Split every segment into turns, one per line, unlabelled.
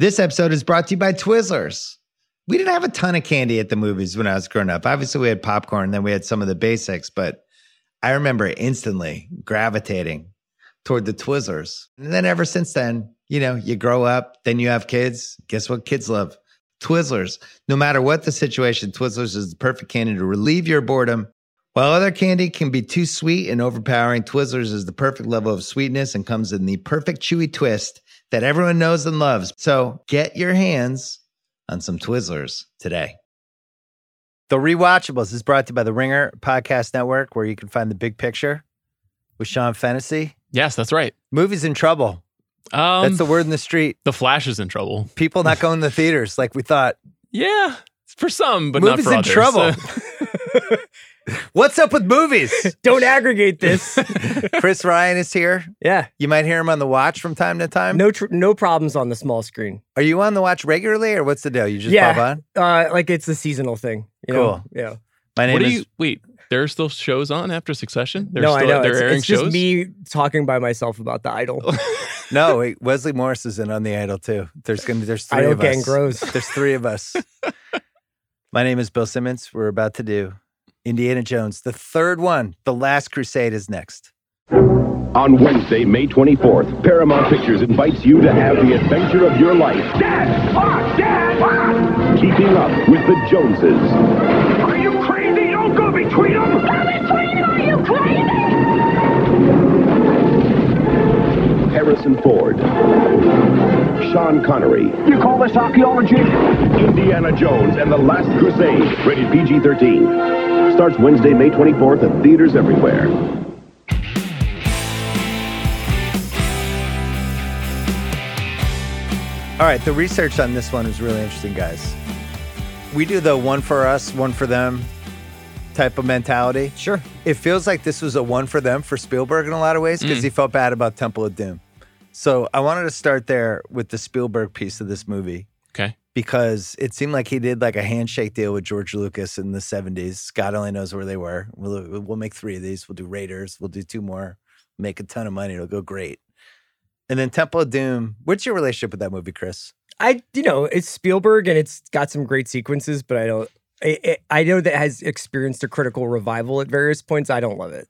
This episode is brought to you by Twizzlers. We didn't have a ton of candy at the movies when I was growing up. Obviously, we had popcorn, then we had some of the basics, but I remember instantly gravitating toward the Twizzlers. And then ever since then, you know, you grow up, then you have kids. Guess what kids love? Twizzlers. No matter what the situation, Twizzlers is the perfect candy to relieve your boredom. While other candy can be too sweet and overpowering, Twizzlers is the perfect level of sweetness and comes in the perfect chewy twist that everyone knows and loves. So get your hands on some Twizzlers today. The Rewatchables is brought to you by the Ringer Podcast Network, where you can find the big picture with Sean Fennessy.
Yes, that's right.
Movies in trouble.
Um,
That's the
the,
word in the street.
Flash is in trouble.
People not going to the theaters like we thought.
Yeah, for some, but
movies
not for
in
others.
trouble. What's up with movies?
Don't aggregate this.
Chris Ryan is here.
yeah.
You might hear him on the watch from time to time.
No tr- no problems on the small screen.
Are you on the watch regularly or what's the deal? You just
Yeah.
pop on?
Uh, like it's a seasonal thing. You Know? Yeah.
My name
what do
is
you? Wait, there are still shows on after Succession. They're
no,
still,
I know.
They're
It's,
airing
it's just
shows.
me talking by myself about the idol.
No, wait, Wesley Morris is in on the idol too. There's gonna be there's three
idol
of us.
gang grows.
There's three of us. My name is Bill Simmons. We're about to do Indiana Jones. The third one, The Last Crusade is next.
On Wednesday, May 24th, Paramount Pictures invites you to have the adventure of your life. Dad! Fox!
Ah,
Dad! Fox! Keeping up with the Joneses.
Are you crazy? Don't go between them! Go between them? Are you crazy?
Harrison Ford. Sean Connery.
You call this archaeology?
Indiana Jones and the Last Crusade. Rated PG 13. Starts Wednesday, May 24th at theaters everywhere.
All right, the research on this one is really interesting, guys. We do the one for us, one for them type of mentality.
Sure.
It feels like this was a one for them for Spielberg in a lot of ways because he felt bad about Temple of Doom. So I wanted to start there with the Spielberg piece of this movie.
okay.
because it seemed like he did like a handshake deal with George Lucas in the 70s. God only knows where they were. We'll, we'll make three of these. We'll do Raiders. We'll do two more. Make a ton of money. It'll go great. And then Temple of Doom. What's your relationship with that movie, Chris?
I you know it's Spielberg and it's got some great sequences, but I don't. I, I I know that has experienced a critical revival at various points. I don't love it.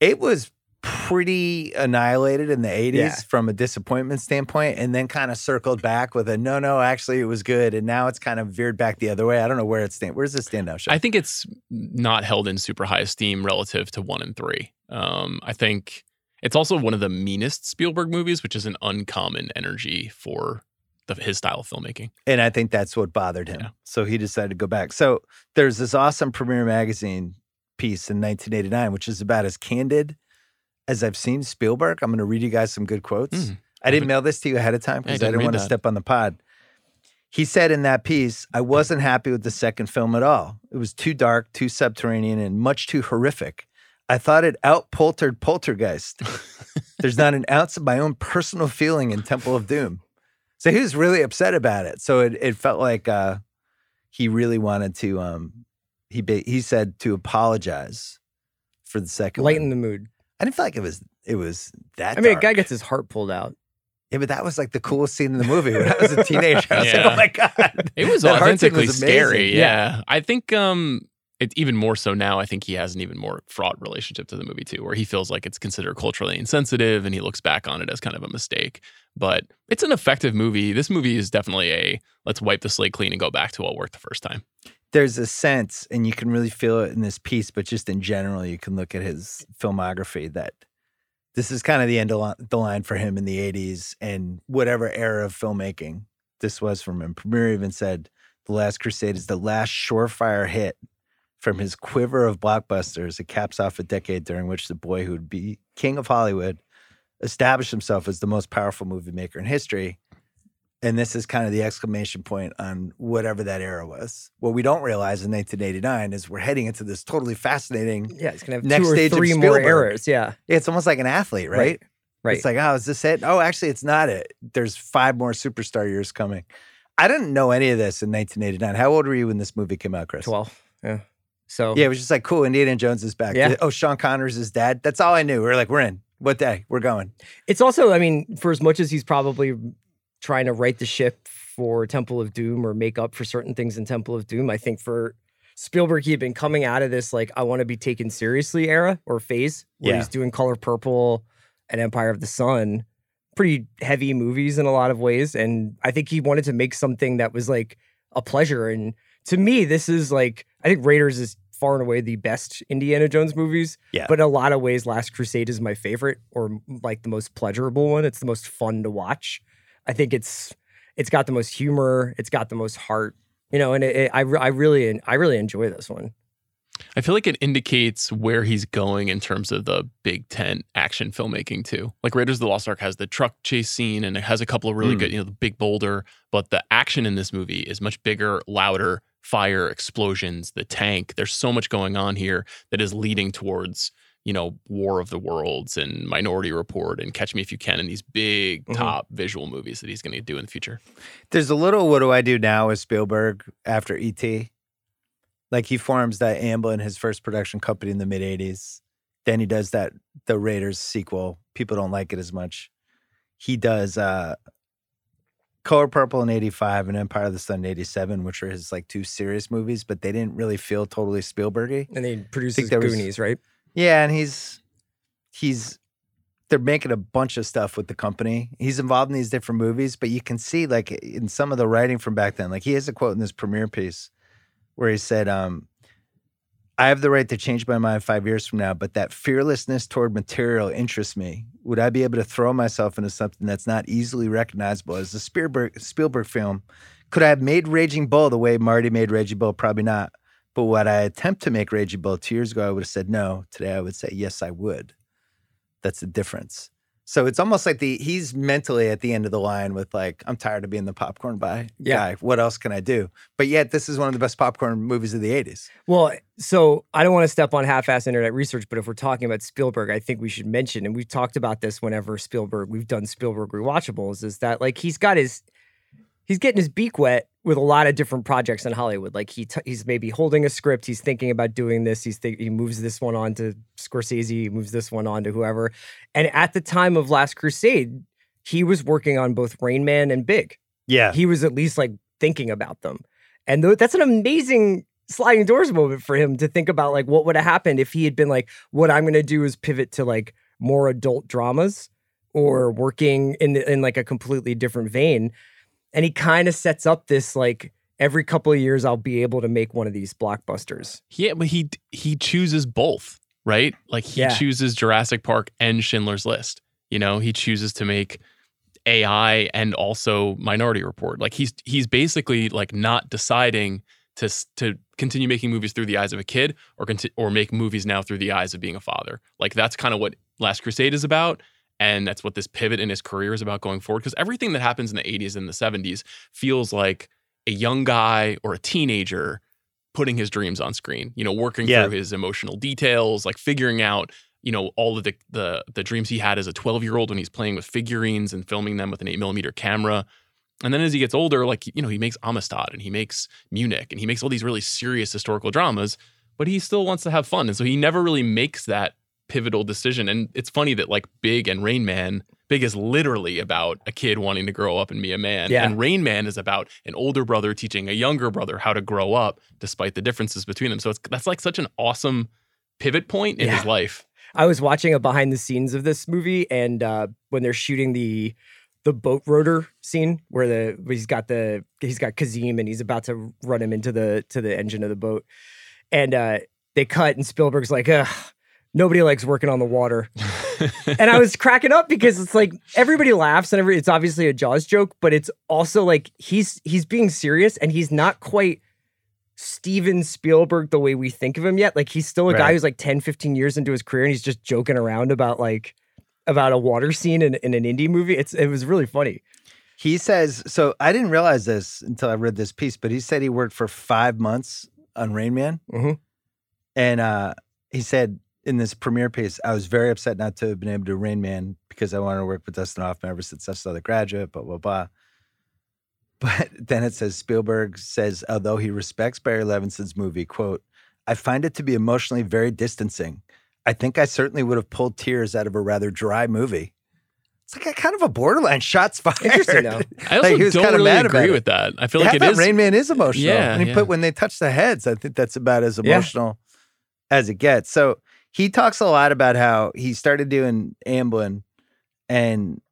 It was pretty annihilated in the 80s
Yeah.
from a disappointment standpoint and then kind of circled back with a no, no, actually it was good. And now it's kind of veered back the other way. I don't know where it stand. Where's it stand now? Sean?
I think it's not held in super high esteem relative to one and three. Um, I think it's also one of the meanest Spielberg movies, which is an uncommon energy for the, his style of filmmaking.
And I think that's what bothered him.
Yeah.
So he decided to go back. So there's this awesome Premiere Magazine piece in 1989, which is about as candid as I've seen Spielberg. I'm going to read you guys some good quotes.
Mm,
I didn't
haven't-
mail this to you ahead of time because I
didn't
didn't
read
want to
that.
step on the pod. He said in that piece, I wasn't happy with the second film at all. It was too dark, too subterranean, and much too horrific. I thought it outpoltered Poltergeist. There's not an ounce of my own personal feeling in Temple of Doom. So he was really upset about it. So it, it felt like uh, he really wanted to. Um, he ba- he said to apologize for the second.
Lighten
one.
the mood.
I didn't feel like it was it was that.
I mean, a guy
dark.
gets his heart pulled out.
Yeah, but that was like the coolest scene in the movie when I was a teenager. I was
Yeah.
like, oh my god,
It was
That heart scene
authentically
was amazing.
scary. Yeah. I think um, it's even more so now. I think he has an even more fraught relationship to the movie too, where he feels like it's considered culturally insensitive, and he looks back on it as kind of a mistake. But it's an effective movie. This movie is definitely a let's wipe the slate clean and go back to what worked the first time.
there's a sense, and you can really feel it in this piece, but just in general, you can look at his filmography that this is kind of the end of li- the line for him in the 80s and whatever era of filmmaking this was from him. Premier even said The Last Crusade is the last surefire hit from his quiver of blockbusters. It caps off a decade during which the boy who would be king of Hollywood established himself as the most powerful movie maker in history and this is kind of the exclamation point on whatever that era was. What we don't realize in 1989 is we're heading into this totally fascinating.
Yeah, it's gonna have
Next
two or
stage of
three more
Spielberg.
errors. Yeah,
It's almost like an athlete, right?
Right, right.
It's like, oh, is this it? Oh, actually, it's not it. There's five more superstar years coming. I didn't know any of this in 1989. How old were you when this movie came out, Chris?
twelve. Yeah. So
Yeah, it was just like, cool, Indiana Jones is back.
Yeah.
Oh, Sean Connery's his dad. That's all I knew. We are like, we're in. What day? We're going.
It's also, I mean, for as much as he's probably trying to right the ship for Temple of Doom or make up for certain things in Temple of Doom, I think for Spielberg, he had been coming out of this like I want to be taken seriously era or phase where
Yeah.
he's doing Color Purple and Empire of the Sun, pretty heavy movies in a lot of ways, and I think he wanted to make something that was like a pleasure. And to me, this is like I think Raiders is far and away the best Indiana Jones movies.
Yeah.
But in a lot of ways, Last Crusade is my favorite or m- like the most pleasurable one. It's the most fun to watch. I think it's it's got the most humor. It's got the most heart. You know, and it, it, I re- I really I really enjoy this one.
I feel like it indicates where he's going in terms of the big tent action filmmaking too. Like Raiders of the Lost Ark has the truck chase scene and it has a couple of really
Mm.
good, you know, the big boulder, but the action in this movie is much bigger, louder, fire, explosions, the tank. There's so much going on here that is leading towards, you know, War of the Worlds and Minority Report and Catch Me If You Can and these big
Mhm.
top visual movies that he's going to do in the future.
There's a little what do I do now with Spielberg after E.T. Like he forms that Amblin, his first production company in the mid 80s. Then he does that the Raiders sequel. People don't like it as much. He does uh Color Purple in 85 and Empire of the Sun in 87, which were his like two serious movies, but they didn't really feel totally Spielbergy.
And they produces
there was-
Goonies, right?
Yeah, and he's he's they're making a bunch of stuff with the company. He's involved in these different movies, but you can see like in some of the writing from back then, like he has a quote in this premiere piece where he said, um, I have the right to change my mind five years from now, but that fearlessness toward material interests me. Would I be able to throw myself into something that's not easily recognizable as a Spielberg Spielberg film? Could I have made Raging Bull the way Marty made Raging Bull? Probably not. But would I attempt to make Raging Bull two years ago? I would have said no. Today I would say yes, I would. That's the difference. So it's almost like the he's mentally at the end of the line with like, I'm tired of being the popcorn guy.
Yeah.
guy. What else can I do? But yet this is one of the best popcorn movies of the 80s.
Well, so I don't want to step on half-ass internet research, but if we're talking about Spielberg, I think we should mention, and we've talked about this whenever Spielberg, we've done Spielberg rewatchables, is that like he's got his, he's getting his beak wet with a lot of different projects in Hollywood. Like he t- he's maybe holding a script, he's thinking about doing this, he's think he moves this one on to Scorsese, he moves this one on to whoever, and at the time of Last Crusade, he was working on both Rain Man and Big
Yeah.
he was at least like thinking about them. And tho- that's an amazing sliding doors moment for him to think about like what would have happened if he had been like, what I'm going to do is pivot to like more adult dramas or working in the, in like a completely different vein. And he kind of sets up this like every couple of years I'll be able to make one of these blockbusters.
Yeah, but he he chooses both, right? Like he
Yeah.
chooses Jurassic Park and Schindler's List. You know, he chooses to make AI and also Minority Report. Like he's he's basically like not deciding to s- to continue making movies through the eyes of a kid or conti- or make movies now through the eyes of being a father. Like that's kind of what Last Crusade is about. And that's what this pivot in his career is about going forward. Because everything that happens in the 80s and the 70s feels like a young guy or a teenager putting his dreams on screen, you know, working
Yeah.
through his emotional details, like figuring out, you know, all of the the, the dreams he had as a 12 year old when he's playing with figurines and filming them with an eight millimeter camera. And then as he gets older, like, you know, he makes Amistad and he makes Munich and he makes all these really serious historical dramas, but he still wants to have fun. And so he never really makes that pivotal decision. And it's funny that like Big and Rain Man, Big is literally about a kid wanting to grow up and be a man.
Yeah.
And Rain Man is about an older brother teaching a younger brother how to grow up despite the differences between them. So it's that's like such an awesome pivot point in his
Yeah.
life.
I was watching a behind the scenes of this movie, and uh, when they're shooting the the boat rotor scene where the where he's got the he's got Kazim and he's about to run him into the to the engine of the boat, and uh, they cut, and Spielberg's like, Ugh, nobody likes working on the water, and I was cracking up because it's like everybody laughs and every, it's obviously a Jaws joke, but it's also like he's he's being serious and he's not quite Steven Spielberg the way we think of him yet. Like he's still a guy
Right.
who's like 10, 15 years into his career and he's just joking around about like about a water scene in, in an indie movie. It's it was really funny.
He says, so I didn't realize this until I read this piece, but he said he worked for five months on Rain Man.
Mhm.
And uh, he said in this premiere piece, I was very upset not to have been able to Rain Man because I wanted to work with Dustin Hoffman ever since I saw The Graduate, blah, blah, blah. But then it says Spielberg says, although he respects Barry Levinson's movie, quote, I find it to be emotionally very distancing. I think I certainly would have pulled tears out of a rather dry movie. It's like a kind of a borderline shots fired.
Interesting, though.
I
Like,
also
he was
don't
kinda
really
mad about
agree
it.
with that. I feel
Yeah,
like
I
it
thought
is
Rain Man is emotional.
Yeah,
and he
yeah.
put when they touch the heads, I think that's about as
Yeah.
emotional as it gets. So he talks a lot about how he started doing Amblin and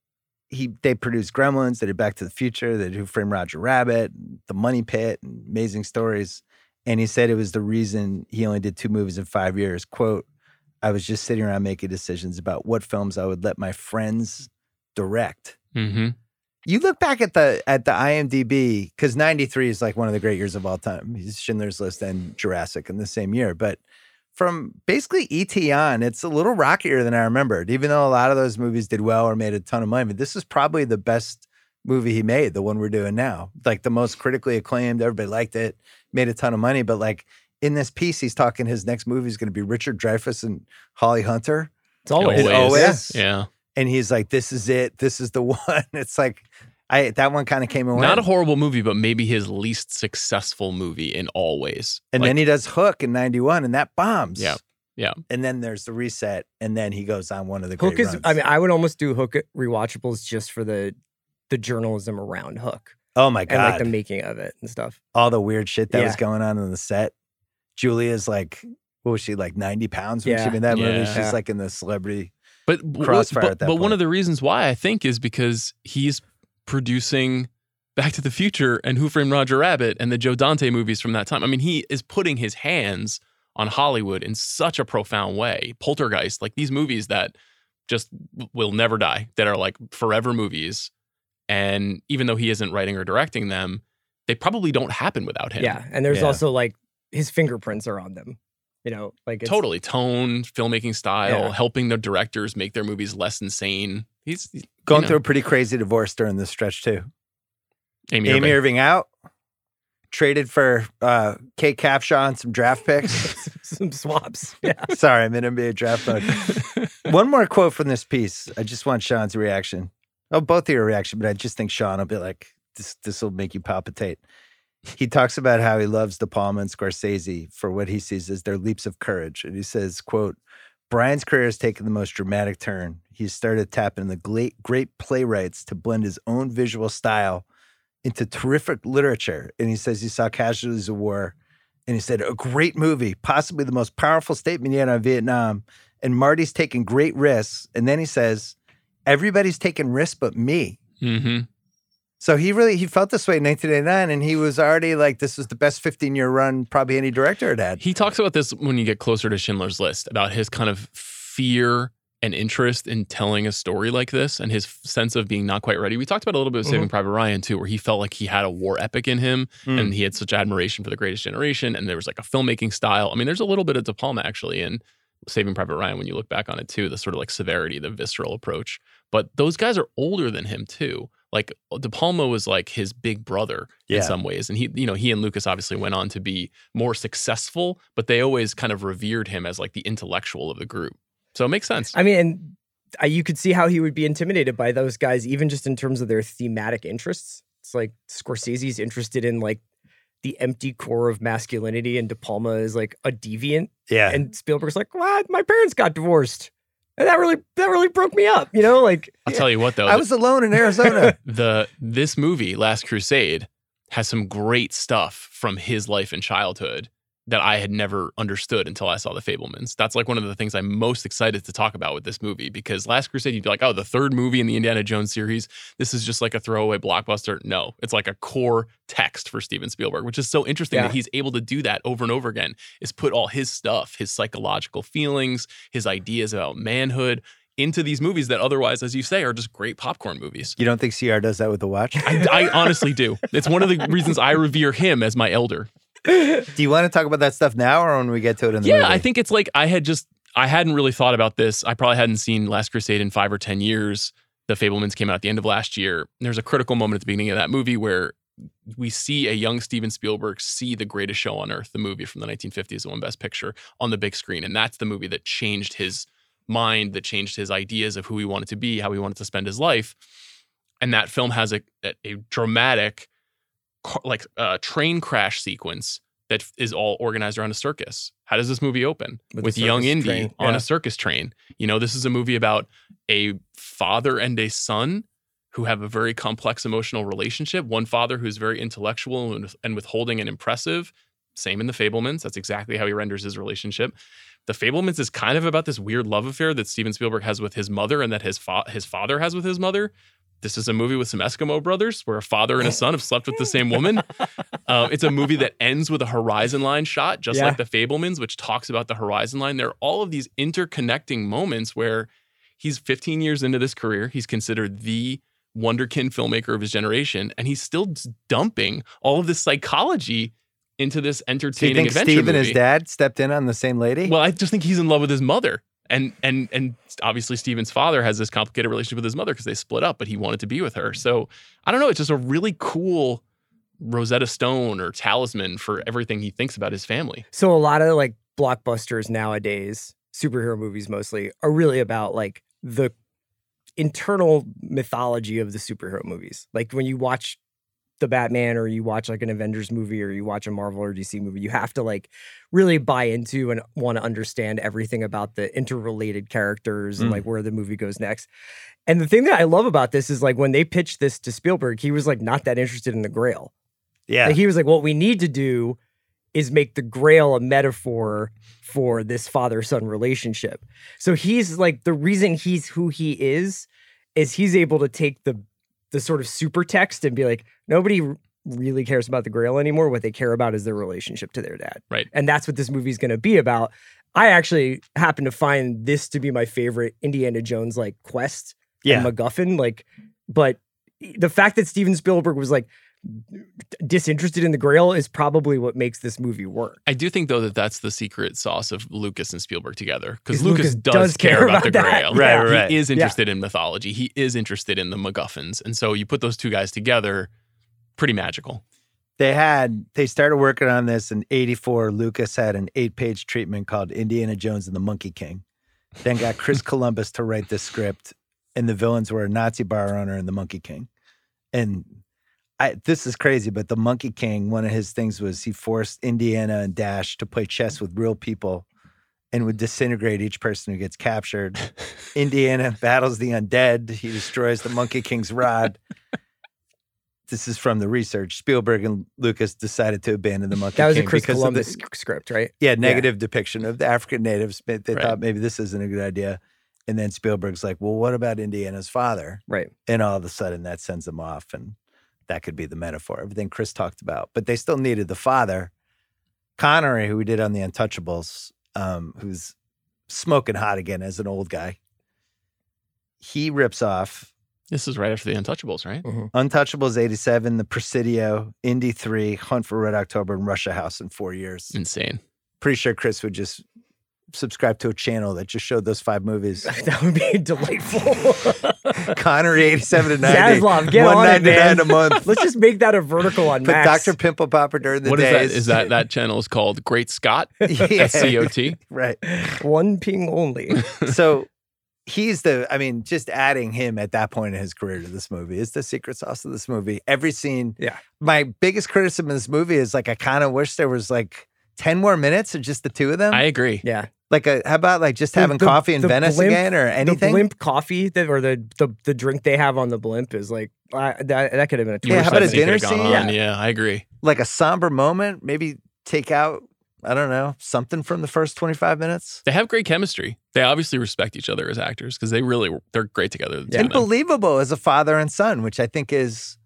he they produced Gremlins, they did Back to the Future, they do Frame Roger Rabbit, The Money Pit, and amazing stories. And he said it was the reason he only did two movies in five years. Quote, I was just sitting around making decisions about what films I would let my friends direct
hmm
you look back at the at the IMDb because '93 is like one of the great years of all time. He's Schindler's List and Jurassic in the same year, but from basically ET on, it's a little rockier than I remembered. Even though a lot of those movies did well or made a ton of money, but this is probably the best movie he made, the one we're doing now, like the most critically acclaimed. Everybody liked it, made a ton of money, but like. In this piece, he's talking his next movie is going to be Richard Dreyfuss and Holly Hunter
It's always,
Always. Always.
Yeah.
and he's like, "This is it. This is the one." It's like, I that one kind of came away.
Not a horrible movie, but maybe his least successful movie in all ways.
and
Like,
then he does Hook in '91, and that bombs.
Yeah, yeah.
And then there's the reset, and then he goes on one of the
Hook
great
is
runs.
I mean, I would almost do Hook rewatchables just for the the journalism around Hook
oh my
and like
god,
the making of it and stuff.
all the weird shit that was
Yeah.
going on in the set. Julia's like, what was she like, 90 pounds when she
Yeah.
made that movie?
Yeah.
She's
Yeah.
like in the celebrity.
but w-
Crossfire
but,
at that
but
point.
one of the reasons why I think is because he's producing Back to the Future and Who Framed Roger Rabbit and the Joe Dante movies from that time. I mean, he is putting his hands on Hollywood in such a profound way. Poltergeist, like these movies that just w- will never die, that are like forever movies. And even though he isn't writing or directing them, they probably don't happen without him.
Yeah. And there's
Yeah.
also like his fingerprints are on them. You know, like it's
totally tone, filmmaking style,
Yeah.
helping the directors make their movies less insane. He's
Going
know.
through a pretty crazy divorce during this stretch too.
Amy,
Amy
Irving.
Irving out, traded for uh, Kate Capshaw and some draft picks.
some swaps. Yeah.
Sorry, I'm in NBA draft mode. One more quote from this piece. I just want Sean's reaction. Oh, both of your reaction, but I just think Sean will be like, this this will make you palpitate. He talks about how he loves De Palma and Scorsese for what he sees as their leaps of courage. And he says, quote, Brian's career has taken the most dramatic turn. He started tapping the great, great playwrights to blend his own visual style into terrific literature. And he says he saw Casualties of War and he said, a great movie, possibly the most powerful statement yet on Vietnam. And Marty's taking great risks. And then he says, everybody's taking risks but me.
hmm
So he really he felt this way in 1989, and he was already like, "This was the best 15 year run probably any director had had."
He talks about this when you get closer to Schindler's List about his kind of fear and interest in telling a story like this and his sense of being not quite ready. We talked about a little bit of Saving Private Ryan too, where he felt like he had a war epic in him and he had such admiration for the greatest generation and there was like a filmmaking style. I mean, there's a little bit of De Palma actually in Saving Private Ryan when you look back on it too, the sort of like severity, the visceral approach. But those guys are older than him too. Like uh, De Palma was like his big brother
Yeah.
in some ways. And he, you know, he and Lucas obviously went on to be more successful, but they always kind of revered him as like the intellectual of the group. So it makes sense.
I mean, and uh, you could see how he would be intimidated by those guys, even just in terms of their thematic interests. It's like Scorsese's interested in like the empty core of masculinity and De Palma is like a deviant.
Yeah.
And Spielberg's like, "What? My parents got divorced." And that really that really broke me up, you know? Like
I'll tell you what though,
I was alone in Arizona.
the this movie Last Crusade has some great stuff from his life and childhood that I had never understood until I saw The Fablemans. That's like one of the things I'm most excited to talk about with this movie because Last Crusade you'd be like, "Oh, the third movie in the Indiana Jones series. This is just like a throwaway blockbuster." No, it's like a core text for Steven Spielberg, which is so interesting
Yeah.
that he's able to do that over and over again. Is put all his stuff, his psychological feelings, his ideas about manhood into these movies that otherwise as you say are just great popcorn movies.
you don't think CR does that with the watch?
I, I honestly do. It's one of the reasons I revere him as my elder.
Do you want to talk about that stuff now or when we get to it in the
Yeah,
movie?
I think it's like I had just I hadn't really thought about this. I probably hadn't seen Last Crusade in five or ten years. The Fablemans came out at the end of last year. There's a critical moment at the beginning of that movie where we see a young Steven Spielberg see the greatest show on earth, the movie from the 1950s, the one best picture on the big screen. And that's the movie that changed his mind, that changed his ideas of who he wanted to be, how he wanted to spend his life. And that film has a, a a dramatic, car- like, uh, train crash sequence that f- is all organized around a circus. How does this movie open?
With
With,
a
young
circus
Indy
train,
on
yeah.
a circus train. You know, this is a movie about a father and a son who have a very complex emotional relationship. One father who's very intellectual and, and withholding and impressive. Same in The Fablemans. That's exactly how he renders his relationship. The Fablemans is kind of about this weird love affair that Steven Spielberg has with his mother and that his fa- his father has with his mother. This is a movie with some Eskimo brothers where a father and a son have slept with the same woman. Uh, it's a movie that ends with a horizon line shot, just
Yeah.
like The Fablemans, which talks about the horizon line. There are all of these interconnecting moments where he's 15 years into this career. He's considered the wonderkin filmmaker of his generation, and he's still just dumping all of this psychology into this
Do you
entertaining
think
adventure
Steve and
movie.
his dad stepped in on the same lady?
Well, I just think he's in love with his mother. And and and obviously Steven's father has this complicated relationship with his mother because they split up, but he wanted to be with her. So I don't know. It's just a really cool Rosetta Stone or talisman for everything he thinks about his family.
So a lot of like blockbusters nowadays, superhero movies mostly, are really about like the internal mythology of the superhero movies. Like when you watch the Batman or you watch like an Avengers movie or you watch a Marvel or DC movie, you have to like really buy into and want to understand everything about the interrelated characters and
Mm.
like where the movie goes next. And the thing that I love about this is like when they pitched this to Spielberg, he was like not that interested in the grail.
yeah.
Like, he was like, what we need to do is make the grail a metaphor for this father son relationship. So he's like, the reason he's who he is is he's able to take the the sort of super text and be like, nobody r- really cares about the grail anymore. What they care about is their relationship to their dad.
Right.
And that's what this movie's going to be about. I actually happen to find this to be my favorite Indiana Jones like quest
yeah.
and MacGuffin. Like, but e, the fact that Steven Spielberg was like disinterested in the Grail is probably what makes this movie work.
I do think though that that's the secret sauce of Lucas and Spielberg together because
'Cause
Lucas, does, care, about, the
that,
Grail.
Right,
yeah. right.
He is
Yeah.
interested in mythology. He is interested in the MacGuffins, and so you put those two guys together, pretty magical.
They had they started working on this in 84. Lucas had an eight-page treatment called Indiana Jones and the Monkey King. Then got Chris Columbus to write the script, and the villains were a Nazi bar owner and the Monkey King. And I this is crazy, but the Monkey King, one of his things was he forced Indiana and Dash to play chess with real people and would disintegrate each person who gets captured. Indiana battles the undead. He destroys the Monkey King's rod. This is from the research. Spielberg and Lucas decided to abandon the Monkey
That was a
King
Chris
because
Columbus
of the
sc- script, right?
yeah negative depiction of the African natives. They they
Right.
thought maybe this isn't a good idea. And then Spielberg's like, "Well, what about Indiana's father?"
Right.
And all of a sudden, that sends them off, and that could be the metaphor. Everything Chris talked about, but they still needed the father, Connery, who we did on The Untouchables, um, who's smoking hot again as an old guy. He rips off
This is right after the Untouchables, right?
Untouchables 87, The Presidio, Indy 3, Hunt for Red October, and Russia House in four years.
Insane.
Pretty sure Chris would just subscribe to a channel that just showed those five movies.
that would be delightful.
Connery 87 to 90.
Zaslav, get on it,
199
man.
a month.
Let's just make that a vertical on
Put
Max.
Dr. Pimple Popper during the
What is
days.
that? Is that that channel is called Great Scott?
that?
S C O T.
Right.
One ping only.
So he's the I mean, just adding him at that point in his career to this movie is the secret sauce of this movie. Every scene.
Yeah.
My biggest criticism of this movie is like I kind of wish there was like 10 more minutes of just the two of them.
I agree.
Yeah,
like a, how about like just
The-
having
the-
coffee in
the
Venice
blimp-
again or anything?
the blimp coffee that, or the, the the drink they have on the blimp is like uh, that. That could have been a
You
Yeah,
wish
how
that
about a
scene could've
dinner
gone
scene?
on. Yeah, I agree.
like a somber moment, maybe take out, I don't know, something from the first 25 minutes.
They have great chemistry. They obviously respect each other as actors because they really they're great together. the two
Yeah.
of
And
them.
believable as a father and son, which I think is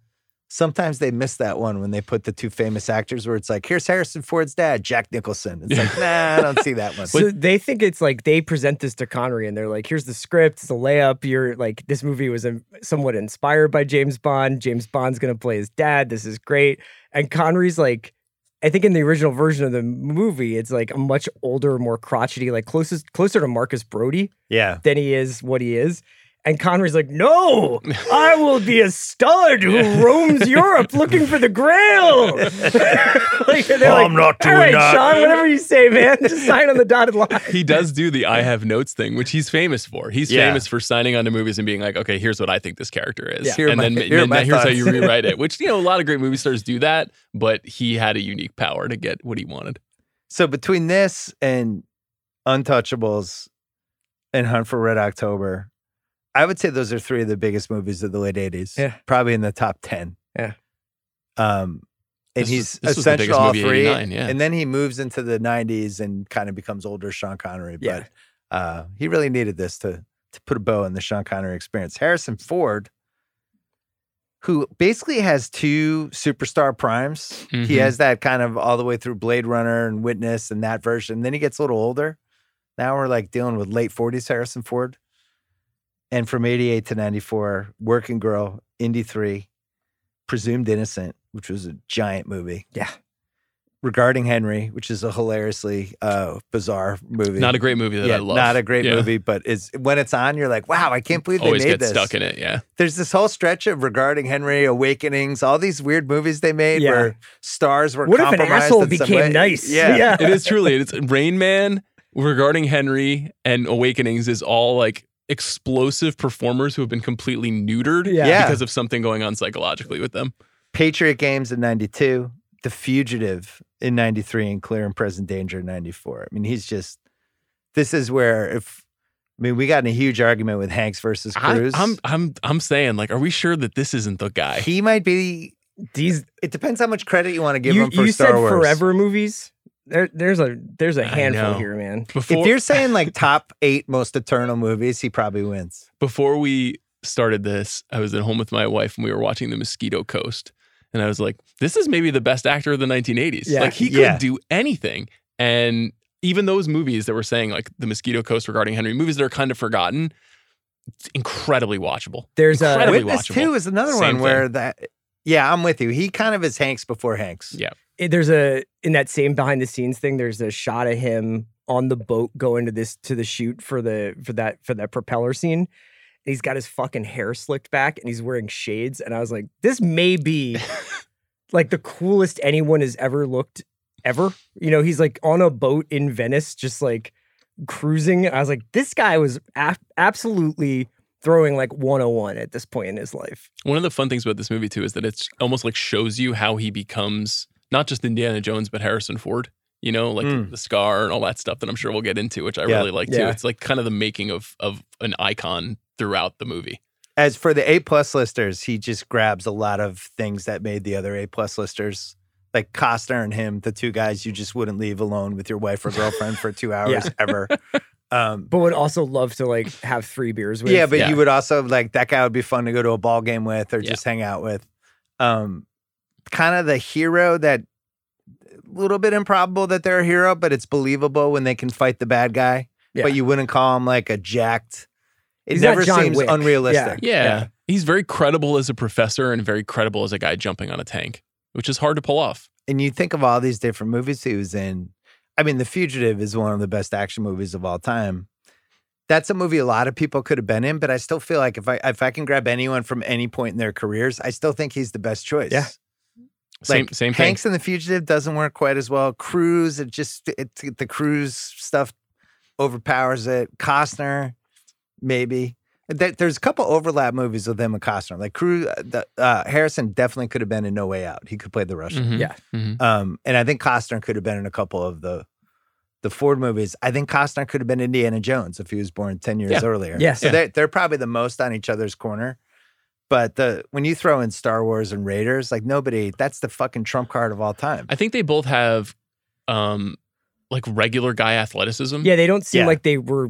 sometimes they miss that one when they put the two famous actors where it's like, here's Harrison Ford's dad, Jack Nicholson. It's like, nah, I don't see that one.
So they think it's like they present this to Connery, and they're like, "Here's the script. It's a layup. You're like, this movie was um, somewhat inspired by James Bond. James Bond's gonna play his dad. This is great." And Connery's like, I think in the original version of the movie, it's like a much older, more crotchety, like closest closer to Marcus Brody
yeah.
than he is what he is. And Connery's like, "No, I will be a stud who roams Europe looking for the Grail." like, they're like,
I'm not
"All
doing
right,
that."
Sean, whatever you say, man, just sign on the dotted line.
he does do the I have notes thing, which he's famous for. He's
Yeah.
famous for signing on to movies and being like, okay, here's what I think this character is.
Yeah. Here are
and
my-
then,
here are
then
my
here's how
thoughts.
you rewrite it, which, you know, a lot of great movie stars do that, but he had a unique power to get what he wanted.
So between this and Untouchables and Hunt for Red October, I would say those are three of the biggest movies of the late 80s.
Yeah.
Probably in the top 10.
Yeah.
Um, and
This was-
he's
this was the
essential
biggest
all
movie of
three.
89, yeah.
And then he moves into the 90s and kind of becomes older Sean Connery.
Yeah.
But uh, he really needed this to, to put a bow in the Sean Connery experience. Harrison Ford, who basically has two superstar primes. He
Mhm.
has that kind of all the way through Blade Runner and Witness and that version. Then he gets a little older. Now we're like dealing with late 40s Harrison Ford. And from 88 to 94, Working Girl, Indy 3, Presumed Innocent, which was a giant movie.
Yeah.
Regarding Henry, which is a hilariously uh, bizarre movie.
Not a great movie that
yeah,
I love.
not a great
Yeah.
movie, but it's when it's on, you're like, wow, I can't believe they
Always
made
get
this
stuck in it. Yeah.
there's this whole stretch of regarding Henry Awakenings, all these weird movies they made
Yeah.
where stars were.
What if an
compromised
asshole
in some
became
way.
nice?
Yeah.
Yeah.
It is truly. It's Rain Man regarding Henry and Awakenings is all like explosive performers who have been completely neutered
Yeah.
Yeah.
because of something going on psychologically with them.
Patriot Games in '92, The Fugitive in '93, and Clear and Present Danger in '94. I mean, he's just. This is where if. I mean, we got in a huge argument with Hanks versus
I,
Cruz.
I'm I'm I'm saying like, are we sure that this isn't the guy?
he might be.
These
It depends how much credit you want to give
you,
him for
you
Star
said
Wars.
forever movies. There, there's a there's a
I
handful
know.
here, man.
Before,
If you're saying like top eight most eternal movies, he probably wins.
before we started this, I was at home with my wife and we were watching The Mosquito Coast. And I was like, this is maybe the best actor of the 1980s.
Yeah.
Like, he could
Yeah.
do anything. And even those movies that were saying, like, The Mosquito Coast regarding Henry, movies that are kind of forgotten, it's incredibly watchable.
There's a-
incredibly
Witness
watchable.
Two is another
Same
one
thing.
where that. Yeah, I'm with you. He kind of is Hanks before Hanks.
Yeah.
it- there's a in that same behind the scenes thing there's a shot of him on the boat going to this to the shoot for the for that for that propeller scene and he's got his fucking hair slicked back and he's wearing shades and i was like this may be like the coolest anyone has ever looked ever you know he's like on a boat in venice just like cruising i was like this guy was a- absolutely throwing like 101 at this point in his life
One of the fun things about this movie, too, is that it's almost like shows you how he becomes not just Indiana Jones, but Harrison Ford, you know, like
Mm.
the scar and all that stuff that I'm sure we'll get into, which I
Yeah.
really like, too.
Hmm. Yeah.
It's like kind of the making of, of an icon throughout the movie.
As for the A plus listers, he just grabs a lot of things that made the other A plus listers, like Costner and him, the two guys you just wouldn't leave alone with your wife or girlfriend for two hours
Yeah.
ever. Um,
but would also love to like have three beers with
yeah, but
Yeah.
you would also like that guy would be fun to go to a ball game with or
Yeah.
just hang out with. Um, kind of the hero that a little bit improbable that they're a hero, but it's believable when they can fight the bad guy.
Yeah.
But you wouldn't call him like a jacked. It
He's not
never
John
seems
Wick.
unrealistic.
Yeah. He's very credible as a professor and very credible as a guy jumping on a tank, which is hard to pull off.
and you think of all these different movies he was in. I mean, The Fugitive is one of the best action movies of all time. That's a movie a lot of people could have been in, but I still feel like if I if I can grab anyone from any point in their careers, I still think he's the best choice.
Yeah.
Same
Like,
same thing.
Hanks in The Fugitive doesn't work quite as well. Cruise, it just it, the Cruise stuff overpowers it. Costner maybe. That there's a couple overlap movies with him and Costner. Like Cruz, uh, the, uh, Harrison definitely could have been in No Way Out. He could play the Russian.
Mhm,
Yeah.
mhm.
Um, and I think Costner could have been in a couple of the the Ford movies. I think Costner could have been Indiana Jones if he was born ten years
Yeah.
earlier.
Yes.
So
Yeah.
they're they're probably the most on each other's corner. But the when you throw in Star Wars and Raiders, like nobody, that's the fucking trump card of all time.
I think they both have um like regular guy athleticism.
Yeah, they don't seem
Yeah.
like they were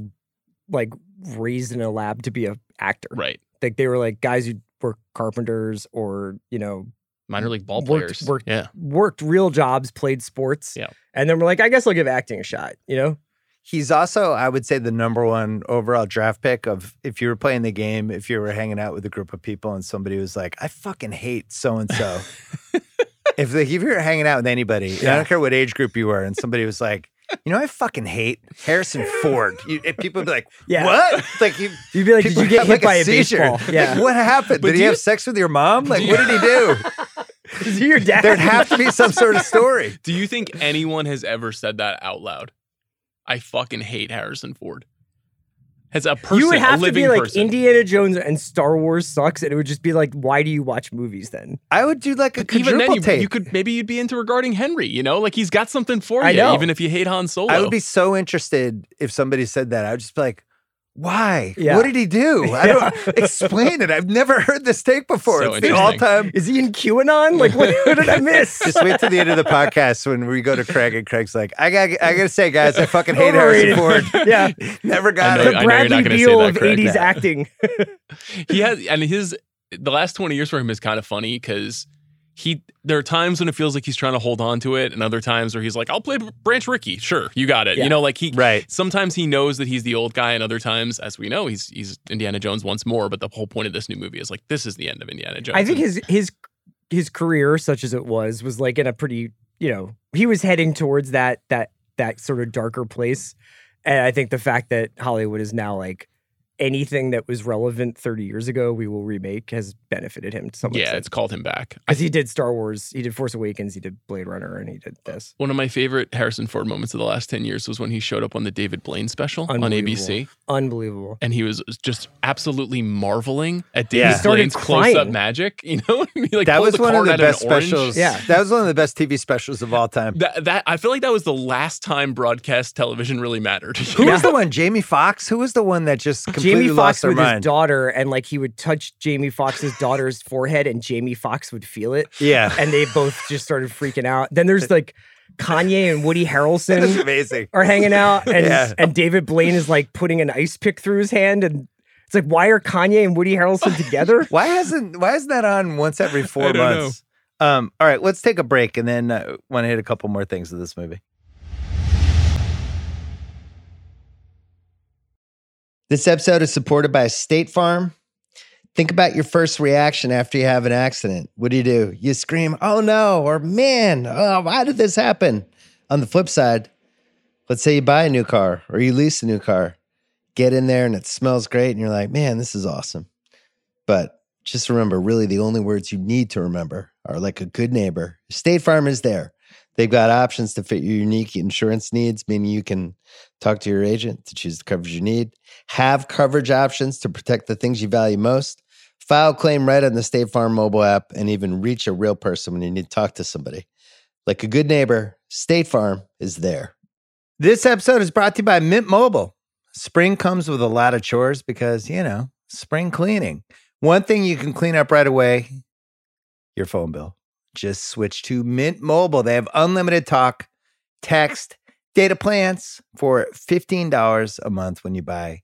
like raised in a lab to be a actor.
Right.
Like they were like guys who were carpenters or, you know,
Minor league ball
Worked-
players.
worked-
yeah.
worked real jobs, played sports.
Yeah.
And then we're like, I guess I'll give acting a shot, you know?
He's also, I would say, the number one overall draft pick of if you were playing the game, if you were hanging out with a group of people and somebody was like, I fucking hate so and so. If like, if you're hanging out with anybody, and I don't care what age group you were, and somebody was like, you know, I fucking hate Harrison Ford. You, and people would be like,
Yeah.
what? Like, you,
You'd be like, did
people
you get
have,
hit
like,
by a,
seizure.
baseball?
Like,
Yeah.
what happened?
But
did
do
he
you-
have sex with your mom? Like, what did he do?
Is he your dad?
There'd have to be some sort of story.
Do you think anyone has ever said that out loud? I fucking hate Harrison Ford. Has a person
you would have
a
to
living
be like
person.
Indiana Jones and Star Wars sucks, and it would just be like, why do you watch movies then?
I would do like a quadruple
even then, you,
tape.
you could maybe you'd be into regarding Henry. You know, like he's got something for
I
you,
know.
even if you hate Han Solo.
I would be so interested if somebody said that. I would just be like, why?
Yeah.
What did he do? I don't explain it. I've never heard this take before.
So
it's the all
interesting.
time.
Is he in QAnon? Like, what, what did I miss?
Just wait till the end of the podcast when we go to Craig and Craig's like, I got, I gotta say, guys, I fucking hate Harrison Ford.
Overrated. yeah.
Never
I
got
know-
it.
I know
The
you're not
Bradley
gonna say
Beal
that,
of
Craig.
80s acting.
he has and his the last 20 years for him is kind of funny because he there are times when it feels like he's trying to hold on to it and other times where he's like i'll play branch rickey sure you got it
Yeah.
you know like he
Right.
sometimes he knows that he's the old guy and other times as we know he's he's indiana jones once more but the whole point of this new movie is like this is the end of indiana jones
I think
And
his his his career, such as it was, was like in a pretty you know he was heading towards that that that sort of darker place, and I think the fact that Hollywood is now like anything that was relevant 30 years ago we will remake has benefited him to some
yeah
extent
it's called him back I,
because he did Star Wars, he did Force Awakens, he did Blade Runner, and he did this.
one of my favorite harrison ford moments of the last 10 years was when he showed up on the david blaine special on abc
Unbelievable.
and he was just absolutely marveling at
Yeah. He
david
started
blaine's close-up
crying.
magic you know he like
that
pulled
was
the
one of
card
the
out an
best
orange.
specials.
Yeah.
That was one of the best TV specials of all time.
That, that I feel like that was the last time broadcast television really mattered.
Who was the one? Jamie Fox? Who was the one that just completely
Jamie
lost
Fox
their
with
mind?
his daughter, and like he would touch Jamie Fox's daughter's forehead, and Jamie Fox would feel it.
yeah.
and they both just started freaking out. Then there's like Kanye and Woody
That's
Harrelson
amazing.
are hanging out, and
Yeah.
and David Blaine is like putting an ice pick through his hand, and it's like, why are Kanye and Woody Harrelson together?
Why hasn't why isn't that on once every four
I don't know.
months? Um, all right, let's take a break and then uh, want to hit a couple more things of this movie.
This episode is supported by State Farm. Think about your first reaction after you have an accident. What do you do? You scream, oh no, or man, oh, why did this happen? On the flip side, let's say you buy a new car or you lease a new car, get in there and it smells great and you're like, man, this is awesome. But just remember, really, the only words you need to remember are like a good neighbor. State Farm is there. They've got options to fit your unique insurance needs, meaning you can talk to your agent to choose the coverage you need have coverage options to protect the things you value most, file claim right on the State Farm mobile app, and even reach a real person when you need to talk to somebody. Like a good neighbor, State Farm is there.
This episode is brought to you by Mint Mobile. Spring comes with a lot of chores because, you know, spring cleaning. One thing you can clean up right away your phone bill. Just switch to Mint Mobile. They have unlimited talk, text, data plans for $15 a month when you buy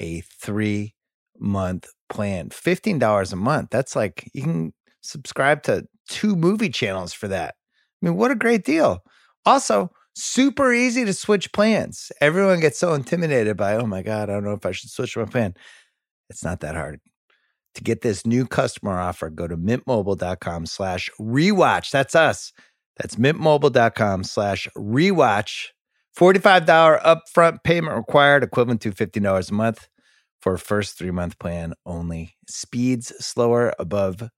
a three month plan. $15 a month. That's like you can subscribe to two movie channels for that. I mean, what a great deal. Also, super easy to switch plans. Everyone gets so intimidated by, oh my God, I don't know if I should switch my plan. It's not that hard. To get this new customer offer, go to mintmobile.com slash rewatch. That's us. That's mintmobile.com slash rewatch. $45 upfront payment required, equivalent to $15 a month for a first three month plan only. Speeds slower above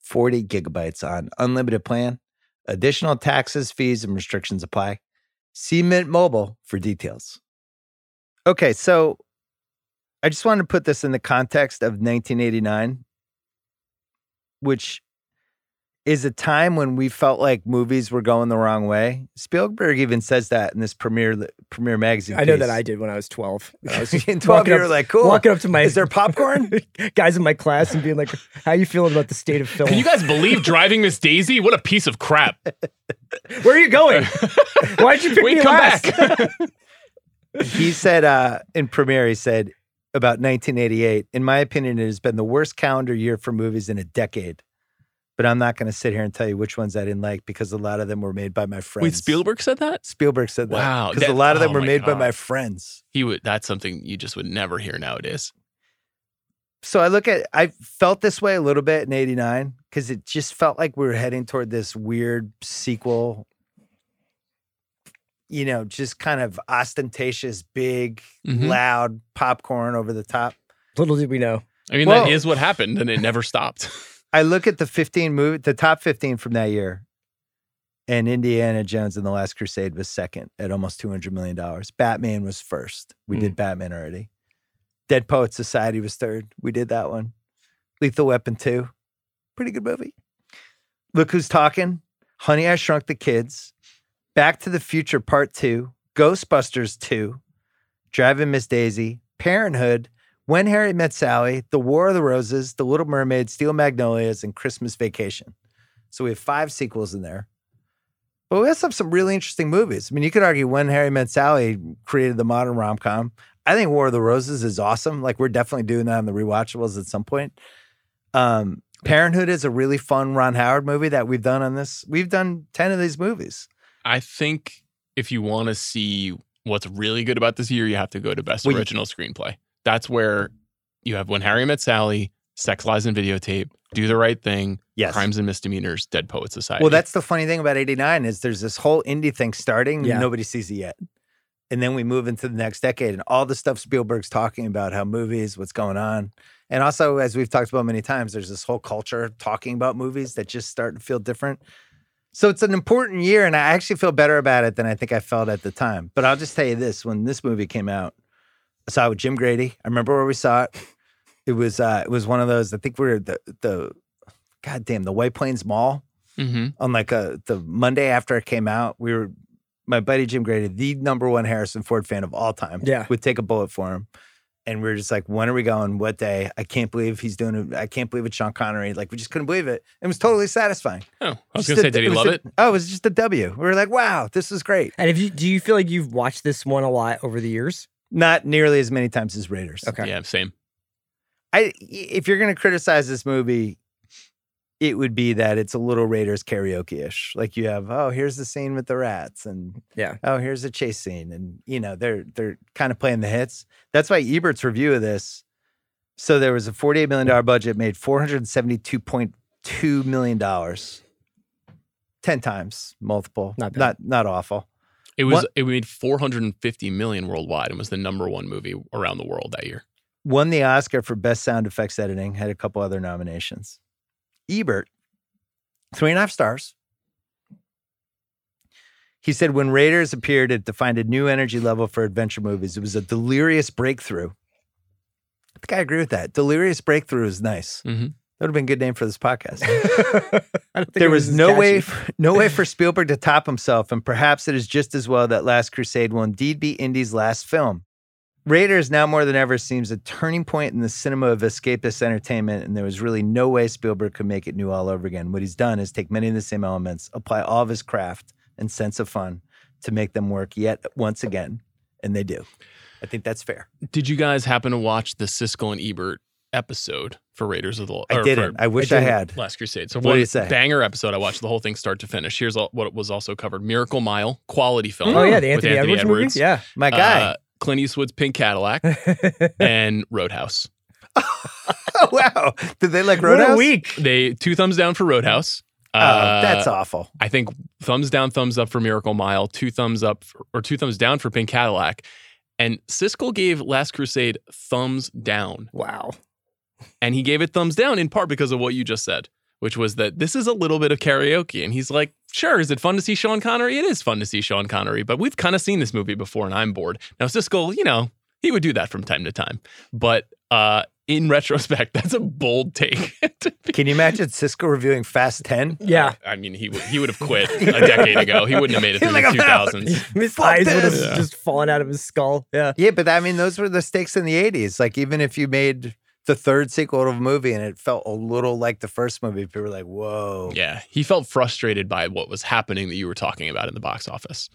40 gigabytes on unlimited plan. Additional taxes, fees, and restrictions apply. See Mint Mobile for details. Okay, so I just wanted to put this in the context of 1989, which is a time when we felt like movies were going the wrong way. Spielberg even says that in this premiere premiere magazine.
I know
piece.
that I did when I was 12. I was
In 12,
walking
you
up-
were like, cool.
Walking up to my
Is there popcorn?
guys in my class and being like, "How you feeling about the state of film?
Can you guys believe driving Miss Daisy? What a piece of crap.
Where are you going? Why'd you pick
Wait,
me
come
last?"
back.
he said uh, in premiere, he said about 1988. In my opinion, it has been the worst calendar year for movies in a decade. But I'm not going to sit here and tell you which ones I didn't like because a lot of them were made by my friends.
Wait, Spielberg said that?
Spielberg said that.
Wow,
because a
that-
lot of them
oh
were
my
made by
God.
my friends.
He would that's something you just would never hear nowadays.
So I look at, I felt this way a little bit in '89 because it just felt like we were heading toward this weird sequel. You know, just kind of ostentatious, big,
Mm-hmm.
Mhm.
loud popcorn over the top.
Little did we know.
I mean,
Well-
that is what happened, and it never stopped.
I look at the 15 movie, the top 15 from that year, and Indiana Jones and the Last Crusade was second at almost 200 million dollars. Batman was first. We did Batman already. Dead Poet Society was third. We did that one. Lethal Weapon 2. Pretty good movie. Look who's talking. Honey, I Shrunk the Kids. Back to the Future Part 2. Ghostbusters 2. Driving Miss Daisy. Parenthood. When Harry Met Sally, The War of the Roses, The Little Mermaid, Steel Magnolias, and Christmas Vacation. So we have five sequels in there. But we also have some really interesting movies. I mean, you could argue When Harry Met Sally created the modern rom com. I think War of the Roses is awesome. Like we're definitely doing that on the rewatchables at some point. Um, Parenthood is a really fun Ron Howard movie that we've done on this. We've done ten of these movies.
I think if you want to see what's really good about this year, you have to go to Best
Well, you-
Original Screenplay. That's where you have When Harry Met Sally, Sex, Lies, and Videotape, Do the Right Thing,
Yes.
Crimes and Misdemeanors, Dead Poet Society.
Well, that's the funny thing about 89 is there's this whole indie thing starting.
Yeah.
Nobody sees it yet. And then we move into the next decade and all the stuff Spielberg's talking about, how movies, what's going on. And also, as we've talked about many times, there's this whole culture talking about movies that just start to feel different. So it's an important year, and I actually feel better about it than I think I felt at the time. But I'll just tell you this: when this movie came out, I saw it with Jim Grady. I remember where we saw it. It was uh, it was one of those. I think we were at the the goddamn the White Plains Mall
Mhm.
on like a the Monday after it came out, we were my buddy Jim Grady, the number one Harrison Ford fan of all time,
Yeah.
would take a bullet for him. And we were just like, when are we going? What day? I can't believe he's doing it. I can't believe it's Sean Connery. Like, we just couldn't believe it. It was totally satisfying.
Oh, I was
Just
going to
a-
say, did he
was
love
a-
it?
Oh, it was just a W. We were like, wow, this is great.
And if you do you feel like you've watched this one a lot over the years?
Not nearly as many times as Raiders.
Okay.
Yeah, same.
I if you're gonna criticize this movie, it would be that it's a little Raiders karaoke ish. Like you have, oh, here's the scene with the rats, and
Yeah.
oh, here's the chase scene, and you know they're they're kind of playing the hits. That's why Ebert's review of this. So there was a forty-eight million dollar budget, made four hundred seventy-two point two million dollars, ten times multiple.
Not bad.
not not awful.
It was
What-
it made 450 million worldwide and was the number one movie around the world that year.
won the Oscar for Best Sound Effects Editing, had a couple other nominations. Ebert, three and a half stars. He said when Raiders appeared, it defined a new energy level for adventure movies. It was a delirious breakthrough. I think I agree with that. Delirious breakthrough is nice.
Mhm.
That would have been a good name for this podcast.
I don't think
there
it
was
as
no
catchy.
way, for, no way for Spielberg to top himself, and perhaps it is just as well that Last Crusade will indeed be Indy's last film. Raiders now more than ever seems a turning point in the cinema of escapist entertainment, and there was really no way Spielberg could make it new all over again. What he's done is take many of the same elements, apply all of his craft and sense of fun to make them work yet once again, and they do. I think that's fair.
Did you guys happen to watch the Siskel and Ebert episode for Raiders of the Lost?
I didn't. I wish I,
didn't.
had.
Last Crusade. So
What do
one
you say?
banger episode. I watched the whole thing start to finish. Here's all, what was also covered: Miracle Mile, quality film.
Oh yeah, the
with
Anthony, Edwards, movie? Yeah.
My guy.
Uh, Clint Eastwood's Pink Cadillac and Roadhouse.
oh wow! Did they like
What
Roadhouse?
a week.
They two thumbs down for Roadhouse.
Oh,
Uh,
that's awful.
I think thumbs down, thumbs up for Miracle Mile, two thumbs up for, or two thumbs down for Pink Cadillac. And Siskel gave Last Crusade thumbs down.
Wow.
And he gave it thumbs down in part because of what you just said, which was that this is a little bit of karaoke. And he's like, sure, is it fun to see Sean Connery? It is fun to see Sean Connery, but we've kind of seen this movie before and I'm bored. Now, Siskel, you know, he would do that from time to time. But uh, in retrospect, that's a bold take. to be-
Can you imagine Cisco reviewing Fast 10?
Yeah.
I mean, he would he would have quit a decade ago. He wouldn't have made it
He's like,
through the
"I'm
two
out."
thousands.
His
Fuck
eyes would have
this.
Yeah.
just fallen out of his skull. Yeah.
Yeah, but I mean, those were the stakes in the 80s. Like, even if you made the third sequel to a movie and it felt a little like the first movie, people were like, whoa.
Yeah, he felt frustrated by what was happening that you were talking about in the box office.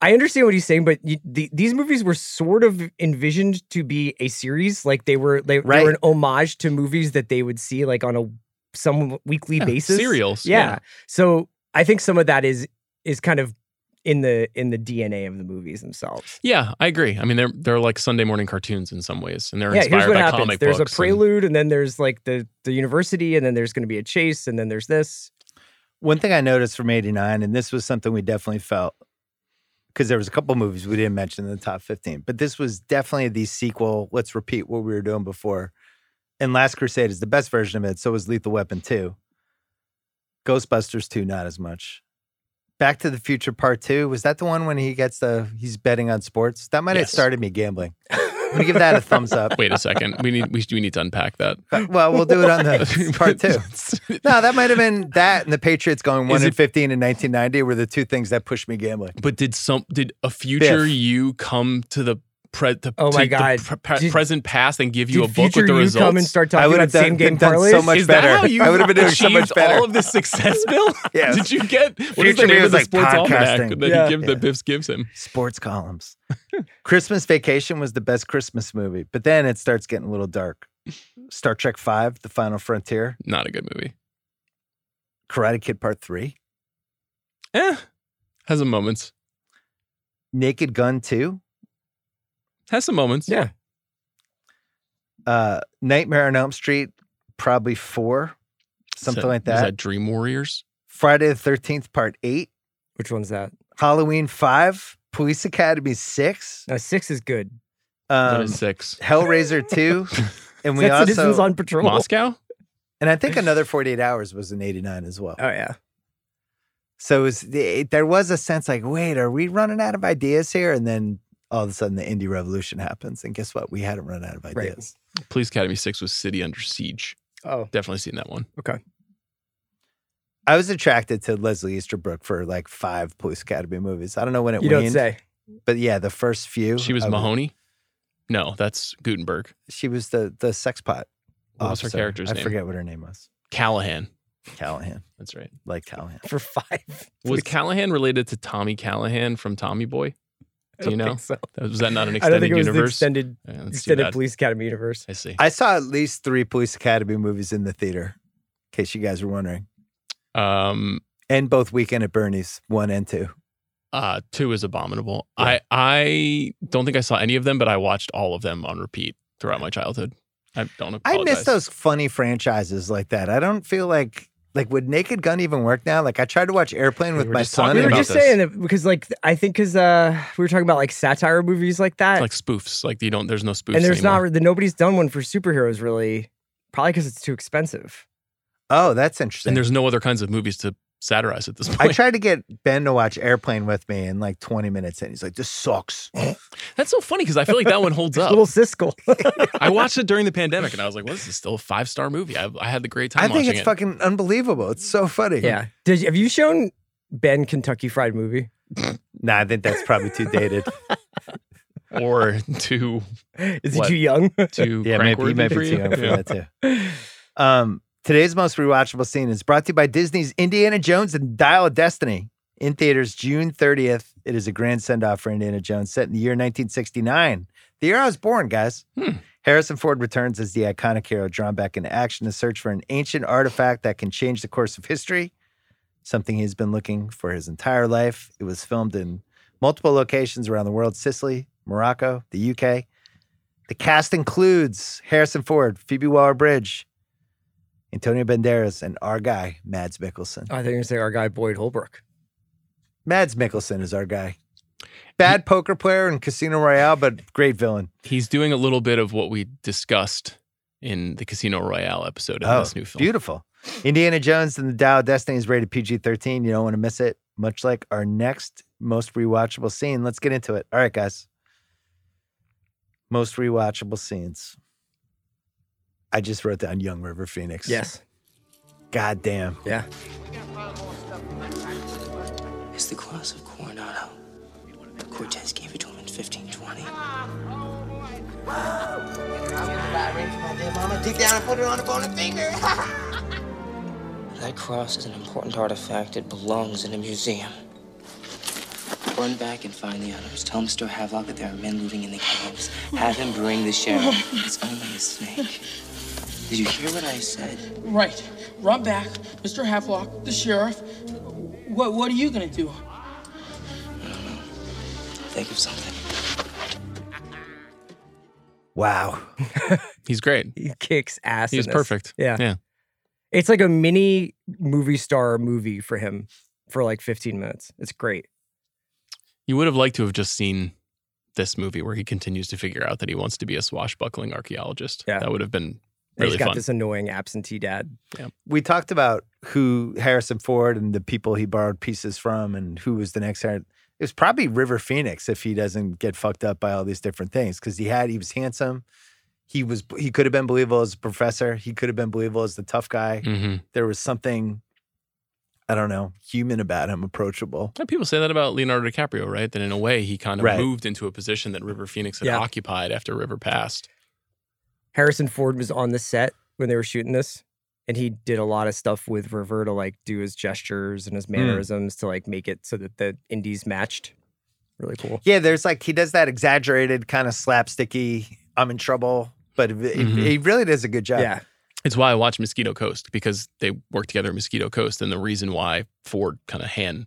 I understand what he's saying, but you, the, these movies were sort of envisioned to be a series. Like they were, they, they
Right.
were an homage to movies that they would see like on a some weekly
Yeah,
basis.
serials.
Yeah. So I think some of that is is kind of in the in the DNA of the movies themselves.
Yeah, I agree. I mean, they're they're like Sunday morning cartoons in some ways, and they're
yeah,
inspired
here's what
by
happens.
comic
There's a
books. and-
prelude, and... then there's like the the university, and then there's going to be a chase, and then there's this.
One thing I noticed from 89, and this was something we definitely felt because there was a couple movies we didn't mention in the top 15, but this was definitely the sequel. Let's repeat what we were doing before. And Last Crusade is the best version of it. So was Lethal Weapon 2. Ghostbusters 2, not as much. Back to the Future Part 2. Was that the one when he gets the, he's betting on sports? That might have
Yes.
started me gambling. I'm going to give that a thumbs up.
Wait a second. We need we, we need to unpack that.
But- well, we'll do it on the part two. No, that might have been that and the Patriots going one
Is
and
it-
fifteen in nineteen ninety were the two things that pushed me gambling.
But did some did a future
Biff.
you come to the pre to,
Oh
to
my
the
God.
pre- pre-
Did-
present past and give you a
Did
book
future
with the
you
results?
come and start
I
talking
would
about
have done-
same game
been done
parlays?
so much
is that
better.
how you
I would have been doing so
achieved
much better.
all of this success, Bill?
Yes.
Did you get what is
Future
the
me
name
was
of the
like
sports almanac
podcasting.
that
Yeah.
he give,
Yeah.
that Biffs gives him?
Sports columns. Christmas Vacation was the best Christmas movie, but then it starts getting a little dark. Star Trek Five, The Final Frontier,
Not a good movie.
Karate Kid Part Three,
Eh, has some moments.
Naked Gun Two,
Has some moments.
Yeah.
uh, Nightmare on Elm Street, probably four,
Is
something like that.
Is that Dream Warriors?
Friday the Thirteenth Part Eight,
Which one's that?
Halloween Five, Police Academy Six,
No, Uh, six is good.
That
um,
is six.
Hellraiser Two, and we
That's Citizens
also
on Patrol.
Moscow.
and I think another Forty Eight Hours was in '89 as well.
Oh yeah.
So it was the- there was a sense like, wait, are we running out of ideas here? And then all of a sudden, the indie revolution happens, and guess what? We hadn't run out of
Right.
ideas.
Police Academy Six was City Under Siege.
Oh.
Definitely seen that one.
I was attracted to Leslie Easterbrook for like five Police Academy movies. I don't know when it
You
waned,
don't say.
but yeah, the first few.
She was
I
Mahoney. No, that's Gutenberg.
She was the the sex pot.
What was her
officer.
character's
I
name?
forget what her name was.
Callahan.
Callahan,
That's right.
like Callahan.
for five.
Was Callahan related to Tommy Callahan from Tommy Boy?
I
Do you
don't
know?
think so.
That- Was that not an
I
extended
don't think it was the
universe?
extended
Yeah, that's too
extended
bad.
police academy universe.
I see.
I saw at least three Police Academy movies in the theater, in case you guys were wondering.
Um,
And both Weekend at Bernie's, one and two.
uh, two is abominable. I I don't think I saw any of them, but I watched all of them on repeat throughout my childhood. I don't. Apologize.
I miss those funny franchises like that. I don't feel like like would Naked Gun even work now? Like I tried to watch Airplane
We
with
were
my
just
son.
talking
We were
and
about
just
this.
saying that because, like, I think because uh, we were talking about like satire movies like
It's
that,
like spoofs. Like you don't. There's no spoofs.
and there's
anymore.
not the nobody's done one for superheroes really, probably because it's too expensive.
oh, that's interesting.
And there's no other kinds of movies to satirize at this point.
I tried to get Ben to watch Airplane with me in like 20 minutes, and he's like, "This sucks."
That's so funny because I feel like that one holds up.
Little Siskel,
I watched it during the pandemic and I was like, well, this is still a five star movie. I, I had the great time
I think
watching
it's
it.
fucking unbelievable. It's so funny.
yeah. Did you- have you shown Ben Kentucky Fried Movie?
Nah, I think that's probably too dated.
or too,
Is
What?
he too young?
too
yeah,
crank
maybe you might be
for
too
you.
young for
Yeah.
that too. Um, today's most rewatchable scene is brought to you by Disney's Indiana Jones and Dial of Destiny in theaters June 30th. It is a grand send off for Indiana Jones set in the year 1969, the year I was born, guys.
Hmm.
Harrison Ford returns as the iconic hero drawn back into action to search for an ancient artifact that can change the course of history, something he's been looking for his entire life. It was filmed in multiple locations around the world Sicily, Morocco, the UK. The cast includes Harrison Ford, Phoebe Waller Bridge, Antonio Banderas, and our guy, Mads Mikkelsen.
I think you're gonna say our guy Boyd Holbrook.
Mads Mikkelsen is our guy. Bad poker player in Casino Royale, but great villain.
He's doing a little bit of what we discussed in the Casino Royale episode of
Oh,
this new film.
beautiful. Indiana Jones and the Dial of Destiny is rated PG 13. You don't want to miss it. Much like our next most rewatchable scene. Let's get into it. All right, guys. Most rewatchable scenes. I just wrote down Young River Phoenix.
Yes.
God damn.
Yeah.
It's the cross of Coronado. Cortez gave it to him in 1520. That cross is an important artifact. It belongs in a museum. Run back and find the others. Tell him to stir havoc that there are men looting in the caves. Have him bring the sheriff. It's only a snake. Did you hear what I said?
Right. Run back, Mr. Havelock, the sheriff. What what are you gonna do?
Think of something.
Wow.
He's great.
He kicks ass.
He
in
was
this.
perfect.
Yeah.
Yeah.
It's like a mini movie star movie for him for like 15 minutes. It's great.
You would have liked to have just seen this movie where he continues to figure out that he wants to be a swashbuckling archaeologist.
Yeah.
That would have been
And
really
he's got
fun.
this annoying absentee dad.
We talked about who Harrison Ford and the people he borrowed pieces from and who was the next Harrison. It was probably River Phoenix if he doesn't get fucked up by all these different things because he had, he was handsome. He was, he could have been believable as a professor. He could have been believable as the tough guy.
hmm
There was something, I don't know, human about him, approachable.
People say that about Leonardo DiCaprio, right? That in a way he kind of
Right.
moved into a position that River Phoenix had
Yeah.
occupied after River passed.
Harrison Ford was on the set when they were shooting this, and he did a lot of stuff with River to like do his gestures and his mannerisms to like make it so that the indies matched. Really cool.
Yeah, there's like, he does that exaggerated kind of slapsticky, I'm in trouble, but it- it-
Mhm.
he really does a good job.
Yeah.
It's why I watch Mosquito Coast because they work together at Mosquito Coast. And the reason why Ford kind of hand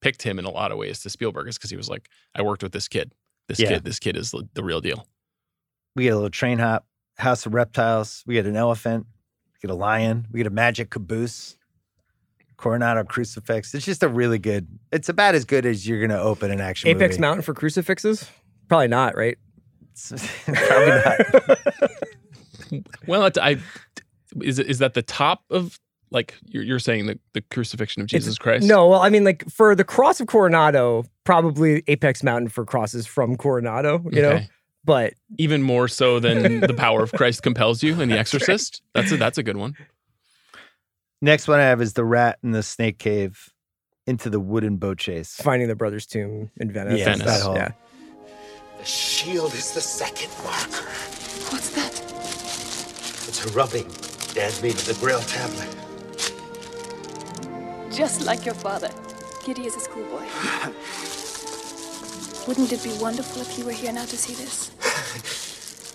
picked him in a lot of ways to Spielberg is because he was like, I worked with this kid. This
Yeah.
kid, this kid is the- the real deal.
We get a little train hop, House of Reptiles. We get an elephant. We get a lion. We get a magic caboose, Coronado crucifix. It's just a really good. It's about as good as you're gonna open an action
Apex
movie.
Mountain for crucifixes? Probably not, right?
Apex Mountain. Probably not.
Well, it's, I is is that the top of like you're, you're saying the, the crucifixion of
It's-
Jesus Christ?
No, well, I mean, like for the cross of Coronado, probably Apex Mountain for crosses from Coronado, you know?
Okay.
But
even more so than the power of Christ compels you in The Exorcist. That's a that's a good one.
Next one I have is the rat in the snake cave, into the wooden boat chase.
finding the brother's tomb in Venice.
Yeah,
Venice.
that whole-
Yeah.
The shield is the second marker.
What's that?
It's a rubbing Dad made of the Grail tablet.
Just like your father. Giddy is a schoolboy. Wouldn't it be wonderful if he were here now to see this?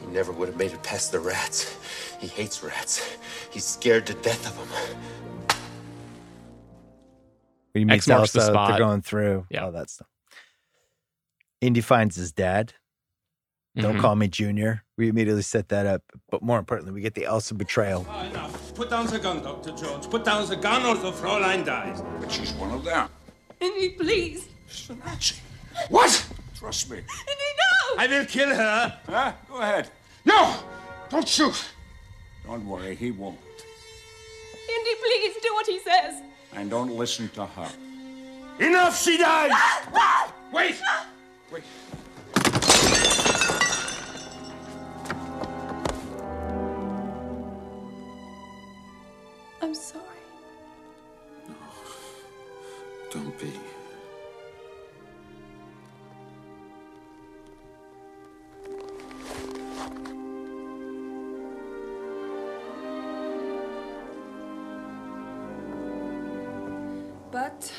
He never would have made it past the rats. He hates rats. He's scared to death of them.
We
X marks the
They're
spot.
going through
Yeah.
all that stuff. Indy finds his dad. Don't
Mhm.
call me Junior. We immediately set that up. But more importantly, we get the Elsa betrayal.
Enough. Put down the gun, Dr. Jones. Put down the gun or the Fräulein dies.
But she's one of them.
Indy, please.
She's a Nazi. What? Trust me.
Indy,
I will kill her.
Huh? Go ahead. No! Don't shoot! Don't worry, he won't.
Indy, please do what he says.
And don't listen to her.
Enough, she dies. Wait.
Wait.
I'm sorry.
Don't be.
But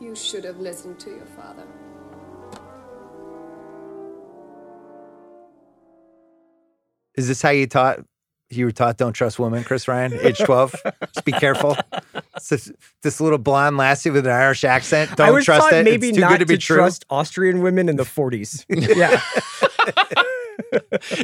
you should have listened to your father.
Is this how you taught? You were taught don't trust women, Chris Ryan, age 12. Just be careful. It's This, this little blonde lassie with an Irish accent. Don't
I was
trust
taught
it.
maybe
it's too
not
good to be true.
trust Austrian women in the 40s. yeah.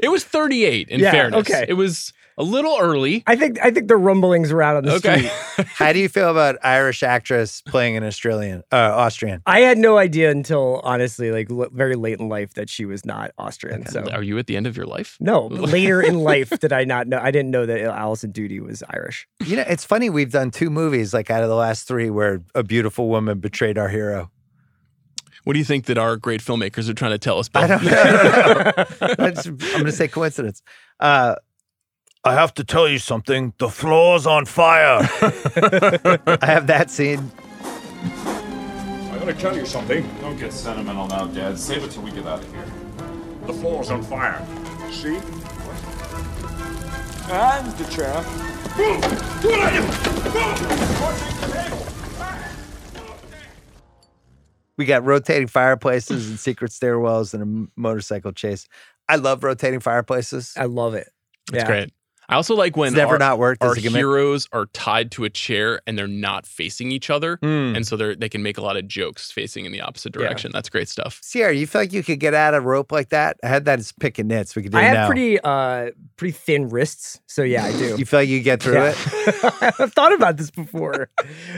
It was 38 in
Yeah,
fairness.
okay.
It was a little early.
I think I think the rumblings were out on the
Okay.
street.
How do you feel about Irish actress playing an Australian, uh, Austrian?
I had no idea until honestly, like l- very late in life, that she was not Austrian. So
Are you at the end of your life?
no, later in life did I not know. I didn't know that Allison Duty was Irish.
You know, it's funny. We've done two movies like out of the last three where a beautiful woman betrayed our hero.
What do you think that our great filmmakers are trying to tell us? Bill?
I don't know. That's- I'm going to say coincidence. Uh, I have to tell you something. The floor's on fire. I have that scene.
I gotta tell you something. Don't get sentimental now, Dad. Save it till we get out of here. The floor's on fire. See?
I'm the chair. Boom! Do what I do!
We got rotating fireplaces and secret stairwells and a m- motorcycle chase. I love rotating fireplaces.
I love it.
That's great. I also like when
It's never
our,
not worked as
our
a gimmick.
heroes are tied to a chair and they're not facing each other,
Hmm.
and so they they can make a lot of jokes facing in the opposite
Yeah.
direction. That's great stuff.
Sierra, you feel like you could get out of rope like that? I had that as picking nits. We could do
I
it
have
now.
pretty uh pretty thin wrists, so yeah, I do.
You feel like you get through
Yeah.
it?
I've thought about this before.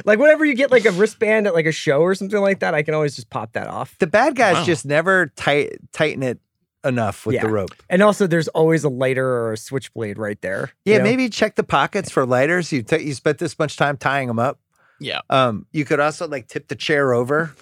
like whenever you get like a wristband at like a show or something like that, I can always just pop that off.
The bad guys
Wow.
just never tight, tighten it enough with
Yeah.
the rope.
And also, there's always a lighter or a switchblade right there. you
Yeah,
know?
maybe check the pockets for lighters. You ta- you spent this much time tying them up.
Yeah.
Um, you could also like tip the chair over,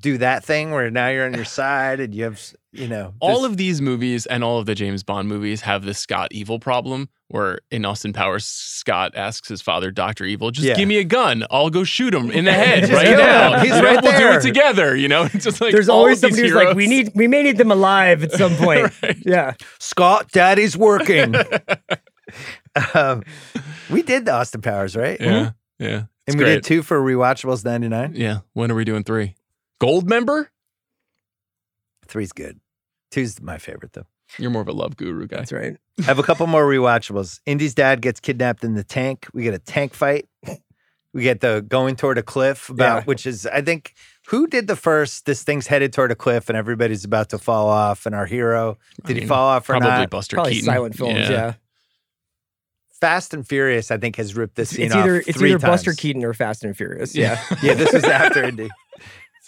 do that thing where now you're on your side and you have s- you know
all of these movies and all of the James Bond movies have the Scott Evil problem, where in Austin Powers, Scott asks his father, Doctor Evil, "Just
Yeah.
give me a gun. I'll go shoot him in the head
Just
right
kill
now.
him. He's
You know,
right
we'll do
there."
it together." You know, it's just like
there's
all
always
of these
somebody who's like,
heroes-
we need, we may need them alive at some point. Yeah,
Scott, daddy's working. um, we did the Austin Powers, right?
Yeah, yeah, it's
And we
great.
did two for rewatchables ninety nine.
Yeah, when are we doing three? Gold member?
Three's good. Two's my favorite though.
You're more of a love guru guy.
that's right.
I have a couple more rewatchables. Indy's dad gets kidnapped in the tank. We get a tank fight. We get the going toward a cliff about
Yeah.
which is I think who did the first this thing's headed toward a cliff and everybody's about to fall off and our hero
I
did he
mean,
fall off or
Probably
not?
Buster
Probably
Keaton.
silent films. Yeah,
Fast and Furious I think has ripped this
it's,
scene
it's either
off
it's
three
either Buster
times.
Keaton or Fast and Furious.
Yeah.
Yeah,
Yeah, this was after Indy.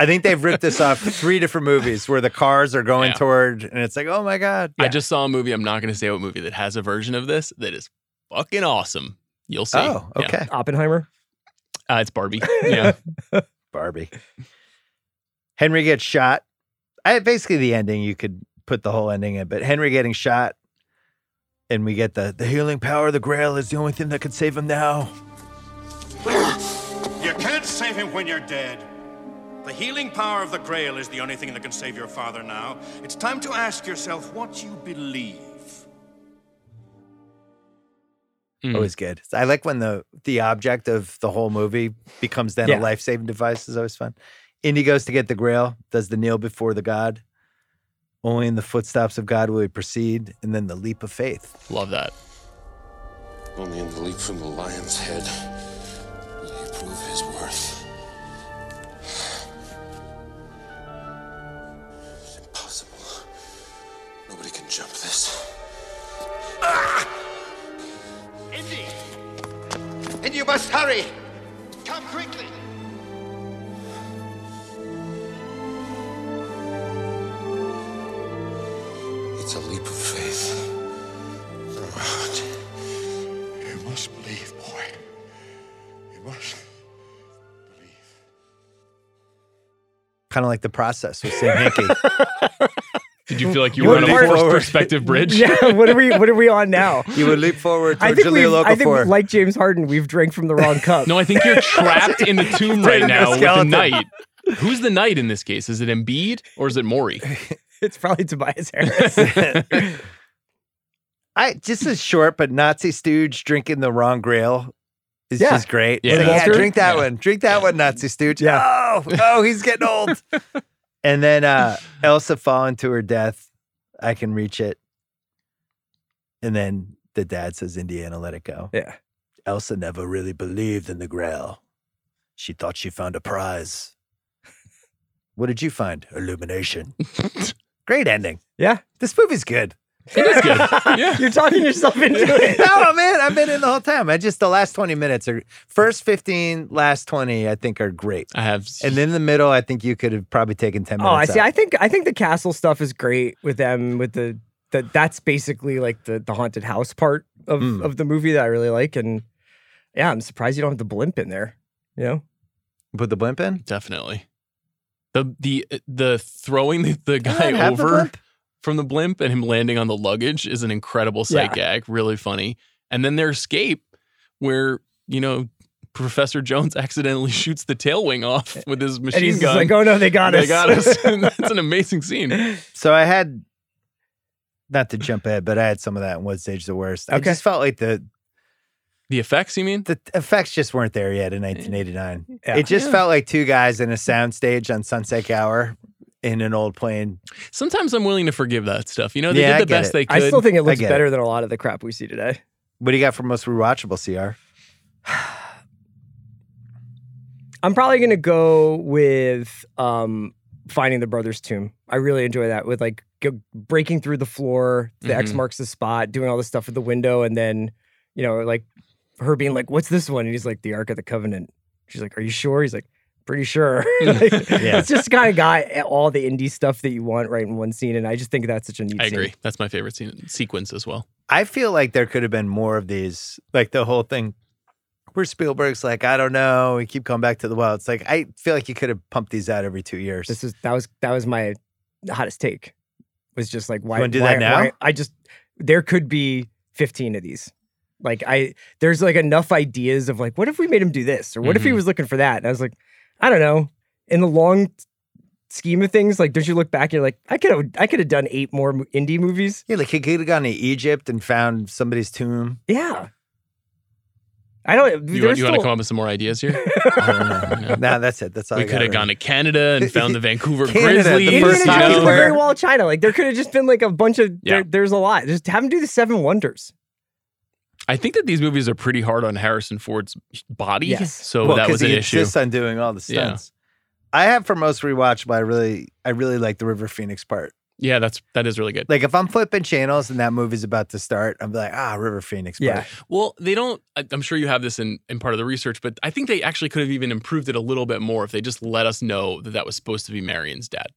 I think they've ripped this off three different movies where the cars are going
Yeah.
toward and it's like oh my god.
I just saw a movie. I'm not going to say what movie that has a version of this that is fucking awesome. You'll see.
Oh,
Yeah.
okay.
Oppenheimer.
Uh, it's Barbie. Yeah.
Barbie. Henry gets shot. I basically the ending you could put the whole ending in, but Henry getting shot, and we get the the healing power of the Grail is the only thing that could save him now.
You can't save him when you're dead. The healing power of the Grail is the only thing that can save your father now. It's time to ask yourself what you believe.
Hmm.
Mm.
Always good. I like when the the object of the whole movie becomes then
Yeah.
a life saving device. Is always fun. Indy goes to get the Grail, does the kneel before the God. Only in the footsteps of God will he proceed, and then the leap of faith.
Love that.
Only in the leap from the lion's head will he prove his worth. It's impossible. Nobody can jump this.
Indy! Indy, you must hurry! Come quickly!
It's a leap of faith. From God. You must believe, boy. You must.
Kind of like the process with Sam Hickey.
Did you feel like you
What
were on a
part-
forced
forward.
perspective bridge?
yeah, what are we? What are we on now?
You would leap forward
I
to
think we.
Jaleel
I think
Okafor.
like James Harden, we've drank from the wrong cup.
No, I think you're trapped in the tomb
Right
right
in the
now with the
skeleton.
knight. Who's the knight in this case? Is it Embiid or is it Maury?
it's probably Tobias Harris.
I just as short, but Nazi stooge drinking the wrong grail is
Yeah.
just great.
Yeah.
It's like, Yeah,
Walter?
drink that
Yeah.
one. Drink that one, Nazi stooge.
Yeah.
Oh, oh, he's getting old. and then uh, Elsa falling to her death. I can reach it. And then the dad says, Indiana, let it go.
yeah,
Elsa never really believed in the grail. She thought she found a prize. What did you find? Illumination. great ending.
yeah.
This movie's good.
It is good. Yeah.
You're talking yourself into it.
no, man, I've been in the whole time. I just the last twenty minutes are first fifteen, last twenty. I think are great,
I have.
and then the middle. I think you could have probably taken ten
Oh,
minutes.
I see.
out.
I think I think the castle stuff is great with them with the that that's basically like the the haunted house part of
Mm.
of the movie that I really like and yeah, I'm surprised you don't have the blimp in there. You know?
Put the blimp in.
definitely. The the uh, the throwing the, the
that
guy
have the
over
blimp?
from the blimp and him landing on the luggage is an incredible sight gag, really funny. And then their escape, where you know Professor Jones accidentally shoots the tail wing off with his machine
and he's
gun.
just like, oh no, they got
they
us.
got us. That's an amazing scene.
So I had not to jump ahead, but I had some of that in What Stage the Worst. I
Okay.
just felt like the
The effects, you mean?
the effects just weren't there yet in 1989.
Yeah.
It just
Yeah.
felt like two guys in a soundstage on Sunset Hour in an old plane.
Sometimes I'm willing to forgive that stuff. You know, they
Yeah, I
did the
get
best
it.
they
I
could.
still think it looks
get
better than a lot of the crap we see today.
What do you got for most rewatchable CR?
I'm probably gonna go with um, finding the brother's tomb. I really enjoy that with like go, breaking through the floor, the X
Mhm.
marks the spot, doing all this stuff at the window, and then you know like her being like, "What's this one?" And he's like, "The Ark of the Covenant." She's like, "Are you sure?" He's like, "Pretty sure." Like,
Yeah.
It's just kind of got all the indie stuff that you want right in one scene, and I just think that's such a neat.
I
scene.
agree. That's my favorite scene, sequence as well.
I feel like there could have been more of these, like the whole thing where Spielberg's like, I don't know, we keep coming back to the well. It's like I feel like you could have pumped these out every two years.
This is that was that was my hottest take. Was just like why
wanna do
why-
that now?
why- I just there could be fifteen of these. Like I there's like enough ideas of like what if we made him do this or what if he
Mhm.
was looking for that and I was like I don't know in the long scheme of things like don't you look back and you're like I could have I could have done eight more mo- indie movies
yeah, like he could have gone to Egypt and found somebody's tomb.
yeah I don't
You,
there's
want, you want to
still-
come up with some more ideas here?
No, nah, that's it. That's all
we
I got
could have
right
gone to Canada and found the Vancouver
Canada, the
Grizzlies.
Even
Indiana
first
you
time
Jones,
know?
the Great Wall of China. Like there could have just been like a bunch of
Yeah.
there, there's a lot. Just have him do the Seven Wonders.
I think that these movies are pretty hard on Harrison Ford's body.
Yes.
So
Well,
that
'cause
was an
he
issue.
insists on doing all the
Yeah.
stunts. I have for most rewatchable. I really, I really like the River Phoenix part.
Yeah, that's that is really good.
Like if I'm flipping channels and that movie's about to start, I'm like, ah, River Phoenix.
Yeah.
Part.
Well, they don't. I- I'm sure you have this in, in part of the research, but I think they actually could have even improved it a little bit more if they just let us know that that was supposed to be Marion's dad.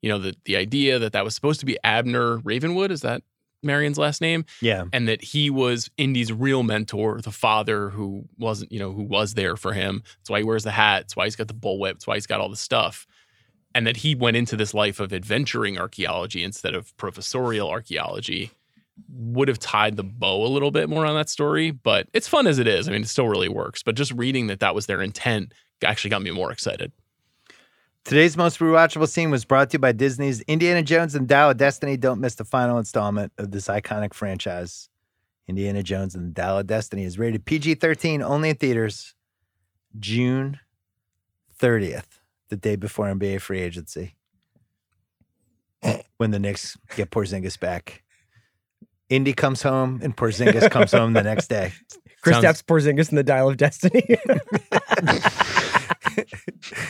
You know, the, the idea that that was supposed to be Abner Ravenwood, is that Marion's last name?
yeah.
And that he was Indy's real mentor, the father who wasn't, you know, who was there for him. That's why he wears the hat. That's why he's got the bullwhip. That's why he's got all the stuff. And that he went into this life of adventuring archaeology instead of professorial archaeology would have tied the bow a little bit more on that story, but it's fun as it is. I mean, it still really works. But just reading that that was their intent actually got me more excited.
Today's most rewatchable scene was brought to you by Disney's Indiana Jones and the Dial of Destiny. Don't miss the final installment of this iconic franchise. Indiana Jones and the Dial of Destiny is rated PG 13 only in theaters June 30th, the day before NBA free agency, when the Knicks get Porzingis back. Indy comes home and Porzingis comes home the next day.
Chris
Sounds-
Stapps Porzingis in the Dial of Destiny.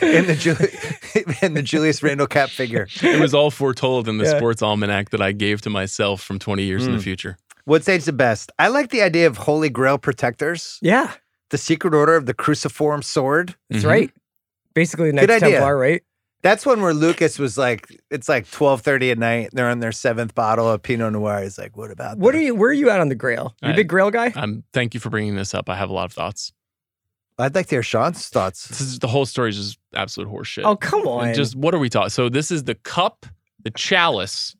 And the, Juli- and the Julius Randle cap figure.
It was all foretold in the
Yeah.
sports almanac that I gave to myself from 20 years in the future.
What state's the best? I like the idea of Holy Grail protectors,
yeah,
the secret order of the cruciform sword.
that's
Mhm.
right. Basically, the next
Good idea.
Templar, right?
That's one where Lucas was like, it's like twelve thirty at night. And they're on their seventh bottle of Pinot Noir. He's like, what about
What
that?
are you? Where are you at on the Grail? You a
Uh, I-
big Grail guy?
Um, thank you for bringing this up. I have a lot of thoughts.
I'd like to hear Sean's thoughts.
This is, the whole story is just absolute horseshit.
oh come
And
on!
Just what are we talking? So this is the cup, the chalice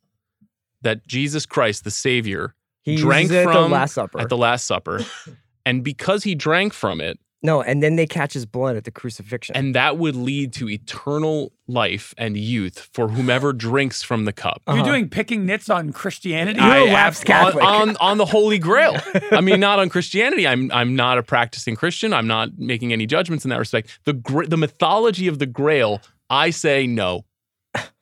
that Jesus Christ, the Savior,
he
drank
uses it at the
from
Last Supper.
at the Last Supper, and because he drank from it,
no, and then they catch his blood at the crucifixion.
and that would lead to eternal life and youth for whomever drinks from the cup.
Uh-huh.
You're doing picking nits on Christianity.
You're a
I-
lapsed
on-
Catholic.
On, on the Holy Grail. I mean, not on Christianity. I'm I'm not a practicing Christian. I'm not making any judgments in that respect. The gr- the mythology of the Grail. I say no,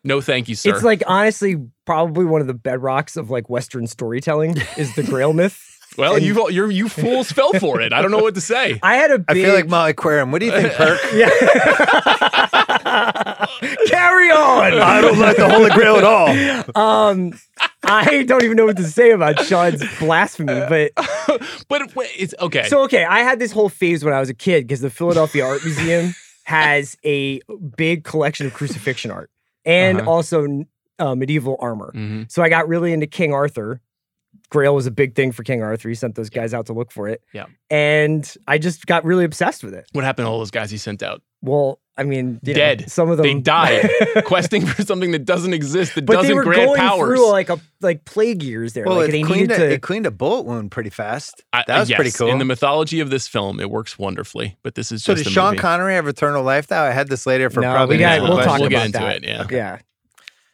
no, thank you, sir.
it's like honestly probably one of the bedrocks of like Western storytelling is the Grail myth.
well, you all you you fools fell for it. I don't know what to say.
I had a
I
big.
feel like Molly Querum. What do you think, Perk?
yeah. Carry on.
I don't like the Holy Grail at all.
Um, I don't even know what to say about Sean's blasphemy, but
but it- wait, it's okay.
So okay, I had this whole phase when I was a kid because the Philadelphia Art Museum has a big collection of crucifixion art and
Uh-huh.
also uh, medieval armor.
Mhm.
So I got really into King Arthur. Grail was a big thing for King Arthur. He sent those guys out to look for it.
Yeah.
And I just got really obsessed with it.
What happened to all those guys he sent out?
Well, I mean, you know,
Dead.
some of them
They died questing for something that doesn't exist that
but
doesn't
they were
grant
going
powers.
through like a like plague years there.
Well,
like
it,
they
cleaned
needed
a,
to.
it cleaned a bullet wound pretty fast.
I-
that was
yes,
pretty cool.
In the mythology of this film, it works wonderfully. But this is
so
just
does
a
Sean
movie.
Connery have eternal life now? I had this later for
No,
probably.
we got-
an hour
we'll
question.
talk
we'll get
about
into
that.
it. Yeah.
yeah,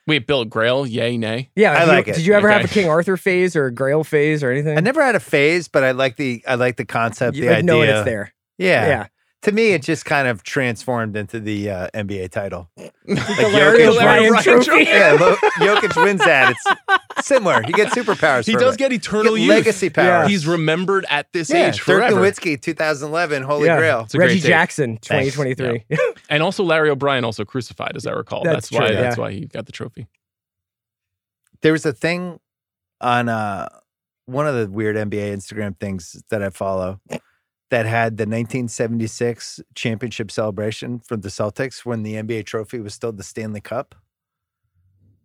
Wait, Bill Grail, yay, nay.
yeah.
I
if you-
like it.
Did you ever have a
Okay.
King Arthur phase or a Grail phase or anything?
I never had a phase, but I like the I like the concept,
You-
the
like,
idea.
knowing it's there.
Yeah.
Yeah.
To me, it just kind of transformed into the uh, NBA title. Like
Larry
Jokic
O'Brien
wins-
trophy.
yeah, Lo- Jokic wins that. It's similar. He gets superpowers.
He
from
does
it.
get eternal
Get
youth.
legacy powers.
He's remembered at this
yeah,
age
Dirk
forever.
Nowitzki, 2011, Holy
Yeah.
Grail.
a great
Reggie
take.
Jackson,
Thanks.
2023.
And also Larry O'Brien also crucified, as I recall. That's,
That's true,
why
yeah.
that's why he got the trophy.
There was a thing on uh, one of the weird NBA Instagram things that I follow that had the 1976 championship celebration from the Celtics when the NBA trophy was still the Stanley Cup.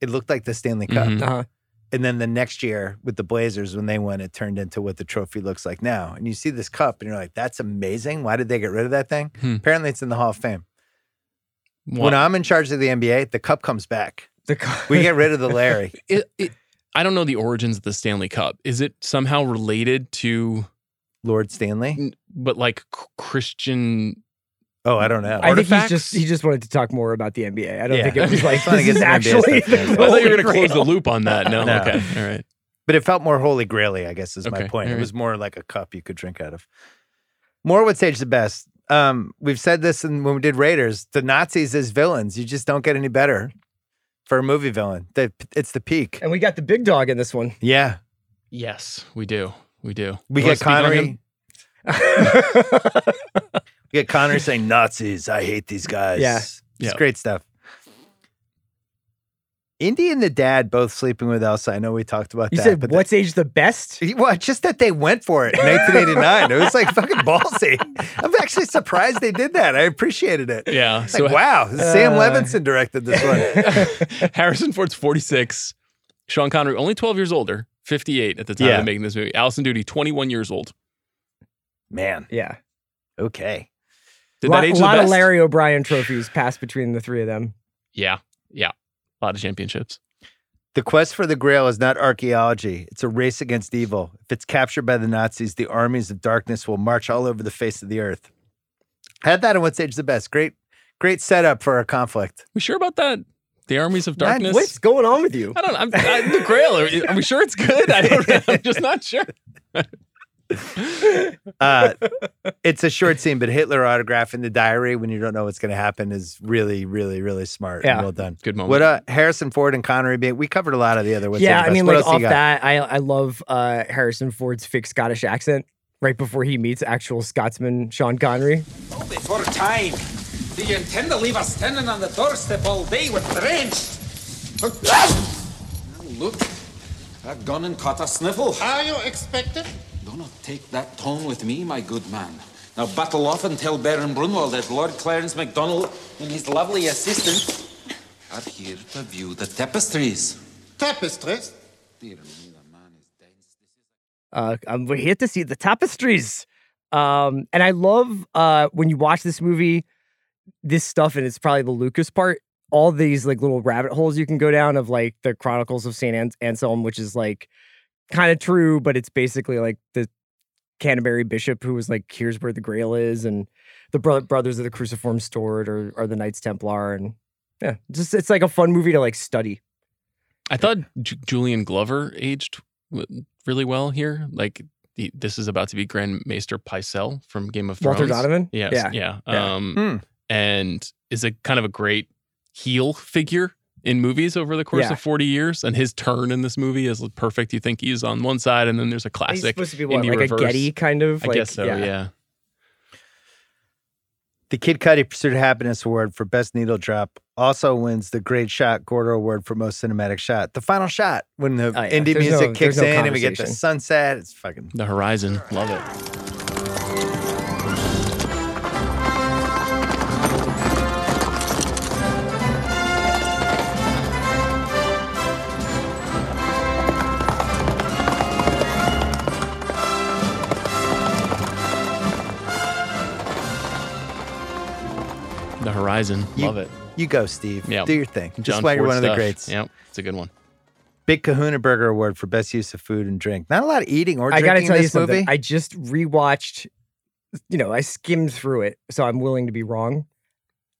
It looked like the Stanley Cup.
Mhm.
Uh-huh.
And then the next year with the Blazers, when they won, it turned into what the trophy looks like now. And you see this cup and you're like, that's amazing. Why did they get rid of that thing?
Hmm.
Apparently, it's in the Hall of Fame.
Wow.
When I'm in charge of the NBA, the cup comes back.
The co-
We get rid of the Larry.
It- it- I don't know the origins of the Stanley Cup. Is it somehow related to
Lord Stanley?
but like c- Christian
Oh, I don't know.
I think he's
Artifacts?
just he just wanted to talk more about the NBA. I don't
Yeah.
think it was like
Trying to
this
get
is
some NBA
actually.
stuff in.
the
I thought you were
Holy
going to close the
Grail.
loop on that. No.
No.
Okay. All right.
But it felt more holy graily, I guess is my
Okay,
point. It
alright.
was more like a cup you could drink out of. More what stage the best. Um, we've said this in, when we did Raiders, the Nazis as villains. You just don't get any better for a movie villain. The, it's the peak.
And we got the big dog in this one.
Yeah.
Yes, we do. We do.
We
You wanna
get
speak on
Connery.
him?
we get Connery saying Nazis. I hate these guys.
Yeah.
It's
Yeah.
great stuff. Indy and the dad both sleeping with Elsa. I know we talked about
You
that.
said
but
what's age the best?
Well, just that they went for it in 1989. it was like fucking ballsy. I'm actually surprised they did that. I appreciated it.
Yeah.
It's like, wow,
Uh.
Sam Levinson directed this one.
Harrison Ford's 46. Sean Connery, only 12 years older, 58 at the time
Yeah.
of making this movie. Allison Duty, 21 years old.
Man,
Yeah,
okay.
Did
lot,
that age
lot
the
of
best?
Larry O'Brien trophies passed between the three of them.
Yeah. Yeah. A lot of championships.
The quest for the grail is not archaeology, it's a race against evil. If it's captured by the Nazis, the armies of darkness will march all over the face of the earth. Had that in What's Age the Best. Great, great setup for a conflict.
We sure about that? The armies of
Man,
darkness.
What's going on with you?
I don't. I'm, I, the Grail. Are, are we sure it's good? I don't. know. I'm just not sure.
Uh, it's a short scene, but Hitler autographing the diary when you don't know what's going to happen is really, really, really smart. and
Yeah.
well done.
Good moment.
What uh, Harrison Ford and Connery being, we covered a lot of the other ones.
yeah, I mean,
what
like
else
off
you got?
that, I I love uh, Harrison Ford's fake Scottish accent right before he meets actual Scotsman Sean Connery.
Oh, before time. Do you intend to leave us standing on the doorstep all day with drenched? Now Look, I've gone and caught a sniffle.
Are you expected?
Do not take that tone with me, my good man. Now battle off and tell Baron Brunwell that Lord Clarence MacDonald and his lovely assistant are here to view the tapestries.
Tapestries?
Dear me,
Uh, um, we're here to see the tapestries. Um, and I love uh, when you watch this movie, this stuff, and it's probably the Lucas part. All these like little rabbit holes you can go down of like the Chronicles of Saint Ans- Anselm, which is like kind of true, but it's basically like the Canterbury Bishop who was like, "Here's where the Grail is," and the bro- Brothers of the Cruciform Sword or, or the Knights Templar, and yeah, just it's like a fun movie to like study.
I thought Ju- Julian Glover aged w- really well here. Like the, this is about to be Grand Maester Pycelle from Game of Thrones.
Walter Donovan,
Yes,
yeah,
yeah.
yeah.
Um,
Hmm.
and is a kind of a great heel figure in movies over the course
Yeah.
of 40 years. And his turn in this movie is perfect. You think he's on one side, and then there's a
He's
classic.
supposed to be what,
indie
like
reverse.
a Getty kind of.
I
like,
guess so. Yeah.
The Kid Cudi Pursuit of Happiness Award for Best Needle Drop also wins the Great Shot Gordo Award for Most Cinematic Shot. The final shot when the
Oh, yeah.
indie
There's
music
no-
kicks
there's no
in and we get the
conversation.
sunset. It's fucking
The Horizon. Love it. The horizon.
You-
Love it.
You go, Steve.
Yeah.
Do your thing. Just
John
why you're
Ford
one of the
stuff.
greats.
Yep. It's a good one.
Big Kahuna Burger Award for best use of food and drink. Not a lot of eating or
I
drinking
gotta
in
tell you
this
something.
movie.
I just rewatched. You know, I skimmed through it, so I'm willing to be wrong.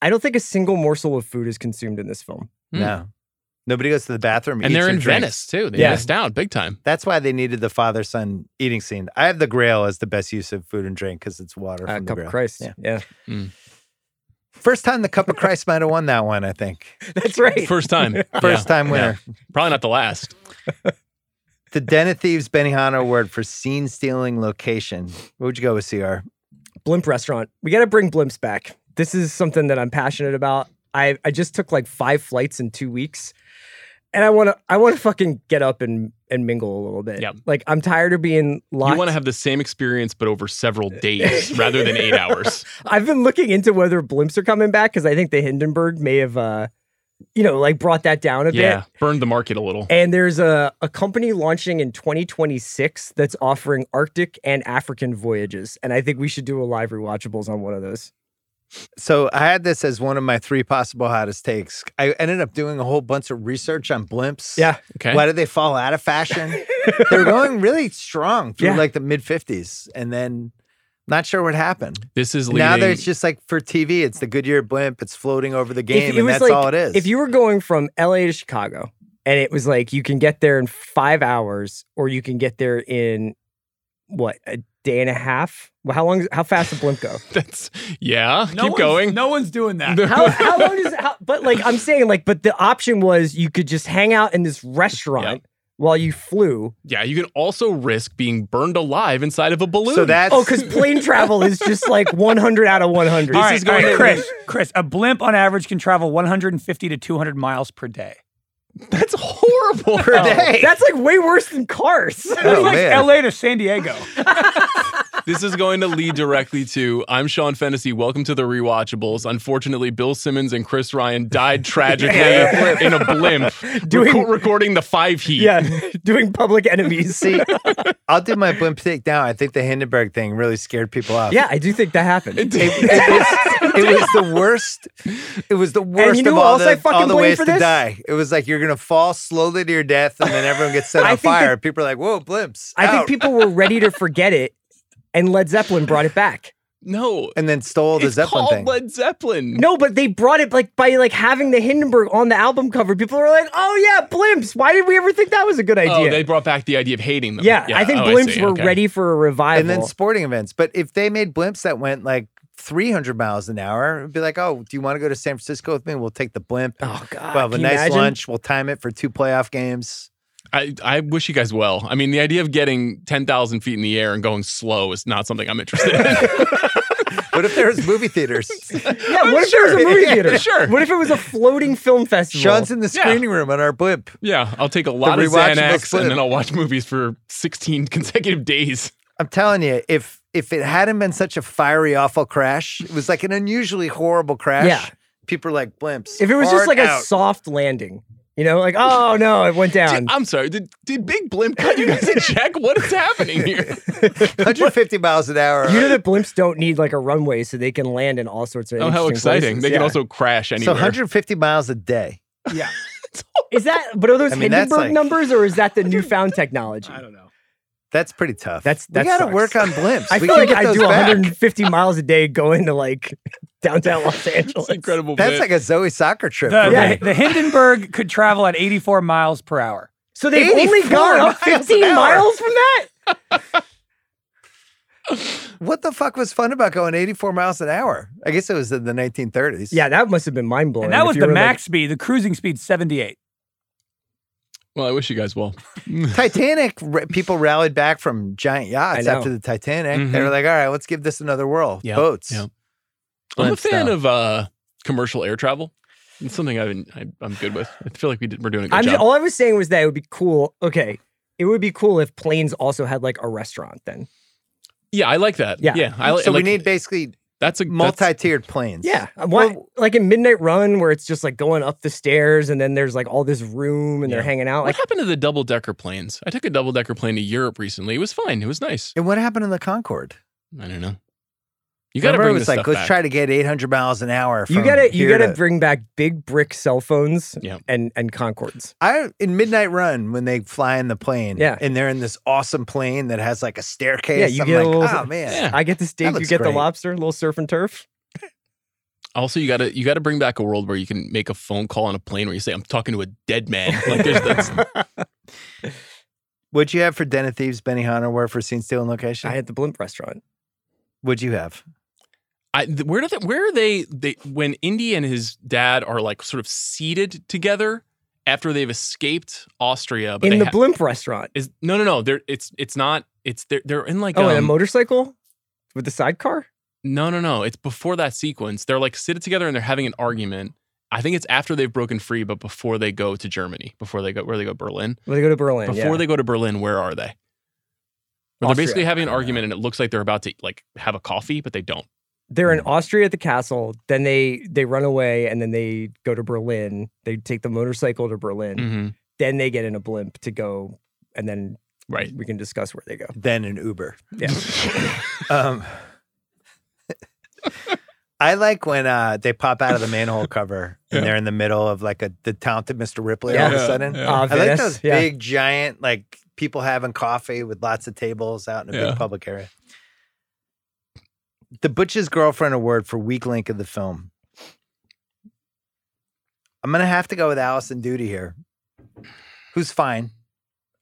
I don't think a single morsel of food is consumed in this film.
No. Nobody goes to the bathroom.
And
eats,
they're
or
in
drinks.
Venice too. They
Yeah.
missed out big time.
That's why they needed the father son eating scene. I have the grail as the best use of food and drink because it's water
Uh,
from the
cup of
grail.
Christ.
Yeah.
Yeah,
First time the cup of Christ might have won that one, I think.
that's right.
First time.
First time winner.
Yeah. Probably not the last.
The Den of Thieves Benihana Award for scene stealing location. What would you go with, CR?
Blimp restaurant. We got to bring blimps back. This is something that I'm passionate about. I I just took like five flights in two weeks, and I want to I want to fucking get up and and mingle a little bit.
Yep.
Like I'm tired of being locked.
You want to have the same experience but over several days rather than eight hours.
I've been looking into whether blimps are coming back because I think the Hindenburg may have, uh, you know, like brought that down a
yeah.
bit.
Burned the market a little.
And there's a, a company launching in 2026 that's offering Arctic and African voyages. And I think we should do a live rewatchables on one of those.
So I had this as one of my three possible hottest takes. I ended up doing a whole bunch of research on blimps.
Yeah.
Okay.
Why did they fall out of fashion? they were going really strong through
Yeah.
like the mid 50s and then not sure what happened.
This is leading.
Now there's just like for TV, it's the Goodyear blimp. It's floating over the game, and that's all it is.
If you were going from LA to Chicago and it was like you can get there in five hours or you can get there in what, a day and a half? Well, how long, how fast did Blimp go?
That's yeah.
No
keep
one's-
going.
No one's doing that.
how, how long is how, but like I'm saying like but the option was you could just hang out in this restaurant while you flew.
Yeah, you can also risk being burned alive inside of a balloon.
so that's
Oh, because plane travel is just like 100 out of 100.
all right, all right, Chris. Chris, a blimp on average can travel 150 to 200 miles per day.
that's horrible.
per day.
That's like way worse than cars.
That's
Oh,
like
man.
LA to San Diego.
this is going to lead directly to I'm Sean Fennessy. Welcome to the rewatchables. Unfortunately, Bill Simmons and Chris Ryan died tragically in a blimp
Doing-
reco- recording the five heat.
yeah, doing public enemies.
See, I'll do my blimp take now. I think the Hindenburg thing really scared people off.
yeah, I do think that happened.
it, was, it was the worst. It was the worst
you know
of
who
all
else
the,
I fucking
all the
blame
ways
for
to
this?
die. It was like you're gonna fall slowly to your death, and then everyone gets set
I
on
think that-
fire. people are like, "Whoa, blimps!"
I
out,"
think people were ready to forget it and Led Zeppelin brought it back.
No.
and then stole the
It's
Zeppelin
called
thing.
Led Zeppelin.
No, but they brought it like by like having the Hindenburg on the album cover. People were like, "Oh yeah, blimps. Why did we ever think that was a good idea?"
Oh, they brought back the idea of hating them.
Yeah, I think
oh,
blimps
see,
were
okay.
ready for a revival.
and then sporting events. But if they made blimps that went like 300 miles an hour, it'd be like, "Oh, do you want to go to San Francisco with me? We'll take the blimp.
oh god,
we'll have a
can you
nice
imagine?
lunch. We'll time it for two playoff games."
I, I wish you guys well. I mean, the idea of getting 10,000 feet in the air and going slow is not something I'm interested in.
What if there was movie theaters?
Yeah, what if there was a movie theater?
sure.
What if it was a floating film festival?
Sean's in the
Yeah.
screening room on our blimp.
yeah, I'll take a lot of
rewatchable
Xanax
split.
and then I'll watch movies for 16 consecutive days.
I'm telling you, if if it hadn't been such a fiery, awful crash, it was like an unusually horrible crash.
Yeah.
People are like blimps.
if it was just
hard
like
out.
a soft landing, you know, like oh no, it went down.
Did- I'm sorry. Did, did Big Blimp cut you guys a check? What is happening here?
150 miles an hour.
you know that blimps don't need like a runway, so they can land in all sorts of.
Oh, how
interesting
exciting.
places.
They can
Yeah.
also crash
so
anywhere.
150 miles a day.
Is that? But are those
I mean, that's
Hindenburg
like-
numbers, or is that the newfound technology?
I don't know.
That's pretty tough.
That's- that
we gotta
sucks.
work on blimps.
I
we
feel
can
like
get
I
those
do
back.
150 miles a day going to like downtown Los Angeles.
It's incredible.
That's
bit.
like a Zoe soccer trip.
The,
for
Yeah.
me.
the, the Hindenburg could travel at 84 miles per hour.
So they've only
84
gone up
miles an
15
hour.
miles from that.
What the fuck was fun about going 84 miles an hour? I guess it was in the 1930s.
Yeah, that must have been mind blowing.
And that was the max speed. The cruising speed 78.
well, I wish you guys well.
Titanic r- people rallied back from giant yachts
know.
after the Titanic. They
Mhm.
were like, "All right, let's give this another whirl."
Yeah,
Boats.
yeah. I'm a
Blimp
fan
style.
of uh, commercial air travel. It's something I've been, I, I'm good with. I feel like we did, we're doing a good
I'm
job.
just, all I was saying was that it would be cool. Okay, it would be cool if planes also had like a restaurant. Then
yeah, I like that.
Yeah.
yeah I, li-
so
like,
we need basically
that's a that's-
multi-tiered planes.
yeah, why, like in Midnight Run where it's just like going up the stairs and then there's like all this room and they're
Yeah.
hanging out.
What
Like
happened to the double decker planes? I took a double decker plane to Europe recently. It was fine. It was nice.
And what happened in the Concorde?
I don't know. You gotta
Remember, it
bring
was
this
like
stuff
let's
back.
try to get 800 miles an hour. From
You gotta you
here
gotta
to-
bring back big brick cell phones and and Concords.
I in Midnight Run when they fly in the plane,
Yeah.
and they're in this awesome plane that has like a staircase.
Yeah, you
I'm
get
like,
a little.
oh man,
I get the steak. You
looks
get the
great.
lobster. A little surf and turf.
Also, you gotta you gotta bring back a world where you can make a phone call on a plane where you say, "I'm talking to a dead man." Like there's that's
What'd you have for Den of Thieves, Benny Hanna, where for Scene Stealing Location?
I had the Blimp Restaurant.
What'd you have?
I, th- where do they, where are they? They when Indy and his dad are like sort of seated together after they've escaped Austria, but
In
they
the
ha-
Blimp Restaurant.
is no no no. They're it's it's not it's they're they're in like
oh, and a
um,
motorcycle with the sidecar.
No, no, no. It's before that sequence. They're like seated together and they're having an argument. I think it's after they've broken free, but before they go to Germany, before they go where they go Berlin.
Well, they go to Berlin.
Before
Uh, yeah.
they go to Berlin, where are they? Well, they're
Austria. Uh,
basically having an argument, and it looks like they're about to like have a coffee, but they don't.
they're in Austria at the castle. Then they they run away and then they go to Berlin. They take the motorcycle to Berlin.
Mhm.
Then they get in a blimp to go, and then
right
we can discuss where they go.
Then an Uber.
Yeah.
Um, I like when uh, they pop out of the manhole cover and they're in the middle of like a the talented Mr. Ripley all of
Yeah.
a sudden.
Yeah. Ah,
I like
Venice,
those
yeah.
big giant like people having coffee with lots of tables out in a
Yeah.
big public area. The Butch's Girlfriend Award for weak link of the film. I'm gonna have to go with Allison Duty here, who's fine.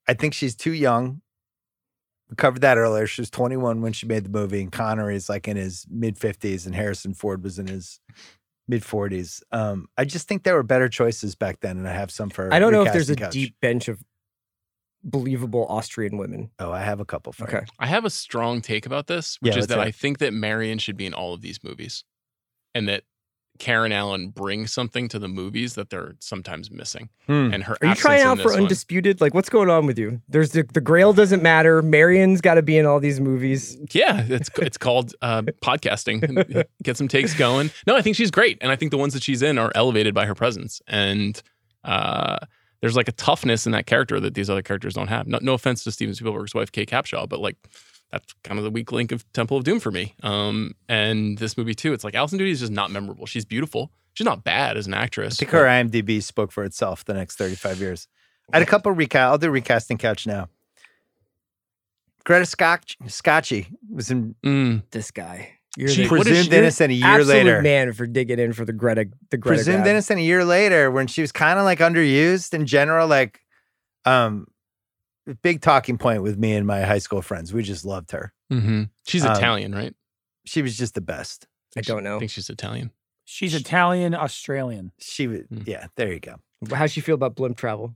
I think she's too young. We covered that earlier. She was 21 when she made the movie, and Connery's like in his mid 50s, and Harrison Ford was in his mid 40s. Um, I just think there were better choices back then, and I have some for.
I don't know if there's a
recasting couch.
deep bench of believable Austrian women.
Oh, I have a couple. For
Okay.
I have a strong take about this,
Yeah,
which is
let's
that
hear
I
it.
think that Marion should be in all of these movies, and that Karen Allen brings something to the movies that they're sometimes missing.
Hmm.
And her
Are you
absence
trying
in
out for
this one-
undisputed? Like, what's going on with you? There's the the Grail doesn't matter. Marion's got to be in all these movies.
Yeah, it's it's called uh, podcasting. Get some takes going. No, I think she's great, and I think the ones that she's in are elevated by her presence. And uh, there's like a toughness in that character that these other characters don't have. No, no offense to Steven Spielberg's wife, Kay Capshaw, but like that's kind of the weak link of Temple of Doom for me. Um, and this movie too, it's like Alison Duty is just not memorable. She's beautiful. She's not bad as an actress.
I think her IMDb spoke for itself the next 35 years. I had a couple recast. I'll do recasting couch now. Greta Scotch- Scotchy was in.
mm,
This guy.
She
the-
presumed
you're
innocent a
the
year
absolute
later.
man for digging in for the Greta the Greta
presumed
grab.
innocent a year later when she was kind of like underused in general like um big talking point with me and my high school friends we just loved her
Mhm. She's
Um,
Italian, right?
she was just the best
I don't know.
I think she's Italian.
She's Italian Australian.
she was
Hmm.
yeah there you go
How's she feel about blimp travel?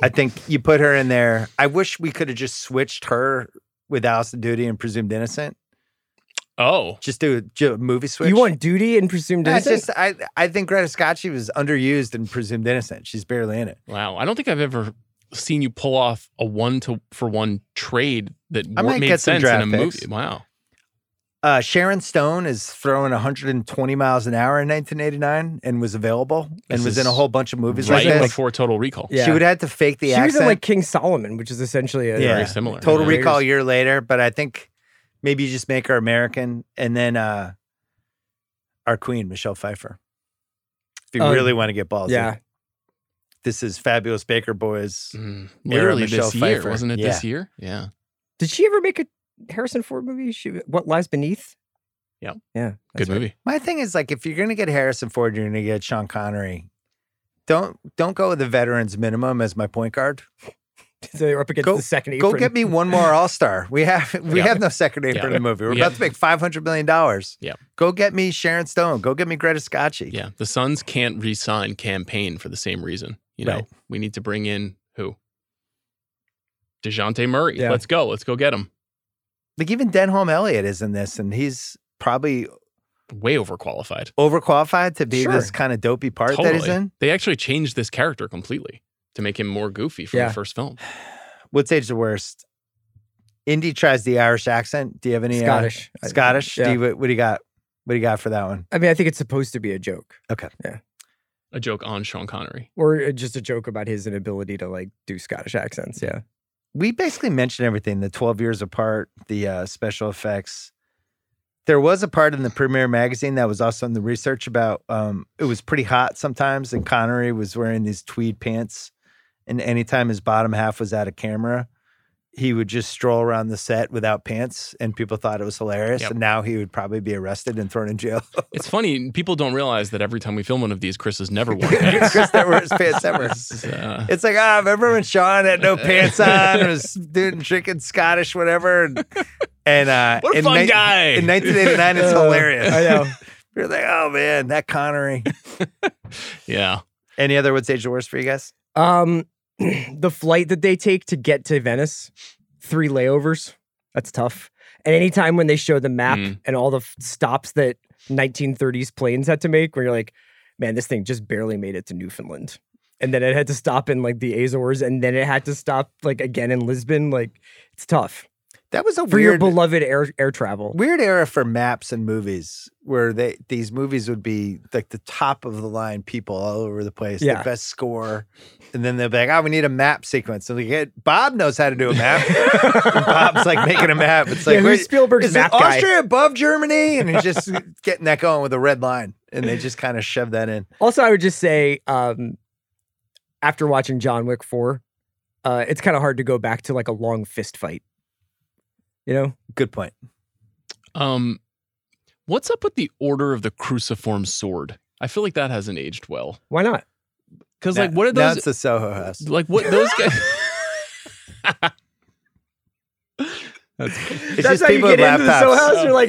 i think you put her in there i wish we could have just switched her with Allison Duty and Presumed Innocent.
Oh,
Just do a ju- movie switch.
You want duty and presumed
I
innocent?
just I I think Greta Scotchy was underused and Presumed Innocent. She's barely in it.
Wow, I don't think I've ever seen you pull off a one to for one trade that
I
wor-
might
made
get some
sense in a
draft picks.
movie. Wow,
Uh, Sharon Stone is throwing 120 miles an hour in 1989 and was available and
This
was in a
is
whole bunch of movies
right
like this.
before Total Recall.
She would have had to fake the
she
accent.
was in like King Solomon, which is essentially a
yeah,
very similar.
Total
Yeah.
Recall a year later, but I think maybe you just make her American and then uh, our queen Michelle Pfeiffer. If you
Um,
really want to get ballsy,
yeah.
This is Fabulous Baker Boys.
Mm,
era
literally
Michelle
this year,
Pfeiffer.
wasn't it?
Yeah.
This year, yeah.
Did she ever make a Harrison Ford movie? She What Lies Beneath?
Yeah.
Yeah.
Good movie.
My thing is like if you're gonna get Harrison Ford, you're gonna get Sean Connery. Don't don't go with the veterans minimum as my point guard.
So they were up against
Go-
the second
Go
apron.
get me one more All Star. We have we
Yeah.
have no second
Yeah.
apron in the movie. We're
We
about
have-
to make five hundred million dollars.
Yeah.
Go get me Sharon Stone. Go get me Greta Scotchy.
Yeah, the Suns can't re-sign campaign for the same reason. You know,
Right.
we need to bring in who? Dejounte Murray.
Yeah.
Let's go. Let's go get him.
Like even Denholm Elliott is in this, and he's probably
Way overqualified.
overqualified to be
Sure.
this kind of dopey part that he's in.
They actually changed this character completely to make him more goofy from
Yeah.
the first film.
What's age the worst? Indy tries the Irish accent. Do you have any uh,
Scottish. I-
Scottish. Do
yeah.
you, what, what do you got? What do you got for that one?
I mean, I think it's supposed to be a joke
Okay.
A joke on Sean Connery.
or uh, just a joke about his inability to like do Scottish accents. Yeah.
we basically mentioned everything the 12 years apart the uh, special effects There was a part in the Premiere magazine that was also in the research about um, it was pretty hot sometimes, and Connery was wearing these tweed pants. And anytime his bottom half was out of camera, he would just stroll around the set without pants, and people thought it was hilarious.
Yep.
And now he would probably be arrested and thrown in jail.
It's funny. People don't realize that every time we film one of these, Chris has never worn pants.
Chris never wears pants ever.
It's, uh,
It's like, ah, remember when Sean had no pants on and was doing drinking Scottish, whatever? And, and uh,
What a
in
fun guy.
In 1989, it's
Uh,
hilarious.
I know.
You're like, oh man, that Connery.
yeah.
Any other What's Age the Worst for you guys?
Um, the flight that they take to get to Venice, three layovers. That's tough. And anytime when they show the map
Mm.
and all the f- stops that 1930s planes had to make, where you're like, man, this thing just barely made it to Newfoundland. And then it had to stop in like the Azores, and then it had to stop like again in Lisbon. Like, it's tough
That was a
for your
weird,
beloved air air travel.
weird era for maps and movies where they these movies would be like the top of the line people all over the place,
Yeah.
the best score. And then they'll be like, oh, we need a map sequence. And like, "Yeah, Bob knows how to do a map. And Bob's like making a map. It's like,
yeah,
where-
who's Spielberg's
is
map
it
guy?
Austria above Germany? And it's just getting that going with a red line. And they just kind of shove that in.
Also, I would just say, um, after watching John Wick four, uh, it's kind of hard to go back to like a long fist fight. You know,
Good point.
Um, what's up with the order of the cruciform sword? I feel like that hasn't aged well.
why not?
Because
Now-
like, what are
Now
those?
it's the Soho House.
like what those guys? That's
It's
That's
just
how you
people
get
with
into the Soho
laptops.
House. You're like,